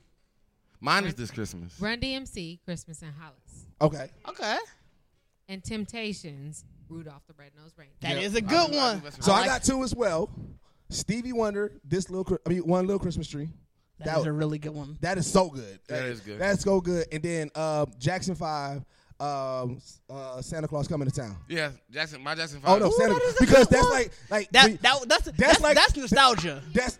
Speaker 4: Mine is this Christmas.
Speaker 16: Run DMC, Christmas in Hollis.
Speaker 7: Okay.
Speaker 6: Okay.
Speaker 16: And Temptations, Rudolph the Red-Nosed Reindeer.
Speaker 6: That
Speaker 7: Yeah.
Speaker 6: is a good one.
Speaker 7: So I got two as well. Stevie Wonder, this little Chri- I mean one little Christmas tree.
Speaker 6: That is a really good one.
Speaker 7: That is so good.
Speaker 4: That is good.
Speaker 7: That's so good. And then uh, Jackson Five, um, uh, Santa Claus coming to town.
Speaker 4: Yeah, Jackson. My Jackson.
Speaker 7: Oh
Speaker 4: Five.
Speaker 7: no, Santa Claus. because that's like like
Speaker 6: That-
Speaker 7: we-
Speaker 6: that- that's- that's- that's nostalgia.
Speaker 7: That's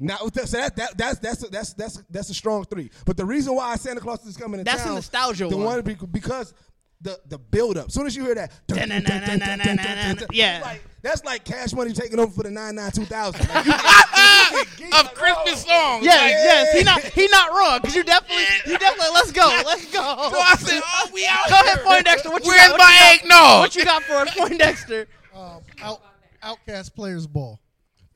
Speaker 7: now that- so that, that that's that's that's that's that's a strong three. But the reason why Santa Claus is coming to
Speaker 6: That's a
Speaker 7: town,
Speaker 6: nostalgia
Speaker 7: the
Speaker 6: one.
Speaker 7: one be- because the the build up. Soon as you hear that, dun, dun, dun, dun, dun, dun, dun, dun,
Speaker 6: Yeah.
Speaker 7: like, that's like Cash Money taking over for the nine nine two thousand.
Speaker 4: of Christmas songs.
Speaker 6: Yes,
Speaker 4: like-
Speaker 6: yes. He not he not wrong because you definitely you definitely. Let's go. Let's go.
Speaker 4: So I said, oh, we out.
Speaker 6: Go ahead,
Speaker 4: here.
Speaker 6: Poindexter. What you
Speaker 4: Where's
Speaker 6: got?
Speaker 4: my
Speaker 6: what you got?
Speaker 4: eggnog?
Speaker 6: What you got for us, Poindexter?
Speaker 13: Um, out, outcast players ball.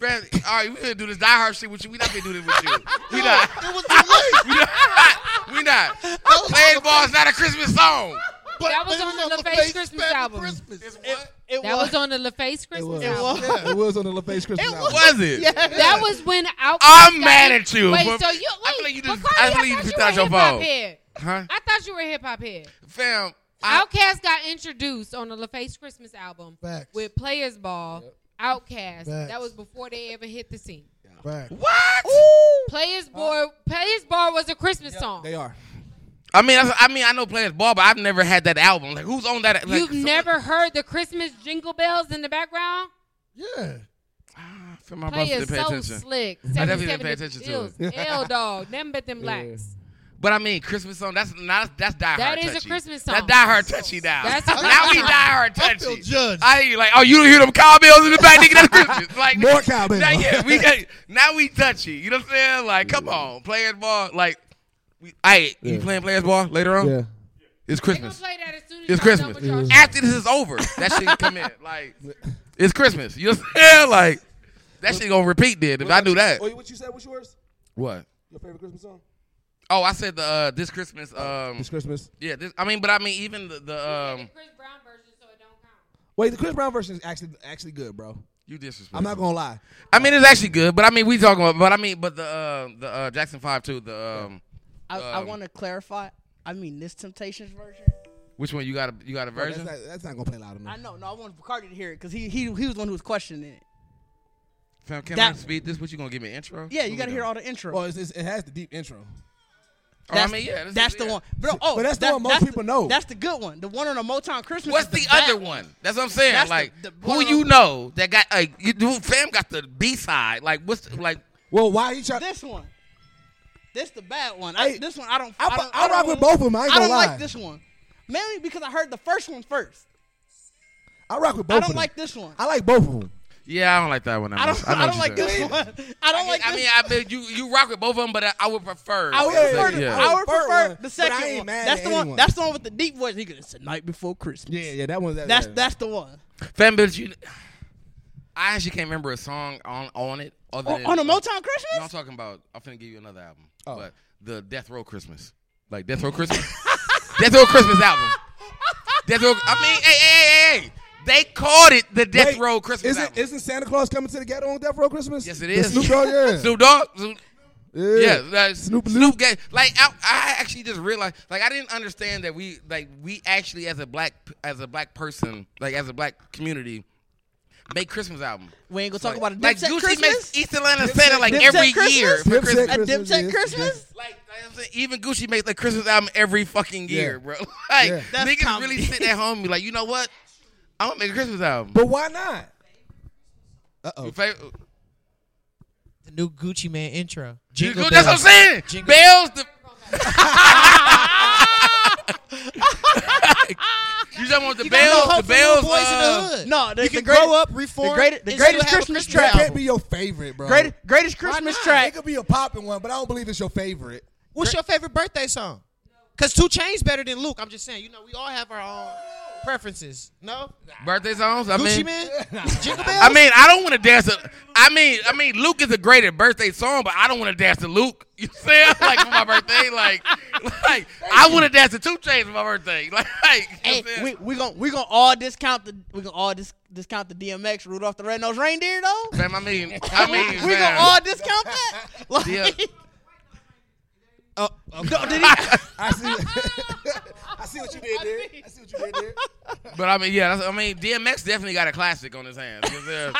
Speaker 4: Man, all right, we gonna do this Die Hard shit with you. We not gonna do this with you. We not.
Speaker 13: It was the
Speaker 4: We not. We not. Playing ball is not a Christmas song.
Speaker 16: that was
Speaker 13: but it
Speaker 16: on
Speaker 13: was
Speaker 16: the
Speaker 13: on
Speaker 16: LaFace
Speaker 13: LaFace
Speaker 16: Christmas
Speaker 13: Family
Speaker 16: album.
Speaker 13: Christmas. It's
Speaker 4: what?
Speaker 6: It
Speaker 16: That was on the LaFace Christmas
Speaker 7: It
Speaker 16: album.
Speaker 7: was, yeah, it was on the LaFace Christmas album.
Speaker 4: Was it?
Speaker 16: That was when out.
Speaker 4: I'm mad at you.
Speaker 16: Wait,
Speaker 4: but
Speaker 16: so you
Speaker 4: I
Speaker 16: wait,
Speaker 4: feel like you just,
Speaker 16: Bacardi,
Speaker 4: I feel like you
Speaker 16: thought
Speaker 4: just
Speaker 16: were
Speaker 4: out
Speaker 16: hip-hop
Speaker 4: your phone.
Speaker 16: head.
Speaker 4: Huh?
Speaker 16: I thought you were hip hop head.
Speaker 4: Fam, I,
Speaker 16: Outcast got introduced on the LaFace Christmas album
Speaker 13: Facts.
Speaker 16: with Players Ball. Outcast. That
Speaker 13: Facts.
Speaker 16: was before they ever hit the scene.
Speaker 13: Back.
Speaker 4: what?
Speaker 16: Players Ball. Players Ball was a Christmas song.
Speaker 7: They are.
Speaker 4: I mean, I, I mean, I know players ball, but I've never had that album. Like, who's on that? Like,
Speaker 16: You've
Speaker 4: someone-
Speaker 16: never heard the Christmas jingle bells in the background?
Speaker 13: Yeah.
Speaker 4: I feel my brother
Speaker 16: Players
Speaker 4: didn't pay
Speaker 16: so
Speaker 4: attention.
Speaker 16: slick.
Speaker 4: I definitely didn't pay
Speaker 16: 77
Speaker 4: attention to it.
Speaker 16: Bills. L dog. Them but them blacks.
Speaker 4: But I mean, Christmas song. That's not. That's die
Speaker 16: That
Speaker 4: hard.
Speaker 16: is a
Speaker 4: touchy.
Speaker 16: Christmas
Speaker 4: That's
Speaker 16: song.
Speaker 4: die hard touchy now.
Speaker 16: That's a
Speaker 4: now we
Speaker 16: Christmas
Speaker 4: die
Speaker 16: song.
Speaker 4: hard
Speaker 13: I
Speaker 4: touchy.
Speaker 13: feel judged.
Speaker 4: I ain't like, oh, you don't hear them cowbells in the back, nigga. That's Christmas. Like
Speaker 7: More cowbells.
Speaker 4: Now, yeah, we got, now we touchy. You know what I'm saying? Like, come on, players ball. Like, we, I
Speaker 7: Yeah.
Speaker 4: you playing players ball later on?
Speaker 7: Yeah.
Speaker 4: It's
Speaker 16: They gonna
Speaker 4: Christmas.
Speaker 16: play that as soon as
Speaker 4: It's
Speaker 16: y'all done
Speaker 4: Christmas.
Speaker 16: with y'all shit.
Speaker 4: After this is over, that shit can come in. Like, it's Christmas. You know what I'm saying? Like, that shit gonna repeat then if I do that.
Speaker 7: Wait, what you said was yours?
Speaker 4: What?
Speaker 7: Your favorite Christmas song?
Speaker 4: Oh, I said the uh, this Christmas. Um,
Speaker 7: This Christmas.
Speaker 4: yeah, this, I mean, but I mean, even the, the
Speaker 16: The
Speaker 4: um,
Speaker 16: Chris Brown version, so it don't count.
Speaker 7: Wait, the Chris Brown version is actually actually good, bro.
Speaker 4: you disrespect.
Speaker 7: I'm not gonna lie.
Speaker 4: I mean, it's actually good, but I mean, we talking about, but I mean, but the uh, the uh, Jackson Five too. The um,
Speaker 6: I, I
Speaker 4: Um,
Speaker 6: want to clarify. I mean, this Temptations version.
Speaker 4: Which one you got? A, you got a
Speaker 7: Bro, that's
Speaker 4: version?
Speaker 7: not- that's not gonna play loud enough.
Speaker 6: I know. No, I want Bacardi to hear it because he, he he was the one who was questioning it.
Speaker 4: Fam, can I
Speaker 6: That-
Speaker 4: speed this? What you gonna give me an intro?
Speaker 6: Yeah,
Speaker 4: What
Speaker 6: you
Speaker 4: we
Speaker 6: got to hear
Speaker 4: doing?
Speaker 6: all the intro.
Speaker 7: Well, it's, it's, it has the deep intro.
Speaker 4: Oh, I
Speaker 6: that's,
Speaker 4: mean, yeah, this
Speaker 6: that's
Speaker 4: is-
Speaker 6: the
Speaker 4: yeah.
Speaker 6: one. Bro, oh,
Speaker 7: But that's the one most
Speaker 6: that's
Speaker 7: people know.
Speaker 6: That's the good one. The one on the Motown Christmas.
Speaker 4: What's
Speaker 6: is
Speaker 4: the,
Speaker 6: best.
Speaker 4: other one? That's what I'm saying.
Speaker 6: That's the-
Speaker 4: like,
Speaker 6: the
Speaker 4: who
Speaker 6: one
Speaker 4: you
Speaker 6: on-
Speaker 4: know that got like you, who fam got the B side? Like, what's the, like?
Speaker 7: Well, why you trying?
Speaker 6: This one. This the bad one. I, this one I don't. I,
Speaker 7: I-
Speaker 6: don't,
Speaker 7: I
Speaker 6: don't
Speaker 7: rock with both of 'em, I ain't gonna
Speaker 6: don't
Speaker 7: lie.
Speaker 6: like this one, mainly because I heard the first one first.
Speaker 7: I rock with both.
Speaker 6: I
Speaker 7: of
Speaker 6: don't
Speaker 7: them.
Speaker 6: like this one.
Speaker 7: I like both of them.
Speaker 4: Yeah, I don't like that one.
Speaker 6: I don't. I, don't like this one. I don't like.
Speaker 4: I
Speaker 6: this
Speaker 4: mean, I mean, you you rock with both of them, but I, I would prefer.
Speaker 6: I would
Speaker 4: Yeah.
Speaker 6: prefer, the,
Speaker 4: Yeah.
Speaker 6: I would
Speaker 7: Prefer
Speaker 6: prefer
Speaker 7: one,
Speaker 6: the
Speaker 7: but I
Speaker 6: second
Speaker 7: ain't
Speaker 6: one.
Speaker 7: mad
Speaker 6: That's
Speaker 7: at
Speaker 6: the one.
Speaker 7: anyone.
Speaker 6: That's the one with the deep voice. He goes, "It's the night before Christmas."
Speaker 7: Yeah, yeah, that one's that.
Speaker 6: That's
Speaker 7: yeah.
Speaker 6: that's the one.
Speaker 4: Fam, but you, I actually can't remember a song on on it. Other
Speaker 6: On-
Speaker 4: than,
Speaker 6: on a Motown Christmas?
Speaker 4: No, I'm talking about. I'm finna give you another album,
Speaker 7: Oh.
Speaker 4: but the Death Row Christmas, like Death Row Christmas, Death Row Christmas album. Death Row. I mean, hey, hey, hey, hey. They called it the Death
Speaker 7: Wait,
Speaker 4: Row Christmas
Speaker 7: Isn't,
Speaker 4: album.
Speaker 7: isn't Santa Claus coming to the ghetto on Death Row Christmas?
Speaker 4: Yes, it
Speaker 7: The
Speaker 4: is.
Speaker 7: Snoop Dogg, yeah.
Speaker 4: Snoop Dogg. Snoop-
Speaker 7: Yeah.
Speaker 4: Yeah, like, Snoop Snoop Gang. Like I, I actually just realized, like I didn't understand that we, like we actually as a black, as a black person, like as a black community, make Christmas album.
Speaker 6: We ain't gonna
Speaker 4: Like-
Speaker 6: talk about a
Speaker 4: like
Speaker 6: Dipset
Speaker 4: Juicy
Speaker 6: Christmas.
Speaker 4: makes East Atlanta Santa like
Speaker 6: Dipset
Speaker 4: every
Speaker 6: Christmas?
Speaker 4: year for
Speaker 7: Dipset
Speaker 6: A
Speaker 4: Christmas.
Speaker 7: Christmas,
Speaker 6: Dipset
Speaker 7: yes.
Speaker 6: Christmas.
Speaker 4: Like, like I'm saying, even Gucci makes a Christmas album every fucking year,
Speaker 7: Yeah.
Speaker 4: bro. Like
Speaker 7: Yeah.
Speaker 6: That's
Speaker 4: niggas
Speaker 6: comedy.
Speaker 4: really sit at home and be like, you know what? I'm gonna make a Christmas album.
Speaker 7: But why not? Uh
Speaker 4: Your
Speaker 7: oh.
Speaker 4: favorite-
Speaker 17: The new Gucci Man intro.
Speaker 4: Jingle, that's what I'm saying.
Speaker 17: Jingle-
Speaker 4: Bells. The- you just want the
Speaker 17: You got no
Speaker 4: bells.
Speaker 17: hope
Speaker 4: the
Speaker 17: for little
Speaker 4: bells.
Speaker 17: boys in the
Speaker 4: uh,
Speaker 17: hood.
Speaker 6: No, the,
Speaker 17: You
Speaker 6: the
Speaker 17: can
Speaker 6: great-
Speaker 17: grow up,
Speaker 6: the
Speaker 17: reform,
Speaker 6: great- the
Speaker 17: and
Speaker 6: greatest
Speaker 17: still have a
Speaker 6: Christmas
Speaker 17: Christmas
Speaker 6: track.
Speaker 7: That
Speaker 17: album.
Speaker 7: can't be your favorite, bro.
Speaker 6: Great, greatest Christmas
Speaker 7: It
Speaker 6: track.
Speaker 7: could be a popping one, but I don't believe it's your favorite.
Speaker 17: What's your favorite birthday song? Cause Two Chain's better than Luke. I'm just saying. You know, we all have our own preferences. No,
Speaker 4: Birthday songs. I
Speaker 17: Gucci
Speaker 4: mean,
Speaker 17: Man, Jingle Bells.
Speaker 4: I mean, I don't want to dance. To, I mean, I mean, Luke is a great at birthday song, but I don't want to dance to Luke. You see, like for my birthday, like, like I want to dance to Two Chains for my birthday. Like, like you
Speaker 6: Hey,
Speaker 4: see?
Speaker 6: we we gonna we gonna all discount the we gonna all dis, discount the DMX Rudolph the Red Nosed Reindeer though.
Speaker 4: fam, I mean, I mean,
Speaker 6: we
Speaker 4: fam.
Speaker 6: gonna all discount that. Like,
Speaker 4: Yeah.
Speaker 17: Oh,
Speaker 6: no, did he?
Speaker 7: I see. I see what you did there. I see what you did there.
Speaker 4: But I mean, yeah, that's, I mean, DMX definitely got a classic on his hands. uh, You see?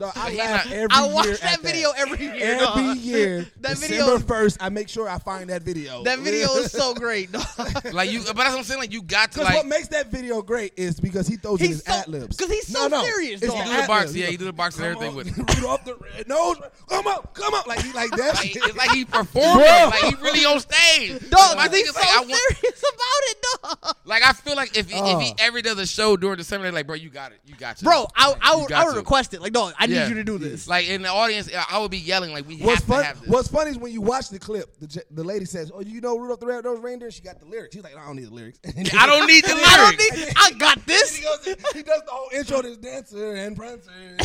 Speaker 7: No, I
Speaker 4: He
Speaker 7: laugh
Speaker 4: not-
Speaker 7: every
Speaker 6: I
Speaker 7: year
Speaker 6: watch
Speaker 7: at
Speaker 6: that video every year,
Speaker 7: Every
Speaker 6: dog.
Speaker 7: year,
Speaker 6: That
Speaker 7: December
Speaker 6: video-
Speaker 7: first, I make sure I find that video.
Speaker 6: That video is so great. dog.
Speaker 4: Like you, but that's what I'm saying. Like you got to
Speaker 7: Because
Speaker 4: like
Speaker 7: what makes that video great is because he throws in his
Speaker 6: so-
Speaker 7: ad libs.
Speaker 6: 'cause he's so serious,
Speaker 7: it's
Speaker 6: dog.
Speaker 7: the
Speaker 6: He
Speaker 4: do the box.
Speaker 7: ad-libs.
Speaker 4: Yeah,
Speaker 7: He
Speaker 4: you do the
Speaker 7: come
Speaker 4: box and
Speaker 7: on,
Speaker 4: everything with it.
Speaker 7: Rudolph the red nose, come up, come up, like he like that.
Speaker 4: Like,
Speaker 7: shit.
Speaker 4: it's like he performing.
Speaker 7: Bro.
Speaker 4: Like he really on stage.
Speaker 6: Dog,
Speaker 4: My
Speaker 6: 'cause
Speaker 4: thing
Speaker 6: he's
Speaker 4: is
Speaker 6: so
Speaker 4: like, I want,
Speaker 6: serious about it, dog.
Speaker 4: like I feel like if he, if he
Speaker 7: Oh.
Speaker 4: ever does a show during December, they're like, bro, you got it, you got it,
Speaker 6: Bro, I I
Speaker 4: You
Speaker 6: would,
Speaker 4: got
Speaker 6: I would
Speaker 4: to.
Speaker 6: request it. Like, dog, I need
Speaker 4: Yeah.
Speaker 6: you to do this.
Speaker 4: Like in the audience, I would be yelling like, we
Speaker 7: What's
Speaker 4: have
Speaker 7: fun?
Speaker 4: to have this.
Speaker 7: What's funny is when you watch the clip, the, j- the lady says, "Oh, you know Rudolph the Red-Nosed Reindeer." She got the lyrics. He's like, "I don't need the lyrics."
Speaker 4: I don't need the
Speaker 6: I don't
Speaker 4: lyrics.
Speaker 6: need. I got
Speaker 7: he,
Speaker 6: this.
Speaker 7: goes, he does the whole intro to his dancer and prancer, and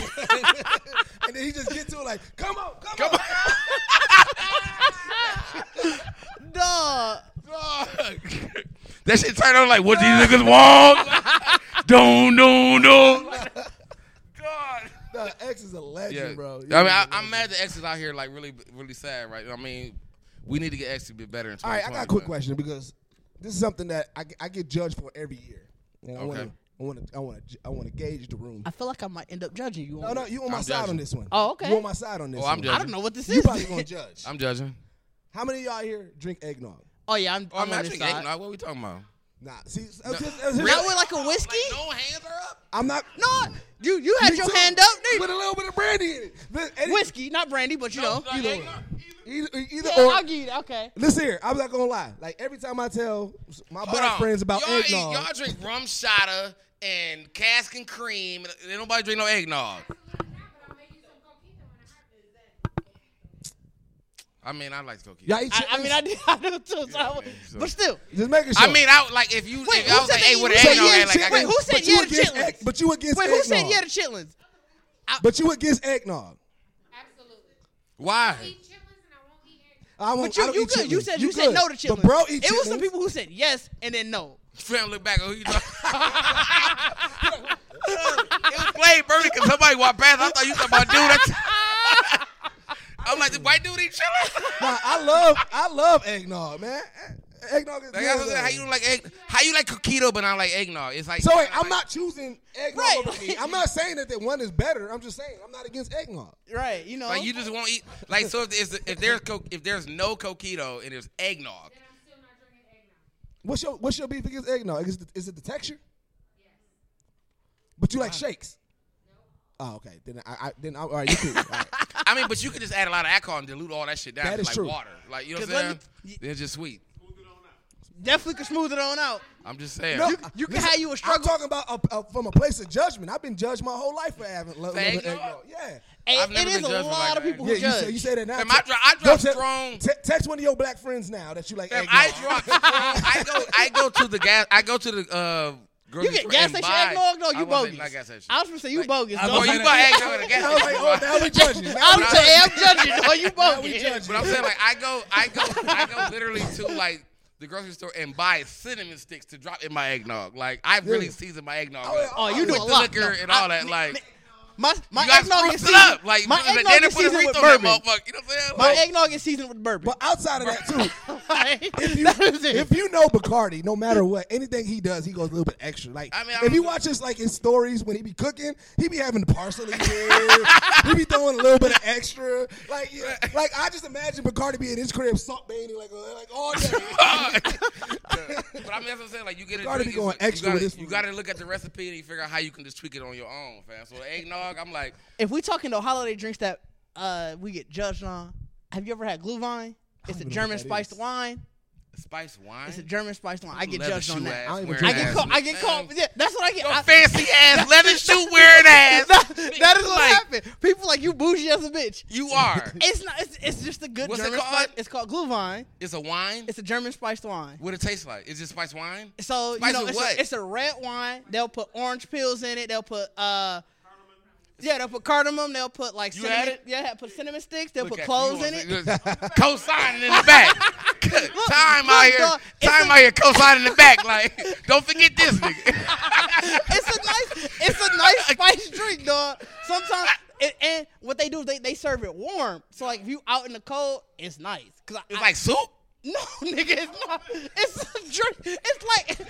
Speaker 7: then he just gets to it like, "Come on, come, on."
Speaker 6: Dog.
Speaker 4: Dog. that shit turned on like, what these niggas want? don't, don't, don't. God.
Speaker 7: The X is a legend,
Speaker 4: Yeah.
Speaker 7: bro.
Speaker 4: I mean, I, I'm mad the X is out here like really, really sad, right? I mean, we need to get X to be better. In
Speaker 7: All right, I got a
Speaker 4: 2020,
Speaker 7: quick
Speaker 4: but-
Speaker 7: question because this is something that I, I get judged for every year. And I
Speaker 4: Okay.
Speaker 7: want to, I want to, I want to, I want to gauge the room.
Speaker 6: I feel like I might end up judging you.
Speaker 7: No,
Speaker 6: on
Speaker 7: no,
Speaker 6: this.
Speaker 7: you on my
Speaker 4: I'm
Speaker 7: side
Speaker 4: judging.
Speaker 7: on this one.
Speaker 6: Oh, okay.
Speaker 7: You on my side on this.
Speaker 4: Oh, I'm
Speaker 7: one.
Speaker 4: judging.
Speaker 6: I don't know what this
Speaker 7: You
Speaker 6: is.
Speaker 7: probably gonna judge.
Speaker 4: I'm judging.
Speaker 7: How many of y'all here drink eggnog?
Speaker 6: oh yeah, I'm.
Speaker 4: Oh, I'm
Speaker 6: I'm on
Speaker 4: not
Speaker 6: this
Speaker 4: drinking
Speaker 6: side.
Speaker 4: eggnog. What are we talking about?
Speaker 7: Nah, see, it's- it's just- it's
Speaker 4: Really?
Speaker 7: just-
Speaker 6: Not with like a whiskey.
Speaker 4: no hands are up.
Speaker 7: I'm not.
Speaker 6: no. you you had
Speaker 7: Me
Speaker 6: your
Speaker 7: too.
Speaker 6: hand up. Dude.
Speaker 7: with a little bit of brandy in it. But any-
Speaker 6: whiskey, not brandy, but you know.
Speaker 4: Like,
Speaker 6: you know.
Speaker 4: eggnog.
Speaker 7: Either, either
Speaker 6: Yeah,
Speaker 7: or.
Speaker 6: I'll give you that. Okay.
Speaker 7: Listen here, I'm not gonna lie. Like every time I tell my
Speaker 4: Hold
Speaker 7: black
Speaker 4: on.
Speaker 7: friends about
Speaker 4: y'all eat-
Speaker 7: eggnog,
Speaker 4: y'all drink rum shotta and cask and cream. And ain't nobody drink no eggnog. I mean, I like to go keep.
Speaker 7: y'all eat.
Speaker 6: I, I
Speaker 7: chitlins?
Speaker 6: mean, I do, I do too. So I would-
Speaker 4: so-
Speaker 6: but still,
Speaker 7: just making sure.
Speaker 4: I mean, I would- like if you.
Speaker 6: Wait,
Speaker 4: if
Speaker 6: who
Speaker 4: I was
Speaker 6: said that
Speaker 4: like, hey,
Speaker 6: you-
Speaker 4: what
Speaker 6: who
Speaker 4: an
Speaker 6: said
Speaker 4: eggnog?
Speaker 6: yeah
Speaker 4: at?" Like,
Speaker 6: to
Speaker 4: I
Speaker 6: chick-
Speaker 4: can-
Speaker 6: who said
Speaker 7: but you
Speaker 6: yeah to
Speaker 7: against
Speaker 6: chitlins?
Speaker 7: egg- But you against
Speaker 6: wait,
Speaker 7: eggnog.
Speaker 6: who said yeah to chitlins?
Speaker 7: But you against eggnog.
Speaker 3: Absolutely.
Speaker 4: Why?
Speaker 7: I won't,
Speaker 6: But you,
Speaker 7: I don't
Speaker 6: you good? You
Speaker 7: eat chitlins.
Speaker 6: said you, said no to
Speaker 7: good.
Speaker 6: chitlins.
Speaker 7: But bro, eat
Speaker 6: it was some
Speaker 7: chitlins.
Speaker 6: people who said yes and then no.
Speaker 4: Fam, look back. Oh, you know. it was played, Bernie, because somebody walked past. I thought you talking about dude. That's- I'm like, the white dude eat chili?
Speaker 7: Nah, I love I love eggnog, man. E-, Eggnog is
Speaker 4: Like,
Speaker 7: good,
Speaker 4: I was like,
Speaker 7: though.
Speaker 4: how you don't like egg? How you like coquito but not like eggnog? It's like
Speaker 7: So wait,
Speaker 4: kinda
Speaker 7: I'm
Speaker 4: like-
Speaker 7: not choosing eggnog over meat. I'm not saying that, that one is better. I'm just saying I'm not against eggnog.
Speaker 6: Right, you know.
Speaker 4: Like you just won't eat. Like so if there's if there's co- if there's no coquito and there's eggnog,
Speaker 7: What's your what's your beef against eggnog? Is it, is it the texture? But you like shakes. Oh, okay. Then I, I then I, all right. You cool. All right.
Speaker 4: I mean, but you could just add a lot of alcohol and dilute all that shit down
Speaker 7: That
Speaker 4: to,
Speaker 7: is
Speaker 4: like
Speaker 7: true.
Speaker 4: water. Like you know what
Speaker 6: 'Cause
Speaker 4: I'm
Speaker 6: let
Speaker 4: saying? They're just sweet.
Speaker 6: Definitely could smooth it on out.
Speaker 4: I'm just saying.
Speaker 7: No,
Speaker 4: I-
Speaker 7: listen,
Speaker 6: have you a
Speaker 7: I'm talking about a, a, from a place of judgment. I've been judged my whole life for having lo- loving
Speaker 4: eggnog?
Speaker 7: eggnog. Yeah.
Speaker 4: I've never been judged for like that.
Speaker 7: yeah, You say, you say that now.
Speaker 4: Fam, I, dro- I
Speaker 7: Go
Speaker 4: drop
Speaker 7: te-
Speaker 4: strong.
Speaker 7: te- text one of your black friends now that you like
Speaker 4: Fam,
Speaker 7: eggnog.
Speaker 4: I drop strong. I go. I go to the gas. I go to the. Uh, grocery
Speaker 6: You get
Speaker 4: store
Speaker 6: gas
Speaker 4: and
Speaker 6: station
Speaker 4: buy-
Speaker 6: eggnog? No,
Speaker 4: I
Speaker 6: you
Speaker 4: wasn't-
Speaker 6: bogus.
Speaker 4: Not gas station.
Speaker 6: I was gonna say you bogus.
Speaker 4: I
Speaker 6: dog.
Speaker 4: was- you buy eggnog at a gas
Speaker 6: I was
Speaker 4: station.
Speaker 6: like, oh, now we judging. Now we judging. Now we judging.
Speaker 4: But I'm saying like I go, I go, I go literally to like the grocery store and buy cinnamon sticks to drop in my eggnog. Like I really
Speaker 6: Yeah.
Speaker 4: season my eggnog.
Speaker 6: Oh, oh, you do
Speaker 4: with
Speaker 6: a
Speaker 4: the
Speaker 6: lot.
Speaker 4: liquor
Speaker 6: No,
Speaker 4: and
Speaker 6: I-
Speaker 4: all that.
Speaker 6: me- me-
Speaker 4: like
Speaker 6: My my
Speaker 4: you guys
Speaker 6: eggnog is
Speaker 4: spruce it
Speaker 6: seasoned.
Speaker 4: up. Like
Speaker 6: my
Speaker 4: they done
Speaker 6: eggnog is
Speaker 4: put a
Speaker 6: seasoned with
Speaker 4: Rito in that
Speaker 6: bourbon.
Speaker 4: motherfucker. You know what I'm saying?
Speaker 6: My
Speaker 4: Like-
Speaker 6: eggnog is seasoned with bourbon.
Speaker 7: But outside of that too,
Speaker 6: if
Speaker 7: you if you know Bacardi, no matter what, anything he does, he goes a little bit extra. Like
Speaker 4: I mean, I
Speaker 7: if you
Speaker 4: was-
Speaker 7: watch his like his stories when he be cooking, he be having the parsley here, he be throwing a little bit of extra. Like yeah, like I just imagine Bacardi be in his crib salt bathing like uh, like all day.
Speaker 4: But I mean, that's what I'm saying. Like you get a
Speaker 7: You gotta
Speaker 4: drink,
Speaker 7: be going
Speaker 4: it's- you
Speaker 7: extra
Speaker 4: gotta-
Speaker 7: with this
Speaker 4: You got to look at the recipe and you figure out how you can just tweak it on your own, fam. So the eggnog, I'm like,
Speaker 6: If we talking the holiday drinks that uh, we get judged on, have you ever had Glühwein? It's a
Speaker 4: even know
Speaker 6: German
Speaker 4: what that
Speaker 6: spiced
Speaker 4: is.
Speaker 6: wine.
Speaker 4: Spice wine.
Speaker 6: It's a German spiced wine. I
Speaker 4: You
Speaker 6: get
Speaker 4: leather
Speaker 6: judged on
Speaker 4: shoe
Speaker 6: that.
Speaker 4: ass
Speaker 6: I,
Speaker 4: wearing
Speaker 6: get
Speaker 4: ass
Speaker 6: called. I
Speaker 4: nigga.
Speaker 6: get called. Yeah, that's what I get. I-
Speaker 4: fancy ass leather shoe wearing ass.
Speaker 6: That, that is what
Speaker 4: Like-
Speaker 6: happened. People like you bougie as a bitch.
Speaker 4: You are.
Speaker 6: It's not. It's, it's just a good
Speaker 4: What's it
Speaker 6: German.
Speaker 4: called?
Speaker 6: spice- It's called Glühwein.
Speaker 4: It's a wine.
Speaker 6: It's a German spiced wine.
Speaker 4: What it tastes like? Is it spiced wine?
Speaker 6: So
Speaker 4: Spice
Speaker 6: you know,
Speaker 4: with
Speaker 6: it's,
Speaker 4: what?
Speaker 6: A, it's a red wine. They'll put orange peels in it. They'll put uh, yeah, they'll put cardamom. They'll put like
Speaker 4: You
Speaker 6: cinnamon.
Speaker 4: had it?
Speaker 6: Yeah, put cinnamon sticks. They'll
Speaker 4: Look
Speaker 6: put
Speaker 4: at
Speaker 6: cloves
Speaker 4: you
Speaker 6: in
Speaker 4: on
Speaker 6: it.
Speaker 4: the- Co-signing in the back. Good. time out
Speaker 6: look,
Speaker 4: here.
Speaker 6: dog, it's
Speaker 4: time
Speaker 6: a-
Speaker 4: out here. Co-signing in the back. Like, don't forget this nigga.
Speaker 6: it's a nice, it's a nice spice drink, dog. Sometimes, and, and what they do, is they they serve it warm. So like, if you out in the cold, it's nice. Cause I,
Speaker 4: It's like soup.
Speaker 6: No, nigga, it's not. It's a drink. It's like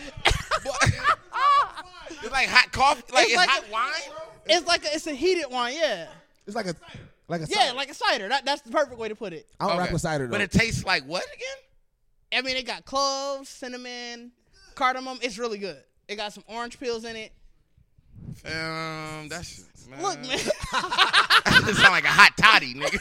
Speaker 6: Ah.
Speaker 4: It's like hot coffee. Like it's, hot
Speaker 6: a-
Speaker 4: wine.
Speaker 6: It's like a, it's a heated wine. Yeah.
Speaker 7: It's like a like a
Speaker 6: Yeah, like a cider. That, that's the perfect way to put it.
Speaker 7: I don't rock with Oh, cider though.
Speaker 4: But it tastes like what
Speaker 6: I
Speaker 4: again?
Speaker 6: mean, it got cloves, cinnamon, cardamom. It's really good. It got some orange peels in it.
Speaker 4: Um, that's man.
Speaker 6: Look, man.
Speaker 4: it sound like a hot toddy, nigga.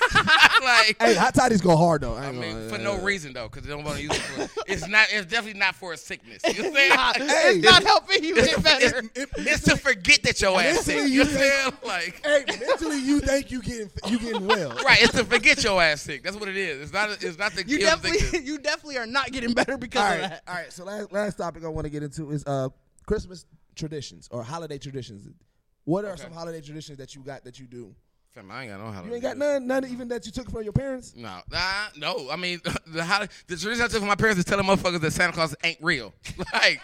Speaker 4: like,
Speaker 7: hey, hot toddies go hard though. I,
Speaker 4: I
Speaker 7: ain't
Speaker 4: mean,
Speaker 7: gonna,
Speaker 4: for no reason though, because they don't want to use it. For, it's not. It's definitely not for a sickness. You know what I'm
Speaker 6: It's
Speaker 4: saying?
Speaker 6: not- it's not helping you
Speaker 4: It's,
Speaker 6: get better.
Speaker 4: it's- it's to forget that your ass sick.
Speaker 7: Mentally, you
Speaker 4: You know what I'm saying? Like,
Speaker 7: Hey, mentally you think you getting you getting well.
Speaker 4: right? It's to forget your ass sick. That's what it is. It's not. It's not the
Speaker 6: You
Speaker 4: guilt thing.
Speaker 6: definitely, you definitely are not getting better because
Speaker 7: all right,
Speaker 6: of that.
Speaker 7: All right. So last, last topic I want to get into is uh Christmas traditions or holiday traditions. What are some holiday traditions that you got that you do?
Speaker 4: Fam, I ain't got no holiday.
Speaker 7: You ain't got none, none even that you took from your parents.
Speaker 4: No, nah, no. I mean, the holiday, the tradition I took from my parents is telling motherfuckers that Santa Claus ain't real. Like,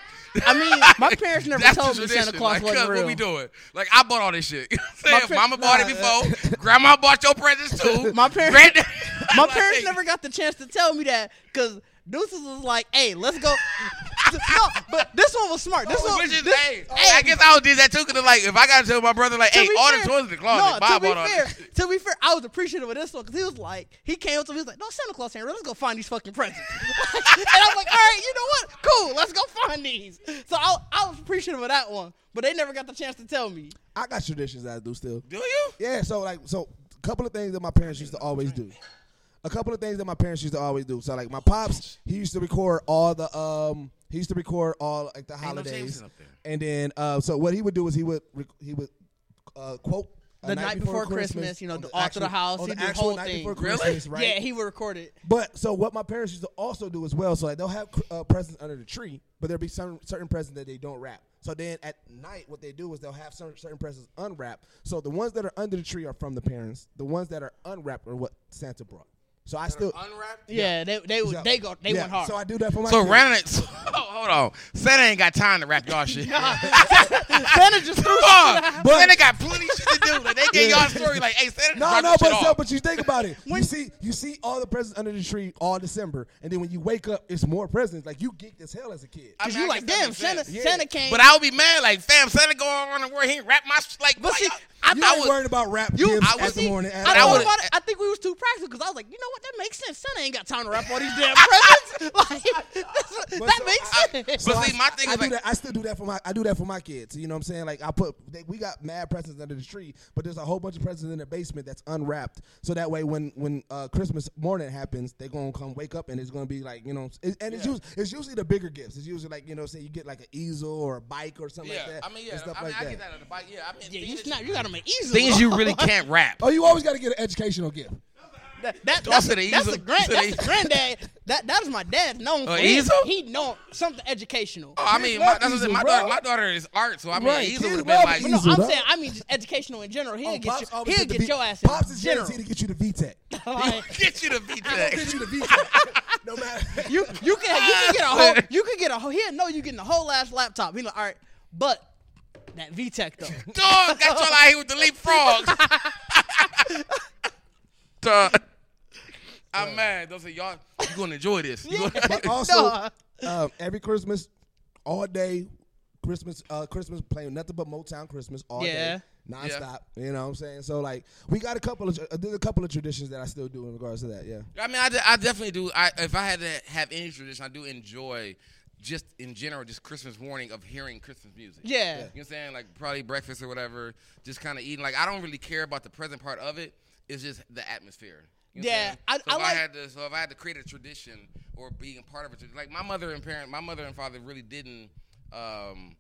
Speaker 6: I mean, my parents never
Speaker 4: that's the
Speaker 6: told me Santa
Speaker 4: tradition.
Speaker 6: Claus
Speaker 4: like,
Speaker 6: wasn't
Speaker 4: cuz, What
Speaker 6: real.
Speaker 4: we doing? Like, I bought all this shit. You know what I'm
Speaker 6: My
Speaker 4: saying?
Speaker 6: par-
Speaker 4: Mama bought it
Speaker 6: nah.
Speaker 4: before. Grandma bought your presents too.
Speaker 6: My parents,
Speaker 4: Granddad-
Speaker 6: my parents never got the chance to tell me that because Deuces was like, "Hey, let's go." no, but this one was smart. This one,
Speaker 4: Oh, Which is,
Speaker 6: this, oh,
Speaker 4: hey, I guess I always did that too. Cause like, if I gotta tell my brother, like,
Speaker 6: to
Speaker 4: hey,
Speaker 6: be
Speaker 4: all the
Speaker 6: fair-
Speaker 4: toys in the closet,
Speaker 6: No,
Speaker 4: Bob
Speaker 6: to be
Speaker 4: bought all
Speaker 6: fair,
Speaker 4: this.
Speaker 6: to be fair, I was appreciative of this one because he was like, he came up to me, he was like, "No, Santa Claus ain't real. Let's go find these fucking presents." and I'm like, "All right, you know what? Cool, let's go find these." So I, I was appreciative of that one, but they never got the chance to tell me.
Speaker 7: I got traditions that I do still.
Speaker 4: Do you?
Speaker 7: Yeah. So like, so a couple of things that my parents used to always do. A couple of things that my parents used to always do. So like, my pops, he used to record all the um, he used to record all like the
Speaker 4: Ain't no
Speaker 7: holidays.
Speaker 4: Jameson up there.
Speaker 7: and then uh, so what he would do is he would rec- he would uh, quote. A
Speaker 6: The night before Christmas, you know, the- all through the house,
Speaker 7: on
Speaker 6: he
Speaker 7: the
Speaker 6: do the
Speaker 7: actual
Speaker 6: whole
Speaker 7: night
Speaker 6: thing.
Speaker 7: before
Speaker 6: Really?
Speaker 7: Christmas, right?
Speaker 6: Yeah, he would record it.
Speaker 7: But so what my parents used to also do as well, so like they'll have uh, presents under the tree, but there'll be some certain presents that they don't wrap. So then at night, what they do is they'll have certain certain presents unwrapped. So the ones that are under the tree are from the parents. The ones that are unwrapped are what Santa brought. So I still
Speaker 4: unwrapped.
Speaker 6: Yeah, they they
Speaker 7: Yeah.
Speaker 6: they go they
Speaker 7: Yeah,
Speaker 6: went hard.
Speaker 7: So I do that for my.
Speaker 4: So
Speaker 7: kids.
Speaker 4: Rana, so, hold on. Santa ain't got time to wrap y'all shit.
Speaker 6: Santa just threw
Speaker 4: shit out. Santa got plenty shit to do. Like, they gave
Speaker 7: Yeah.
Speaker 4: y'all a story like, hey, Santa
Speaker 7: No,
Speaker 4: just
Speaker 7: no,
Speaker 4: wrapped
Speaker 7: but
Speaker 4: your shit
Speaker 7: no,
Speaker 4: off.
Speaker 7: but you think about it. you see, you see all the presents under the tree all December, and then when you wake up, it's more presents. Like you geeked as hell as a kid.
Speaker 4: I mean, I guess that makes sense.
Speaker 6: came.
Speaker 4: But I would be mad, like, fam, Santa go around the world, he ain't wrap my shit. Like, but see, I
Speaker 7: you
Speaker 4: thought
Speaker 7: ain't
Speaker 4: was-
Speaker 7: worried about rap
Speaker 4: You-
Speaker 7: gifts
Speaker 4: I was-
Speaker 7: at the morning.
Speaker 4: I
Speaker 7: after.
Speaker 6: I,
Speaker 4: I
Speaker 6: thought
Speaker 4: would've-
Speaker 6: about it. I think we was too practical because I was like, you know what, that makes sense. Santa ain't got time to wrap all these damn presents. Like that's- that makes sense.
Speaker 7: So I, I do that, I still do that for my I do that for my kids. You know what I'm saying? Like I put they, we got mad presents under the tree, but there's a whole bunch of presents in the basement that's unwrapped. So that way when when uh, Christmas morning happens, they're gonna come wake up and it's gonna be like you know, it, and it's
Speaker 4: Yeah.
Speaker 7: usually it's usually the bigger gifts. It's usually like you know, say you get like an easel or a bike or something
Speaker 4: yeah,
Speaker 7: like that.
Speaker 4: I mean, yeah,
Speaker 7: and stuff
Speaker 4: I mean,
Speaker 7: like
Speaker 4: I
Speaker 7: that.
Speaker 4: get that on the bike. Yeah, I mean, yeah,
Speaker 6: you, not, you got them an easel.
Speaker 4: Things you really can't rap.
Speaker 7: Oh, you always got to get an educational gift.
Speaker 6: That, that,
Speaker 4: Y'all
Speaker 6: that's,
Speaker 4: said an
Speaker 6: that's
Speaker 4: easel.
Speaker 6: a grand,
Speaker 4: Said an
Speaker 6: that's a granddad. That that is my dad known for.
Speaker 4: An
Speaker 6: his-
Speaker 4: easel?
Speaker 6: He know something educational.
Speaker 4: Oh, I mean, my, that's what I'm saying. My daughter, my daughter is art, so I mean,
Speaker 6: Right,
Speaker 4: easily
Speaker 6: kids
Speaker 4: would have
Speaker 6: love
Speaker 4: been like,
Speaker 6: No, I'm saying I mean just educational in general. He'll get
Speaker 7: Oh, Pops
Speaker 6: your,
Speaker 7: always
Speaker 6: he'll
Speaker 7: get the
Speaker 6: get
Speaker 7: V-
Speaker 6: your ass in
Speaker 7: Pops is
Speaker 6: general.
Speaker 7: guaranteed to get you the VTech.
Speaker 4: get you the VTech.
Speaker 7: you the No matter
Speaker 6: you you can you can get a whole you can get a whole he'll know you getting a whole ass laptop. He like, all right, but that VTech though.
Speaker 4: Dog, got y'all out here with the leapfrogs. Dog. I'm mad. Those are y'all. You gonna enjoy this? You gonna-
Speaker 7: but also um, every Christmas, all day, Christmas, uh, Christmas playing nothing but Motown Christmas all
Speaker 6: Yeah.
Speaker 7: day, nonstop. You know what I'm saying? So like, we got a couple of uh, there's a couple of traditions that I still do in regards to that. Yeah.
Speaker 4: I mean, I, de- I definitely do. I, if I had to have any tradition, I do enjoy just in general, just Christmas morning of hearing Christmas music.
Speaker 6: Yeah. Yeah.
Speaker 4: You know what I'm saying? Like probably breakfast or whatever, just kind of eating. Like I don't really care about the present part of it. It's just the atmosphere. You know what I'm
Speaker 6: Yeah,
Speaker 4: saying?
Speaker 6: I-
Speaker 4: so
Speaker 6: I
Speaker 4: if
Speaker 6: like-
Speaker 4: I had to, so if I had to create a tradition or being part of a tradition, like my mother and parent, my mother and father really didn't um,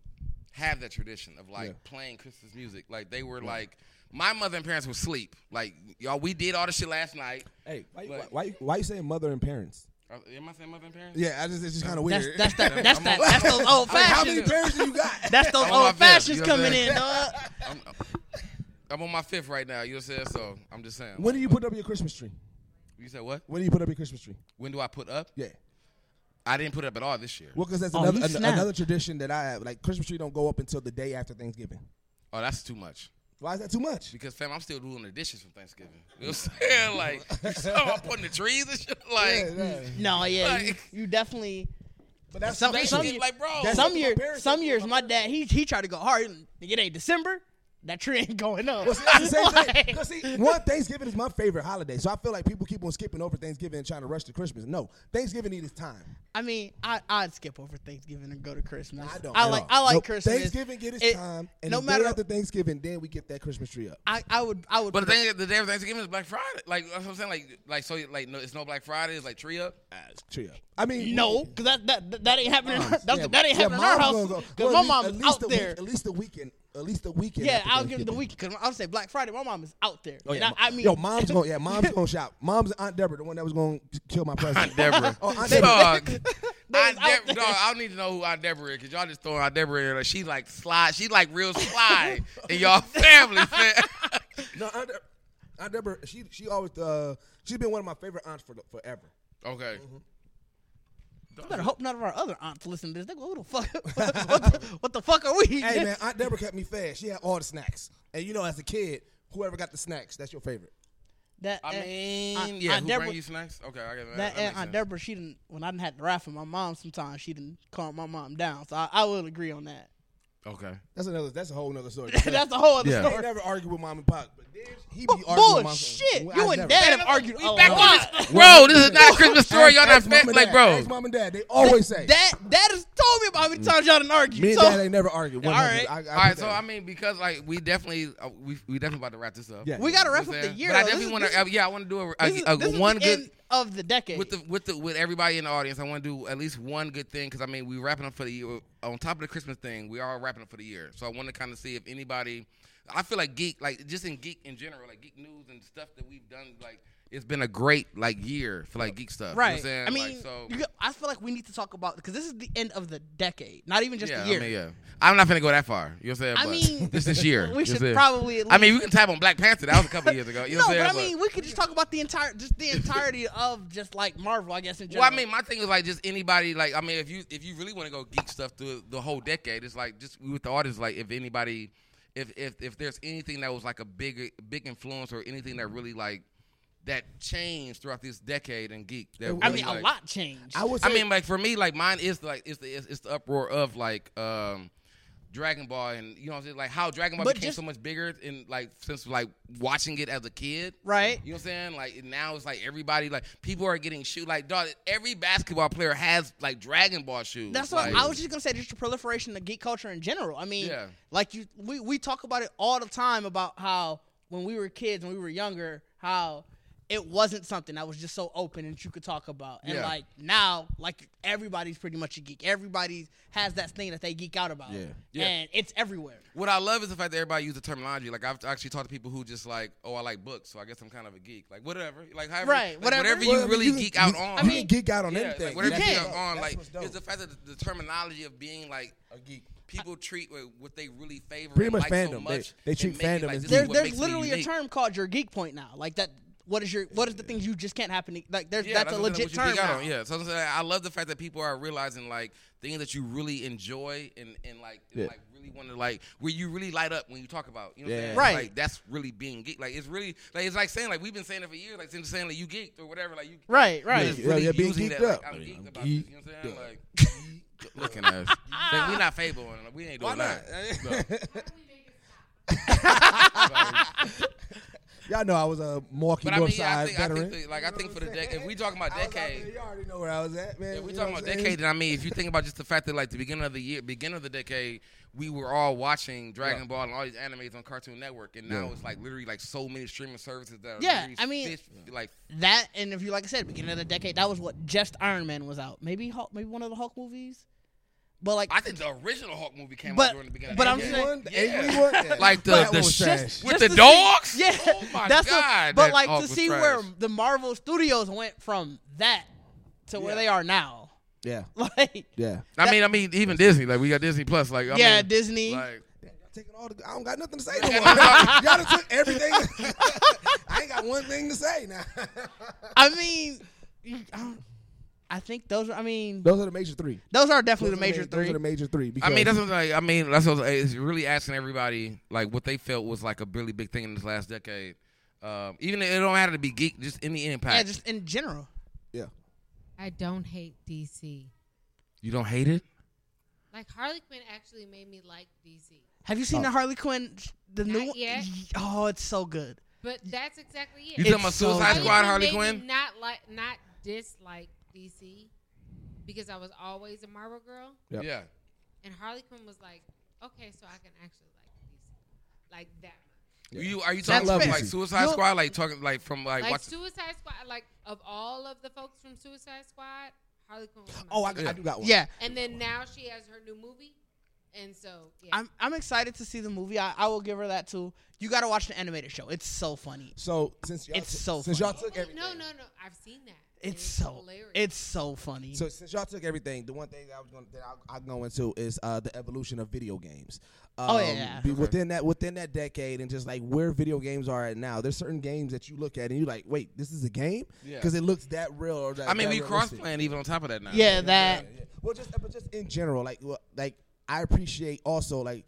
Speaker 4: have that tradition of like
Speaker 7: Yeah.
Speaker 4: playing Christmas music. Like they were like, my mother and parents would sleep. Like y'all, we did all the shit last night.
Speaker 7: Hey, why,
Speaker 4: But-
Speaker 7: why, why, you- why you saying mother and parents?
Speaker 4: Are- Am I saying mother and parents?
Speaker 7: Yeah, I just it's just kind of
Speaker 6: That's-
Speaker 7: weird.
Speaker 6: that's that- that's that- that's those old
Speaker 7: I mean, How
Speaker 6: fashions.
Speaker 7: many parents do you got?
Speaker 6: That's those
Speaker 4: I'm on my
Speaker 6: old
Speaker 4: fifth,
Speaker 6: fashions
Speaker 4: you know what I'm
Speaker 6: coming in,
Speaker 4: saying?
Speaker 6: dog.
Speaker 4: I'm, uh, I'm on my fifth right now. You know what I'm saying? So I'm just saying.
Speaker 7: When do you put up your Christmas tree?
Speaker 4: You said what?
Speaker 7: When do you put up your Christmas tree?
Speaker 4: When do I put up?
Speaker 7: Yeah.
Speaker 4: I didn't put up at all this year.
Speaker 7: Well, because that's
Speaker 4: Oh,
Speaker 7: another
Speaker 4: you
Speaker 7: an-
Speaker 4: snapped.
Speaker 7: another tradition that I have. Like Christmas tree don't go up until the day after Thanksgiving.
Speaker 4: Oh, that's too much.
Speaker 7: Why is that too much?
Speaker 4: Because fam, I'm still doing the dishes from Thanksgiving. You know what I'm saying? Like, you saw I'm putting the trees and shit. Like,
Speaker 6: No, yeah, you,
Speaker 4: Like-
Speaker 6: you definitely. But
Speaker 7: that's
Speaker 6: some,
Speaker 4: that's
Speaker 6: some
Speaker 4: it,
Speaker 6: year-
Speaker 4: like, bro.
Speaker 6: some
Speaker 4: That's what my
Speaker 6: year,
Speaker 4: parents
Speaker 6: some
Speaker 4: do.
Speaker 6: years, my dad he he tried to go hard. and It ain't December. That tree ain't going up.
Speaker 7: Well, see, that's the same thing.
Speaker 6: Like-
Speaker 7: 'Cause see, one Thanksgiving is my favorite holiday, so I feel like people keep on skipping over Thanksgiving and trying to rush to Christmas. No, Thanksgiving needs time.
Speaker 6: I mean, I I'd skip over Thanksgiving and go to Christmas.
Speaker 7: I don't.
Speaker 6: I
Speaker 7: at
Speaker 6: like
Speaker 7: all.
Speaker 6: I like
Speaker 7: Nope.
Speaker 6: Christmas.
Speaker 7: Thanksgiving get its
Speaker 6: It-
Speaker 7: time, and
Speaker 6: no
Speaker 7: the
Speaker 6: matter
Speaker 7: day after Thanksgiving, then we get that Christmas tree up.
Speaker 6: I, I would I would.
Speaker 4: But the
Speaker 6: put a-
Speaker 4: thing, is, the day of Thanksgiving is Black Friday. Like, that's what I'm saying. Like, like so, like, no, it's no Black Friday. It's like tree up.
Speaker 7: Tree up. I mean,
Speaker 6: no, because that, that that that ain't happening.
Speaker 7: Moms.
Speaker 6: that's,
Speaker 7: Yeah,
Speaker 6: that ain't
Speaker 7: yeah,
Speaker 6: happening in our
Speaker 7: mom's
Speaker 6: house.
Speaker 7: gonna go-
Speaker 6: Because
Speaker 7: well,
Speaker 6: my
Speaker 7: at
Speaker 6: mom's
Speaker 7: least- at least
Speaker 6: out
Speaker 7: the week-
Speaker 6: there.
Speaker 7: at least the weekend. At least the weekend.
Speaker 6: yeah,
Speaker 7: after
Speaker 6: I'll give them the
Speaker 7: Thanksgiving.
Speaker 6: weekend. Because I'll say Black Friday. My mom is out there.
Speaker 7: Oh, yeah,
Speaker 6: And
Speaker 7: mo-
Speaker 6: I, I mean,
Speaker 7: yo, mom's gonna yeah, mom's gonna shop. Mom's Aunt Deborah, the one that was gonna kill my president.
Speaker 4: Aunt Deborah.
Speaker 7: oh, Aunt Deborah.
Speaker 4: Dog. Aunt Deb- dog, I don't need to know who Aunt Deborah is because y'all just throwing Aunt Deborah in. Like, she like sly. She like real sly in y'all family. fam.
Speaker 7: No, Aunt, De- Aunt Deborah. She she always uh she's been one of my favorite aunts for forever.
Speaker 4: Okay.
Speaker 6: Mm-hmm. I better hope none of our other aunts listen to this. They go, who the fuck? What the, what the, what the fuck are we? eating?"
Speaker 7: Hey man, Aunt Deborah kept me fed. She had all the snacks, and you know, as a kid, whoever got the snacks, that's your favorite.
Speaker 6: That
Speaker 4: I
Speaker 6: Aunt-
Speaker 4: mean,
Speaker 6: Aunt-
Speaker 4: yeah,
Speaker 6: Aunt
Speaker 4: who
Speaker 6: Deborah-
Speaker 4: bring you snacks? Okay, I get that.
Speaker 6: That, eh,
Speaker 4: That
Speaker 6: Aunt
Speaker 4: makes sense.
Speaker 6: Deborah, she didn't. When I didn't have to ride for my mom, sometimes she didn't calm my mom down. So I, I will agree on that.
Speaker 4: Okay.
Speaker 7: That's another. That's a whole other story.
Speaker 6: That's a whole other
Speaker 4: Yeah.
Speaker 7: I
Speaker 6: story.
Speaker 7: ain't never argue with mom and pop, but then he be arguing with mom.
Speaker 6: Bullshit!
Speaker 7: Well,
Speaker 6: you
Speaker 7: I
Speaker 6: and
Speaker 7: never-
Speaker 6: dad have argued a
Speaker 4: back
Speaker 6: lot.
Speaker 4: on this. Bro, this is not a Christmas story. Y'all not
Speaker 7: Ask mom
Speaker 4: fat.
Speaker 7: and
Speaker 4: Like,
Speaker 7: dad.
Speaker 4: bro.
Speaker 7: Ask mom and dad. They always say. Mm.
Speaker 6: Dad, dad has told me about how many times y'all done argued.
Speaker 7: Me and
Speaker 6: so,
Speaker 7: dad ain't never argued.
Speaker 6: All right.
Speaker 7: I, I
Speaker 4: All right,
Speaker 7: do
Speaker 4: so
Speaker 7: that.
Speaker 4: I mean, because like we definitely uh, we we definitely about to wrap this up.
Speaker 7: Yeah.
Speaker 6: We gotta
Speaker 4: You know
Speaker 6: wrap up
Speaker 4: what I'm
Speaker 6: the
Speaker 4: saying?
Speaker 6: year,
Speaker 4: But I
Speaker 6: though.
Speaker 4: definitely want
Speaker 6: This is-
Speaker 4: to. yeah, I want to do a,
Speaker 6: this is,
Speaker 4: a, a
Speaker 6: this is
Speaker 4: one
Speaker 6: the
Speaker 4: good
Speaker 6: end of the decade.
Speaker 4: with the with the with everybody in the audience. I want to do at least one good thing because I mean we wrapping up for the year. On top of the Christmas thing, we are wrapping up for the year. So I want to kind of see if anybody. I feel like geek, like just in geek in general, like geek news and stuff that we've done, like. it's been a great like year for like geek stuff.
Speaker 6: Right.
Speaker 4: You know
Speaker 6: I
Speaker 4: what I'm saying?
Speaker 6: mean,
Speaker 4: like, so
Speaker 6: you got- I feel like we need to talk about because this is the end of the decade, not even just
Speaker 4: yeah,
Speaker 6: the year.
Speaker 4: I mean, yeah. I'm not gonna go that far. You know what I'm saying?
Speaker 6: I
Speaker 4: But
Speaker 6: mean,
Speaker 4: just this year.
Speaker 6: we
Speaker 4: you know what I'm
Speaker 6: should
Speaker 4: saying?
Speaker 6: probably at
Speaker 4: I mean, we
Speaker 6: least-
Speaker 4: can tap on Black Panther. That was a couple years ago. You know
Speaker 6: no,
Speaker 4: what I'm saying?
Speaker 6: but I mean, we could just talk about the entire, just the entirety of just like Marvel, I guess. In general.
Speaker 4: Well, I mean, my thing is like just anybody. Like, I mean, if you if you really want to go geek stuff through the whole decade, it's like just with the artists. Like, if anybody, if if if there's anything that was like a big big influence or anything that really like that changed throughout this decade in geek. That
Speaker 6: I
Speaker 4: really,
Speaker 6: mean, a
Speaker 4: like-
Speaker 6: lot changed.
Speaker 4: I, mean, like for me, like mine is like it's the it's, it's the uproar of like um Dragon Ball and you know what I'm saying? like how Dragon Ball
Speaker 6: But
Speaker 4: became
Speaker 6: just-
Speaker 4: so much bigger and like since like watching it as a kid,
Speaker 6: right?
Speaker 4: You know what I'm saying? Like now it's like everybody like people are getting shoes like dog. Every basketball player has like Dragon Ball shoes.
Speaker 6: That's what
Speaker 4: like,
Speaker 6: I was just gonna say. Just the proliferation of geek culture in general. I mean,
Speaker 4: Yeah.
Speaker 6: like you, we we talk about it all the time about how when we were kids, when we were younger, how it wasn't something that was just so open and you could talk about. And
Speaker 4: Yeah.
Speaker 6: like now, like everybody's pretty much a geek. Everybody has that thing that they geek out about.
Speaker 4: Yeah. Yeah.
Speaker 6: and it's everywhere.
Speaker 4: What I love is the fact that everybody uses the terminology. Like I've actually talked to people who just like, oh, I like books, so I guess I'm kind of a geek. Like whatever, like however,
Speaker 6: Right,
Speaker 4: like,
Speaker 6: whatever.
Speaker 4: you
Speaker 6: Well, I mean,
Speaker 4: really
Speaker 6: you can-
Speaker 4: geek out
Speaker 6: you-
Speaker 4: on.
Speaker 6: I mean, you can geek out on
Speaker 4: Yeah,
Speaker 6: anything.
Speaker 4: Like, whatever
Speaker 6: You
Speaker 4: you geek
Speaker 6: can.
Speaker 4: out on,
Speaker 6: That's
Speaker 4: like
Speaker 6: what's dope.
Speaker 4: it's the fact that the terminology of being like a geek. People treat what- what they really favor.
Speaker 7: Pretty
Speaker 4: and
Speaker 7: much
Speaker 4: like So
Speaker 7: fandom. They-
Speaker 4: much
Speaker 7: they
Speaker 4: and
Speaker 7: treat
Speaker 4: make it
Speaker 7: fandom
Speaker 4: like,
Speaker 7: as
Speaker 4: this is
Speaker 6: There's
Speaker 4: what
Speaker 6: there's
Speaker 4: makes me
Speaker 6: literally a
Speaker 4: unique.
Speaker 6: term called your geek point now. Like that. What is your what is the things you just can't happen? To, like there's that's, a
Speaker 4: what I'm
Speaker 6: legit
Speaker 4: saying, what
Speaker 6: term.
Speaker 4: you geek out
Speaker 6: now.
Speaker 4: on. Yeah, so I'm saying, I love the fact that people are realizing like things that you really enjoy and and like and,
Speaker 7: Yeah.
Speaker 4: like really want to like where you really light up when you talk about. You know, what I'm
Speaker 7: Yeah.
Speaker 4: saying?
Speaker 7: Right.
Speaker 4: Like that's really being geek. Like it's really like it's like saying like we've been saying it for years. Like since saying like you geeked or whatever. Like you
Speaker 6: Right,
Speaker 7: right.
Speaker 4: It's
Speaker 7: Yeah, yeah, being
Speaker 4: using
Speaker 7: geeked
Speaker 4: that,
Speaker 7: up.
Speaker 4: Like, I'm
Speaker 7: Yeah,
Speaker 4: geeked
Speaker 7: I'm
Speaker 4: about this. You know what I'm saying? Like looking at us. Like, we not fable on it. We ain't
Speaker 7: Why
Speaker 4: doing that.
Speaker 7: not?
Speaker 4: No.
Speaker 7: Y'all know I was a Milwaukee
Speaker 4: But I
Speaker 7: North
Speaker 4: mean, yeah,
Speaker 7: Side
Speaker 4: I think, I
Speaker 7: veteran.
Speaker 4: think that, like I think for the decade, if we talking about decade,
Speaker 7: you already know where I was at, man.
Speaker 4: If
Speaker 7: You
Speaker 4: we
Speaker 7: know
Speaker 4: talking
Speaker 7: what
Speaker 4: about
Speaker 7: I'm
Speaker 4: decade,
Speaker 7: saying?
Speaker 4: then I mean, if you think about just the fact that like the beginning of the year, beginning of the decade, we were all watching Dragon Ball and all these animes on Cartoon Network, and now
Speaker 7: Yeah.
Speaker 4: it's like literally like so many streaming services that are
Speaker 6: Yeah,
Speaker 4: literally
Speaker 6: I mean-
Speaker 4: fish- like
Speaker 6: That and if you like I said, beginning of the decade, that was what just Iron Man was out. Maybe Hulk, maybe one of the Hulk movies. But like
Speaker 4: I think the original Hulk movie came
Speaker 6: But-
Speaker 4: out during the beginning.
Speaker 6: but
Speaker 4: of
Speaker 6: I'm
Speaker 4: the
Speaker 6: saying-
Speaker 4: decade. yeah.
Speaker 6: Yeah. Yeah.
Speaker 4: like the,
Speaker 6: That
Speaker 4: the
Speaker 6: one was
Speaker 4: sh-
Speaker 6: trash. Just
Speaker 4: with the
Speaker 6: to see-
Speaker 4: dogs.
Speaker 6: yeah,
Speaker 4: oh my
Speaker 6: that's
Speaker 4: god!
Speaker 6: what, but
Speaker 4: that
Speaker 6: like
Speaker 4: Hulk
Speaker 6: to
Speaker 4: was
Speaker 6: see
Speaker 4: trash.
Speaker 6: where the Marvel Studios went from that to where they are now.
Speaker 7: Yeah.
Speaker 6: Like
Speaker 7: Yeah.
Speaker 4: I mean, I mean, even Disney. Like we got Disney Plus. Like I
Speaker 6: yeah,
Speaker 4: mean,
Speaker 6: Disney.
Speaker 4: Like,
Speaker 7: Taking all the, I don't got nothing to say no more. Y'all done took everything. I ain't got one thing to say now.
Speaker 6: I mean, you- I, don't- I think those. are I mean,
Speaker 7: Those are the major three.
Speaker 6: Those are definitely the
Speaker 7: Those
Speaker 6: major
Speaker 7: ma- Those
Speaker 6: three.
Speaker 7: are the major three.
Speaker 4: I mean,
Speaker 7: because-
Speaker 4: that's what I'm like. I mean, that's what I'm saying. It's really asking everybody like what they felt was like a really big thing in this last decade. Um, even if it don't have to be geek, just any impact.
Speaker 6: yeah, just in general.
Speaker 16: I don't hate DC.
Speaker 4: you don't hate it.
Speaker 16: Like Harley Quinn actually made me like DC.
Speaker 6: Have you seen
Speaker 4: Oh.
Speaker 6: the Harley Quinn, the new one?
Speaker 16: yet.
Speaker 6: Oh, it's so good.
Speaker 16: But that's exactly it.
Speaker 4: You talking about
Speaker 6: It's so
Speaker 4: Suicide
Speaker 6: good.
Speaker 4: Squad, Harley
Speaker 16: made me
Speaker 4: Quinn?
Speaker 16: Not like not dislike DC because I was always a Marvel girl,
Speaker 4: Yeah. yeah.
Speaker 16: and Harley Quinn was like, okay, so I can actually like DC, like that.
Speaker 4: You are you
Speaker 7: I
Speaker 4: talking
Speaker 7: love
Speaker 4: about like
Speaker 7: DC.
Speaker 4: Suicide
Speaker 7: You-
Speaker 4: Squad? Like talking like from like,
Speaker 16: Like,
Speaker 4: watch-
Speaker 16: Suicide Squad, like of all of the folks from Suicide Squad, Harley Quinn. Was my
Speaker 7: Oh, I,
Speaker 16: favorite.
Speaker 7: I do got one.
Speaker 6: Yeah.
Speaker 16: And then now she has her new movie, and so yeah.
Speaker 6: I'm I'm excited to see the movie. I, I will give her that too. You gotta watch the animated show. It's so funny.
Speaker 7: So since y'all
Speaker 6: it's
Speaker 7: took-
Speaker 6: so
Speaker 7: since
Speaker 6: funny.
Speaker 7: y'all took everything,
Speaker 16: no, no, no. I've seen that.
Speaker 6: it's so it's so funny.
Speaker 7: So since y'all took everything, the one thing that I was going to that I, I go into is uh, the evolution of video games. Um,
Speaker 6: Oh, yeah, yeah.
Speaker 7: be-
Speaker 6: Okay.
Speaker 7: Within that within that decade and just like where video games are at now, there's certain games that you look at and you're like, wait, this is a game
Speaker 4: Yeah.
Speaker 7: because it looks that real. Or that,
Speaker 4: I mean,
Speaker 7: that
Speaker 4: we cross
Speaker 7: realistic.
Speaker 4: playing even on top of that now.
Speaker 6: yeah, that
Speaker 7: Well, just but just in general, like well, like I appreciate also like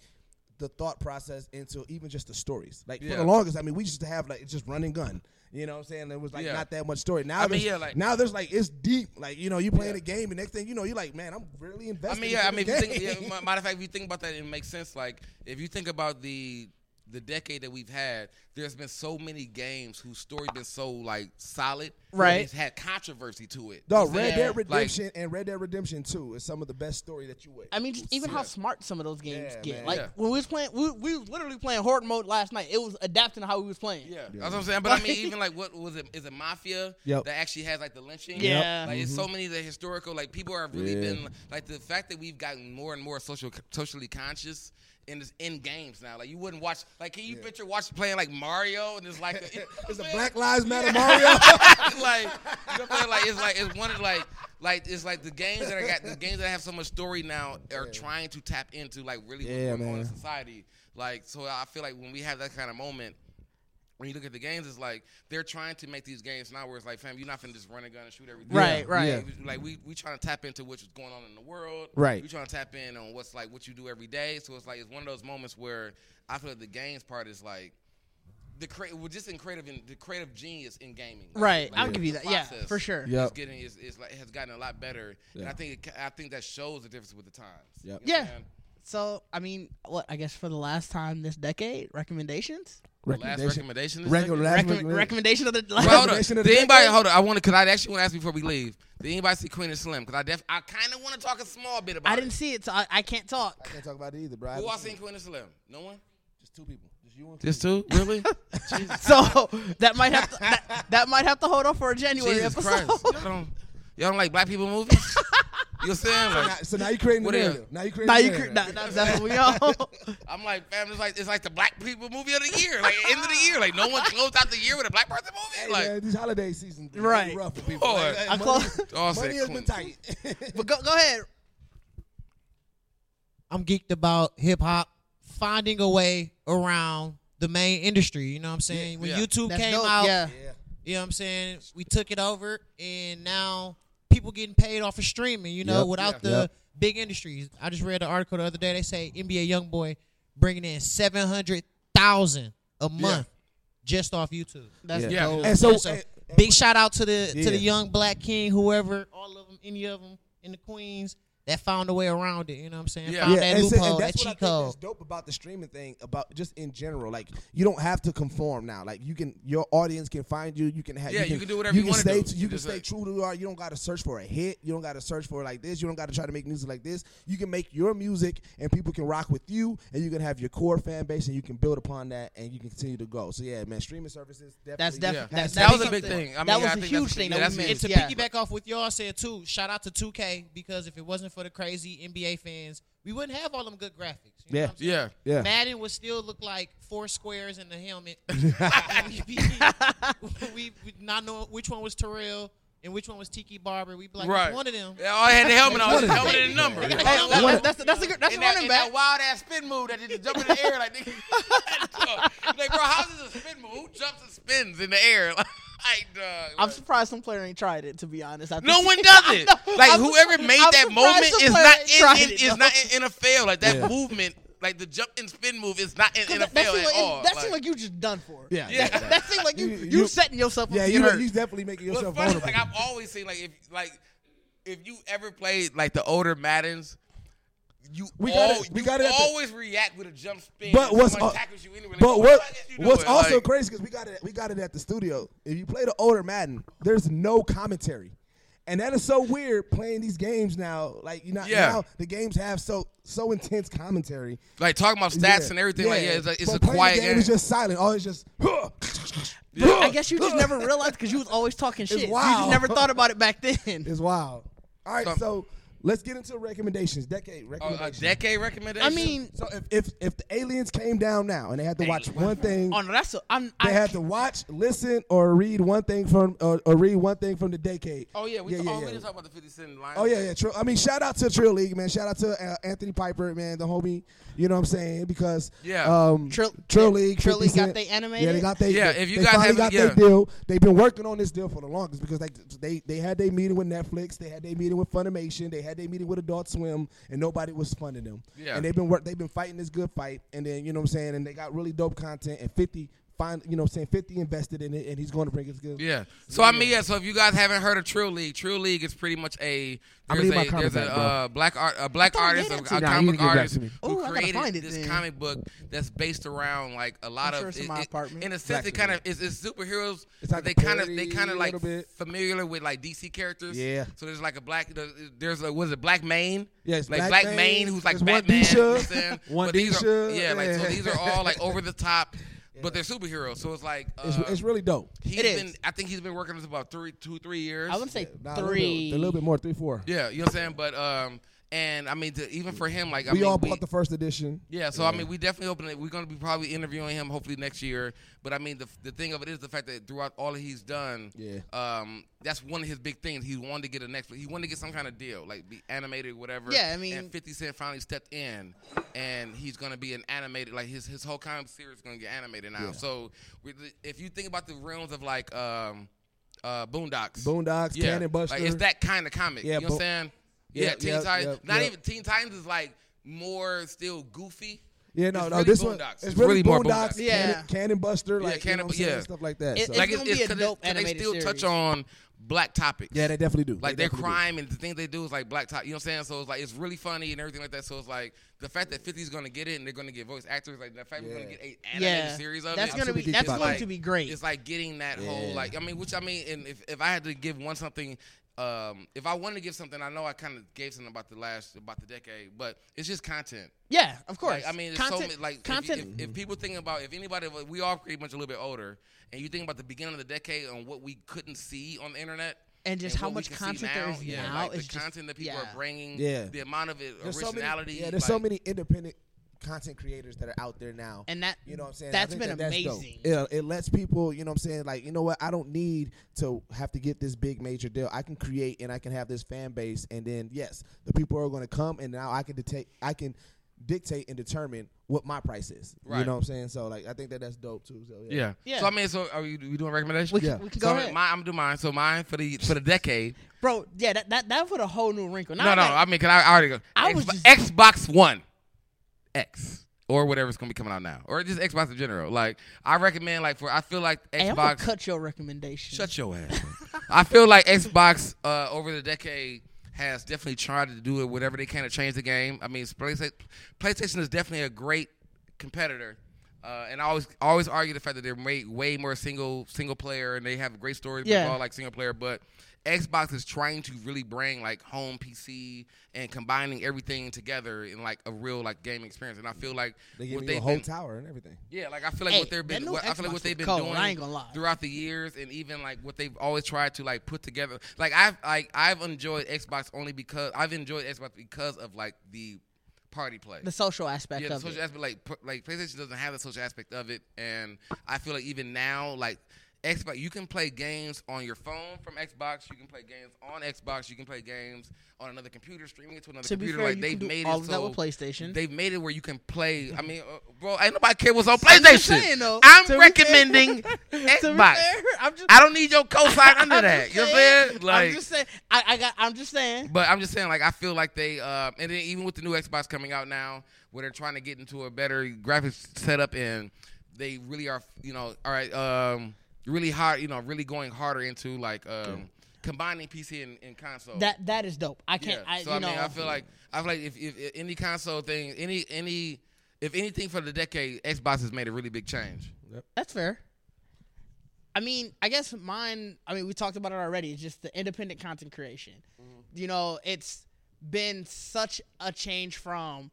Speaker 7: the thought process into even just the stories. Like for
Speaker 4: Yeah.
Speaker 7: the longest, I mean, we used to have like it's just run and gun. You know what I'm saying? There was like
Speaker 4: Yeah.
Speaker 7: not that much story. Now
Speaker 4: I mean,
Speaker 7: there's
Speaker 4: yeah, like-
Speaker 7: now there's like it's deep. Like you know, you playing
Speaker 4: Yeah.
Speaker 7: a game, and next thing you know, you're like, man, I'm really
Speaker 4: I
Speaker 7: invested.
Speaker 4: mean, yeah. I
Speaker 7: in
Speaker 4: mean,
Speaker 7: this
Speaker 4: if you
Speaker 7: game.
Speaker 4: think, yeah, m- matter of fact, if you think about that, it makes sense. Like, if you think about the the decade that we've had, there's been so many games whose story been so like solid, that
Speaker 7: Right.
Speaker 4: It's had controversy to it. You know
Speaker 7: Dog,
Speaker 4: what I'm
Speaker 7: Red
Speaker 4: saying?
Speaker 7: Dead
Speaker 4: Like,
Speaker 7: Redemption and Red Dead Redemption 2 is some of the best story that you would.
Speaker 6: I mean, just even how
Speaker 7: Yeah.
Speaker 6: smart some of those games
Speaker 7: Yeah,
Speaker 6: get.
Speaker 7: man.
Speaker 6: Like
Speaker 7: Yeah.
Speaker 6: when we was playing, we, we was literally playing horde mode last night. It was adapting to how we was playing.
Speaker 4: Yeah, That's what I'm saying. But I mean, even like, what was it? Is it Mafia
Speaker 7: Yep. Mm-hmm.
Speaker 4: that actually has like the lynching?
Speaker 6: Yeah.
Speaker 4: Like, it's so many of the historical. Like, people have really
Speaker 7: Yeah.
Speaker 4: been like the fact that we've gotten more and more social socially conscious in this in games now. Like, you wouldn't watch. Like, can you picture watch playing like Mario, and it's like a,
Speaker 7: it's a Black Lives Matter Mario.
Speaker 4: like you know what I'm saying? Like it's like it's one of like like it's like the games that I got the games that have so much story now are trying to tap into like really what's
Speaker 7: Yeah,
Speaker 4: going on in
Speaker 7: man.
Speaker 4: society. Like so I feel like when we have that kind of moment. When you look at the games, it's like they're trying to make these games now where it's like, fam, you're not finna just run a gun and shoot everything.
Speaker 7: Right, right. Yeah.
Speaker 4: Like we we trying to tap into what's going on in the world.
Speaker 7: Right.
Speaker 4: We trying to tap in on what's like what you do every day. So it's like it's one of those moments where I feel like the games part is like the creative, well, just in creative, in, the creative genius in gaming. Like,
Speaker 17: Right,
Speaker 4: like,
Speaker 17: I'll give you
Speaker 4: the
Speaker 17: that. Yeah,
Speaker 4: process
Speaker 17: for sure.
Speaker 4: is
Speaker 17: Yep.
Speaker 4: getting is, is like has gotten a lot better, and
Speaker 17: Yeah.
Speaker 4: I think it, ca- I think that shows the difference with the times. You know what I'm
Speaker 6: Yeah.
Speaker 4: saying?
Speaker 6: So I mean, what I guess for the last time this decade, recommendations.
Speaker 4: Last recommendation. this
Speaker 6: Recom-
Speaker 4: second?
Speaker 6: last Recommend- recommendation. recommendation of the-
Speaker 4: Well, hold on.
Speaker 6: Recommendation of the
Speaker 4: Did anybody
Speaker 6: decade?
Speaker 4: hold on? I want to because I actually want to ask before we leave. Did anybody see Queen and Slim? Because I def I kind of want to talk a small bit about.
Speaker 6: I
Speaker 4: it.
Speaker 6: didn't see it, so I, I can't talk. I
Speaker 7: can't talk about it either, bro.
Speaker 4: Who I seen Queen and Slim? No one. Just two people. Just you and
Speaker 7: Just two? Really?
Speaker 6: so that might have to, that, that might have to hold on for a January
Speaker 4: Jesus
Speaker 6: episode.
Speaker 4: Christ. Y'all don't, y'all don't like black people movies? You're saying
Speaker 7: So
Speaker 4: like,
Speaker 7: now- so now you creating the
Speaker 4: What is-
Speaker 7: narrative. Now you creating Now the you cre- narrative. that- that- that's what we all-
Speaker 4: I'm like, fam, it's like it's like the black people movie of the year, like end of the year, like no one closed out the year with a black person movie,
Speaker 7: Hey,
Speaker 4: like.
Speaker 7: man, these holiday seasons, been
Speaker 4: Right.
Speaker 7: Rough for people.
Speaker 4: Boy.
Speaker 7: Like, hey,
Speaker 4: I'm
Speaker 7: money,
Speaker 4: close- Oh, I said
Speaker 7: money has been
Speaker 4: Queen.
Speaker 7: tight.
Speaker 6: but go, go ahead.
Speaker 17: I'm geeked about hip hop finding a way around the main industry. You know what I'm saying? When
Speaker 6: Yeah.
Speaker 17: YouTube
Speaker 6: That's
Speaker 17: came
Speaker 6: dope,
Speaker 17: out,
Speaker 6: yeah.
Speaker 17: you know what I'm saying? We took it over, and now people getting paid off of streaming. You know,
Speaker 7: Yep.
Speaker 17: without
Speaker 7: Yeah.
Speaker 17: the
Speaker 7: Yep.
Speaker 17: big industries. I just read an article the other day. They say NBA YoungBoy bringing in seven hundred thousand a month just off YouTube.
Speaker 7: That's Yeah.
Speaker 17: yeah.
Speaker 7: dope. And so- eh,
Speaker 17: big shout out to the to
Speaker 7: Yeah.
Speaker 17: the young black king, whoever, all of them, any of them in the Queens that found a way around it. You know what I'm saying? Found that
Speaker 7: and so- and
Speaker 17: loophole, that
Speaker 7: that's what I
Speaker 17: cheat
Speaker 7: think that's
Speaker 17: code.
Speaker 7: dope about the streaming thing, about just in general. Like you don't have to conform now. Like you can, your audience can find you. You can have.
Speaker 4: Yeah, you can do whatever you
Speaker 7: can
Speaker 4: wanna
Speaker 7: stay.
Speaker 4: do.
Speaker 7: You can
Speaker 4: Just
Speaker 7: stay
Speaker 4: like-
Speaker 7: true to who you are. You don't got to search for a hit. You don't got to search for like this. You don't got to try to make music like this. You can make your music, and people can rock with you, and you can have your core fan base, and you can build upon that, and you can continue to go. So yeah, man, streaming services. Definitely
Speaker 6: That's
Speaker 7: has
Speaker 6: definitely
Speaker 7: to be something.
Speaker 6: that was a huge thing that we
Speaker 17: And
Speaker 6: missed.
Speaker 17: to
Speaker 6: yeah.
Speaker 17: piggyback off what y'all said too, shout out to 2K because if it wasn't for the crazy NBA fans, we wouldn't have all them good graphics. You know
Speaker 7: Yeah.
Speaker 17: what I'm saying?
Speaker 7: Yeah. Yeah.
Speaker 17: Madden would still look like four squares in the helmet. We'd be- we would not know which one was Terrell. And which one was Tiki Barber? We'd be like,
Speaker 4: Right.
Speaker 17: "It's one of them.
Speaker 4: Yeah, all had the helmet on. It's helmet and the number.
Speaker 17: They got
Speaker 4: Hey,
Speaker 17: helmet
Speaker 4: one-
Speaker 17: on.
Speaker 4: that's- that's a good- that's
Speaker 17: And
Speaker 4: a
Speaker 17: that-
Speaker 4: running
Speaker 17: and
Speaker 4: back.
Speaker 17: that
Speaker 4: wild ass spin move that they just jump in the air like nigga. like, bro, how's this a spin move? Who jumps and spins in the air? Like, dog.
Speaker 6: I'm surprised some player ain't tried it. To be honest, after
Speaker 4: No
Speaker 6: seeing-
Speaker 4: one does
Speaker 6: I
Speaker 4: it.
Speaker 6: know.
Speaker 4: Like
Speaker 6: I'm
Speaker 4: whoever
Speaker 6: surprised-
Speaker 4: made
Speaker 6: I'm
Speaker 4: that
Speaker 6: surprised
Speaker 4: moment
Speaker 6: some
Speaker 4: is
Speaker 6: player
Speaker 4: not
Speaker 6: ain't tried
Speaker 4: in,
Speaker 6: it,
Speaker 4: it is
Speaker 6: though.
Speaker 4: not in NFL. Like that
Speaker 7: Yeah.
Speaker 4: movement, like the jump and spin move is not in NFL
Speaker 6: That, that,
Speaker 4: at
Speaker 6: seemed like,
Speaker 4: all.
Speaker 6: that seemed like you just done for.
Speaker 7: Yeah,
Speaker 4: Yeah.
Speaker 6: That, that seemed like you you, setting yourself up.
Speaker 7: Yeah,
Speaker 6: to
Speaker 7: you
Speaker 6: get hurt.
Speaker 7: you definitely making
Speaker 4: What's
Speaker 7: yourself
Speaker 4: funny is,
Speaker 7: vulnerable.
Speaker 4: like I've always seen like if like if you ever played like the older Maddens, you
Speaker 7: We
Speaker 4: we
Speaker 7: got
Speaker 4: all,
Speaker 7: it- we
Speaker 4: you
Speaker 7: got it at the-
Speaker 4: always react with a jump spin.
Speaker 7: But
Speaker 4: when
Speaker 7: what's
Speaker 4: someone
Speaker 7: al-
Speaker 4: tackles you anyway, like,
Speaker 7: but
Speaker 4: what
Speaker 7: what,
Speaker 4: the fuck is you
Speaker 7: what's
Speaker 4: doing?
Speaker 7: also
Speaker 4: Like-
Speaker 7: crazy because we got it we got it at the studio. If you play the older Madden, there's no commentary, and that is so weird playing these games now. Like you know
Speaker 4: Yeah.
Speaker 7: now the games have so so intense commentary.
Speaker 4: Like talking about stats and everything. Like yeah, it's, like, it's
Speaker 7: But
Speaker 4: a
Speaker 7: playing the
Speaker 4: quiet
Speaker 7: game.
Speaker 4: game.
Speaker 7: It's just silent. All it's just
Speaker 6: I guess you just never realized because you was always talking shit. You just
Speaker 7: wild.
Speaker 6: never thought about it back then. It's
Speaker 7: wild. All right,
Speaker 4: So-
Speaker 7: so let's get into recommendations. Decade
Speaker 4: Oh, a
Speaker 7: recommendations.
Speaker 4: decade recommendation.
Speaker 7: so if, if if the aliens came down now and they had to watch one thing,
Speaker 6: Oh no, that's a, I'm.
Speaker 7: they had to watch, listen, or read one thing from or, or read one thing from the decade.
Speaker 4: Oh yeah, we
Speaker 7: yeah,
Speaker 4: yeah,
Speaker 7: yeah,
Speaker 4: oh, we
Speaker 7: yeah.
Speaker 4: didn't talk about the Fifty Cent line.
Speaker 7: Oh yeah, yeah. Trill, I mean, shout out to Trill League, man. Shout out to uh, Anthony Piper, man, the homie. You know what I'm saying? Because
Speaker 4: Yeah.
Speaker 7: um,
Speaker 6: Trill-
Speaker 7: Trill League,
Speaker 6: Trill
Speaker 7: 50
Speaker 6: League got
Speaker 7: Cent.
Speaker 6: they
Speaker 7: Yeah, they
Speaker 6: animated?
Speaker 7: got they.
Speaker 4: Yeah,
Speaker 7: they-
Speaker 4: if you
Speaker 7: they
Speaker 4: guys
Speaker 7: finally
Speaker 4: haven't-
Speaker 7: got their
Speaker 4: yeah.
Speaker 7: deal, they've been working on this deal for the longest because like they they had their meeting with Netflix, they had their meeting with Funimation, they had their meeting with Adult Swim, and nobody was funding them.
Speaker 4: Yeah.
Speaker 7: and they've been work they've been fighting this good fight, and then you know what I'm saying, and they got really dope content, and 50 find you know what I'm saying 50 invested in it, and he's going to bring his good.
Speaker 4: Yeah. So I mean, yeah. So if you guys haven't heard of Trill League, Trill League is pretty much a
Speaker 7: I'm
Speaker 4: there's
Speaker 7: gonna
Speaker 4: a,
Speaker 7: leave my
Speaker 4: there's
Speaker 7: comment back,
Speaker 4: a
Speaker 7: bro.
Speaker 4: uh, black art a black
Speaker 7: I thought I
Speaker 4: artist
Speaker 7: gave
Speaker 4: a,
Speaker 7: that to
Speaker 4: a
Speaker 7: you. Nah, you
Speaker 4: comic
Speaker 7: need to give it back
Speaker 4: artist
Speaker 7: to me. Ooh,
Speaker 4: who
Speaker 7: I gotta find
Speaker 4: created
Speaker 7: it
Speaker 4: this
Speaker 7: then.
Speaker 4: comic book that's based around like a lot
Speaker 7: I'm
Speaker 4: of
Speaker 7: sure it's in
Speaker 4: it-
Speaker 7: my
Speaker 4: it-
Speaker 7: apartment.
Speaker 4: in a sense
Speaker 7: Black
Speaker 4: it kind of
Speaker 7: people.
Speaker 4: it's, it's superheroes
Speaker 7: It's like
Speaker 4: but they
Speaker 7: a
Speaker 4: kind of they
Speaker 7: parody
Speaker 4: kind of like
Speaker 7: little bit.
Speaker 4: familiar with like DC characters.
Speaker 7: Yeah.
Speaker 4: So there's like a black there's a was it Black Mane?
Speaker 7: Yeah, it's
Speaker 4: like
Speaker 7: Black
Speaker 4: Black
Speaker 7: Mane.
Speaker 4: Mane who's like
Speaker 7: There's one
Speaker 4: Batman. You know what I'm
Speaker 7: Disha.
Speaker 4: saying?
Speaker 7: One
Speaker 4: But these are-
Speaker 7: Disha.
Speaker 4: Yeah, like so
Speaker 7: Yeah.
Speaker 4: these are all like over the top. But they're superheroes, so it's like uh,
Speaker 7: It's, it's really dope.
Speaker 4: He's
Speaker 6: It is.
Speaker 4: been. I think he's been working on this about three, two, three years.
Speaker 6: I would say
Speaker 7: Nah, a little bit-
Speaker 6: three.
Speaker 7: a little bit more, three, four.
Speaker 4: Yeah, you know what I'm saying. But um, And I mean, to, even for him, like I
Speaker 7: we
Speaker 4: mean,
Speaker 7: all
Speaker 4: we-
Speaker 7: bought the first edition.
Speaker 4: yeah, so I mean, we definitely open it. We're going to be probably interviewing him hopefully next year. But I mean, the, the thing of it is the fact that throughout all that he's done,
Speaker 7: Yeah.
Speaker 4: um, that's one of his big things. He wanted to get a next, he wanted to get some kind of deal, like be animated, whatever.
Speaker 7: Yeah, I mean-
Speaker 4: and Fifty Cent finally stepped in, and he's going to be an animated, like his his whole comic series is going to get animated now.
Speaker 7: Yeah.
Speaker 4: So we, if you think about the realms of like um, uh, Boondocks,
Speaker 7: Boondocks,
Speaker 4: yeah,
Speaker 7: Cannon Buster.
Speaker 4: like it's that kind of comic.
Speaker 7: Yeah,
Speaker 4: you know what I'm
Speaker 7: Bo-
Speaker 4: saying?
Speaker 7: Yeah,
Speaker 4: Yeah, Teen
Speaker 7: yeah,
Speaker 4: Titans.
Speaker 7: yeah,
Speaker 4: not
Speaker 7: yeah.
Speaker 4: even Teen Titans is like more still goofy.
Speaker 7: Yeah, no, no.
Speaker 4: It's really
Speaker 7: this one,
Speaker 4: Boondocks.
Speaker 7: it's, really, Boondocks.
Speaker 4: Yeah,
Speaker 7: Cannon, Cannon Buster,
Speaker 4: yeah,
Speaker 7: like you know
Speaker 4: Cannibal,
Speaker 7: what I'm saying,
Speaker 4: yeah,
Speaker 7: stuff like that. so.
Speaker 4: Like, it's- 'cause they- 'cause They still touch on black topics.
Speaker 7: Yeah, they definitely do.
Speaker 4: Like
Speaker 7: They
Speaker 4: their
Speaker 7: definitely do.
Speaker 4: crime and the things they do is like black top. You know what I'm saying? So it's like it's really funny and everything like that. So it's like the fact that 50's gonna get it and they're gonna get voice actors. Like the fact we're gonna get eight animated
Speaker 6: Yeah.
Speaker 4: series of
Speaker 6: That's
Speaker 4: it.
Speaker 6: gonna
Speaker 4: it's
Speaker 6: be- that's
Speaker 4: like-
Speaker 6: going to be great.
Speaker 4: It's like getting that whole
Speaker 6: Yeah.
Speaker 4: like I mean, which I mean, and if, if I had to give one something. Um, if I wanted to give something, I know I kind of gave something about the last about the decade, but it's just content.
Speaker 6: Yeah, of course.
Speaker 4: Like, I mean, it's so
Speaker 6: Content-
Speaker 4: many, like if-
Speaker 6: content-
Speaker 4: If, if, people think about if anybody, we all pretty much a little bit older, and you think about the beginning of the decade and what we couldn't see on the internet.
Speaker 6: And just how
Speaker 4: what we
Speaker 6: much
Speaker 4: can see
Speaker 6: content there
Speaker 4: now,
Speaker 6: is
Speaker 4: yeah,
Speaker 6: now
Speaker 4: like the
Speaker 6: is just-
Speaker 4: content that people
Speaker 6: yeah.
Speaker 4: are bringing,
Speaker 7: Yeah.
Speaker 4: the amount of it,
Speaker 7: There's so many-
Speaker 4: originality.
Speaker 7: yeah, there's so
Speaker 4: like-
Speaker 7: many independent content creators that are out there now,
Speaker 6: And that-
Speaker 7: you know what I'm saying.
Speaker 6: that's
Speaker 7: I think
Speaker 6: been
Speaker 7: that- that's dope.
Speaker 6: amazing.
Speaker 7: It, it lets people, you know what I'm saying, like you know what, I don't need to have to get this big major deal. I can create and I can have this fan base, and then yes, the people are going to come, and now I can detect, I can dictate and determine what my price is. You
Speaker 4: Right.
Speaker 7: know what I'm saying? So like, I think that that's dope too. So yeah,
Speaker 4: Yeah. So I mean, so are we, we doing recommendations? We
Speaker 7: can- Yeah. we
Speaker 6: can
Speaker 4: so
Speaker 6: go ahead.
Speaker 4: My, I'm doing mine. So mine for the for the decade.
Speaker 6: Bro, yeah, that, that that put a whole new wrinkle. Now
Speaker 4: no, no.
Speaker 6: that-
Speaker 4: I mean, can I, I already go?
Speaker 6: I
Speaker 4: Xbox,
Speaker 6: was
Speaker 4: Xbox One X or whatever's gonna be coming out now, or just Xbox in general. Like I recommend, like for I feel like
Speaker 6: Hey, I'm gonna
Speaker 4: Xbox.
Speaker 6: cut your recommendation.
Speaker 4: Shut your ass. I feel like Xbox uh, over the decade has definitely tried to do it whatever they can to change the game. I mean, PlayStation, PlayStation is definitely a great competitor. Uh, and I always I always argue the fact that they're way, way more single single player and they have great stories
Speaker 6: Yeah.
Speaker 4: yeah. all like single player, but Xbox is trying to really bring like home PC and combining everything together in like a real like game experience. And I feel like
Speaker 7: They give
Speaker 4: what
Speaker 7: you a
Speaker 4: they've
Speaker 7: whole
Speaker 4: been-
Speaker 7: tower and everything.
Speaker 4: yeah, like I feel like
Speaker 6: Hey,
Speaker 4: what they've been,
Speaker 6: that new
Speaker 4: what, I feel
Speaker 6: Xbox
Speaker 4: like what they've
Speaker 6: was
Speaker 4: been
Speaker 6: cold,
Speaker 4: doing
Speaker 6: I ain't gonna lie.
Speaker 4: throughout the years, and even like what they've always tried to like put together. Like I've like I've enjoyed Xbox only because I've enjoyed Xbox because of like the party play,
Speaker 6: The social aspect
Speaker 4: Yeah, the
Speaker 6: of
Speaker 4: social
Speaker 6: it.
Speaker 4: aspect. Like pr- like PlayStation doesn't have the social aspect of it, and I feel like even now like. Xbox, you can play games on your phone from Xbox. You can play games on Xbox. You can play games on another computer, streaming it to another
Speaker 6: To be
Speaker 4: computer.
Speaker 6: fair,
Speaker 4: like
Speaker 6: you
Speaker 4: they've
Speaker 6: can do
Speaker 4: made
Speaker 6: all
Speaker 4: it
Speaker 6: of
Speaker 4: so
Speaker 6: that with PlayStation.
Speaker 4: They've made it where you can play. I mean, uh, bro, ain't nobody care what's on
Speaker 6: I'm just
Speaker 4: PlayStation.
Speaker 6: saying, though,
Speaker 4: I'm
Speaker 6: to be
Speaker 4: recommending
Speaker 6: fair- to be
Speaker 4: Xbox.
Speaker 6: fair, I'm just-
Speaker 4: I don't need your cosign under
Speaker 6: I'm
Speaker 4: that.
Speaker 6: just
Speaker 4: You know what I'm saying? Like,
Speaker 6: I'm just saying. I, I got. I'm just saying.
Speaker 4: but I'm just saying, like, I feel like they, uh, and then even with the new Xbox coming out now, where they're trying to get into a better graphics setup, and they really are, you know, all right, um, really hard, you know, really going harder into like um, combining PC and, and console.
Speaker 6: That that is dope. I can't.
Speaker 4: Yeah.
Speaker 6: I,
Speaker 4: so
Speaker 6: you
Speaker 4: I
Speaker 6: know,
Speaker 4: mean, I feel like I feel like if, if, if any console thing, any any, if anything for the decade, Xbox has made a really big change.
Speaker 6: That's fair. I mean, I guess mine. I mean, we talked about it already. It's just the independent content creation. You know, it's been such a change from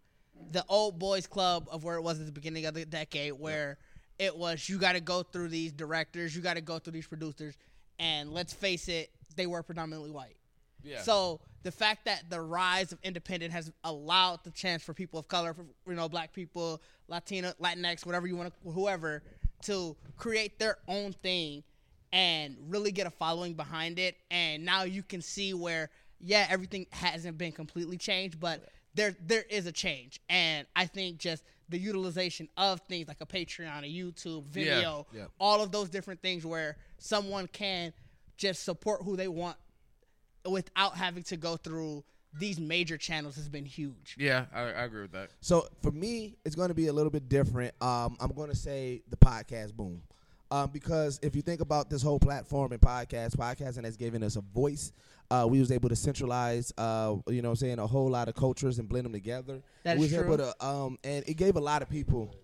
Speaker 6: the old boys club of where it was at the beginning of the decade, where it was you got to go through these directors, you got to go through these producers, and let's face it, they were predominantly white.
Speaker 5: Yeah.
Speaker 6: So the fact that the rise of independent has allowed the chance for people of color, for, you know, black people, Latina, Latinx, whatever you want to, whoever, to create their own thing and really get a following behind it. And now you can see where, yeah, everything hasn't been completely changed, but there there is a change. And I think just the utilization of things like a Patreon, a YouTube,
Speaker 5: Yeah,
Speaker 6: video,
Speaker 5: yeah.
Speaker 6: all of those different things where someone can just support who they want without having to go through these major channels has been huge.
Speaker 4: Yeah, I, I agree with that.
Speaker 7: So for me, it's going to be a little bit different. Um, I'm going to say the podcast boom. Um, because if you think about this whole platform and podcast, podcasting has given us a voice. Uh, we was able to centralize, uh, you know, what I'm saying a whole lot of cultures and blend them together.
Speaker 6: That
Speaker 7: we
Speaker 6: is
Speaker 7: was
Speaker 6: true.
Speaker 7: able to, um, and it gave a lot of people.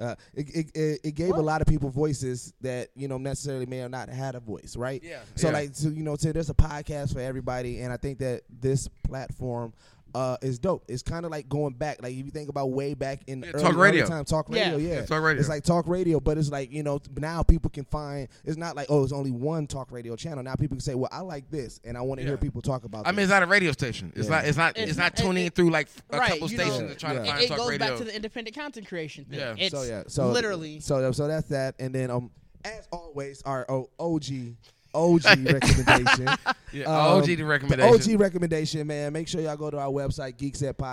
Speaker 7: Uh, it, it, it, it gave a lot of people voices that you know necessarily may have not had a voice, right?
Speaker 4: Yeah.
Speaker 7: So
Speaker 4: Yeah.
Speaker 7: like, so you know, so there's a podcast for everybody, and I think that this platform uh, is dope. It's kind of like going back. Like if you think about way back in
Speaker 4: Yeah,
Speaker 7: early,
Speaker 4: talk radio.
Speaker 7: early time, talk
Speaker 4: Yeah.
Speaker 7: radio. Yeah.
Speaker 4: Yeah, talk radio.
Speaker 7: It's like talk radio, but it's like you know th- now people can find. It's not like oh, it's only one talk radio channel. Now people can say, well, I like this, and I want to hear people talk about.
Speaker 4: I mean, it's not a radio station. It's
Speaker 7: Yeah.
Speaker 4: not. It's not. It's,
Speaker 7: It's
Speaker 4: not
Speaker 7: not-
Speaker 4: tuning
Speaker 7: it-
Speaker 4: through like a
Speaker 6: right,
Speaker 4: couple
Speaker 6: you know,
Speaker 4: stations to try to
Speaker 7: yeah.
Speaker 4: find
Speaker 6: It
Speaker 4: talk
Speaker 6: goes
Speaker 4: radio.
Speaker 6: back to the independent content creation thing.
Speaker 4: Yeah.
Speaker 6: It's
Speaker 7: so yeah, so
Speaker 6: literally.
Speaker 7: So so that's that, and then um, as always, our O- OG. OG recommendation.
Speaker 4: Yeah, OG the recommendation.
Speaker 7: OG recommendation, man. Make sure y'all go to our website,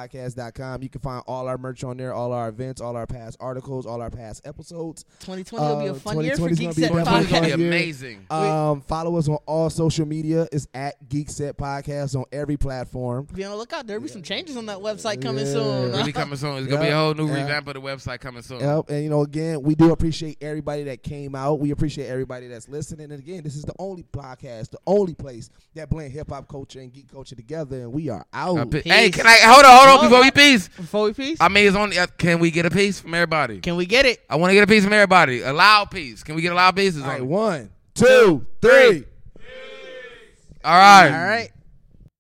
Speaker 7: geeksatpodcast.com. You can find all our merch on there, all our events, all our past articles, all our past episodes.
Speaker 6: 2020 will be a fun year for
Speaker 7: 2020 is
Speaker 6: Geek
Speaker 7: gonna
Speaker 6: Set
Speaker 7: definitely a
Speaker 6: Podcast.
Speaker 7: fun year. Um, follow us on all social media. It's at Geek Set Podcast on every platform.
Speaker 6: Be on the lookout. There'll be some changes on that website coming
Speaker 7: Yeah.
Speaker 6: soon.
Speaker 4: Really coming soon. It's gonna be a
Speaker 7: Yep.
Speaker 4: whole new
Speaker 7: Yeah.
Speaker 4: revamp of the website coming soon.
Speaker 7: Yep. And you know, again, we do appreciate everybody that came out. We appreciate everybody that's listening. And again, this is the only podcast, the only place that blend hip hop culture and geek culture together. And we are
Speaker 4: A
Speaker 7: out.
Speaker 4: pi- Hey, can I hold on? Hold on before we peace.
Speaker 6: Before we peace.
Speaker 4: I mean, it's only. Uh, can we get a piece from everybody? Can
Speaker 6: we get it?
Speaker 4: I want to get a piece from everybody. A loud piece. Can we get a loud piece? All right,
Speaker 7: one, two, three.
Speaker 4: All right.
Speaker 6: All right.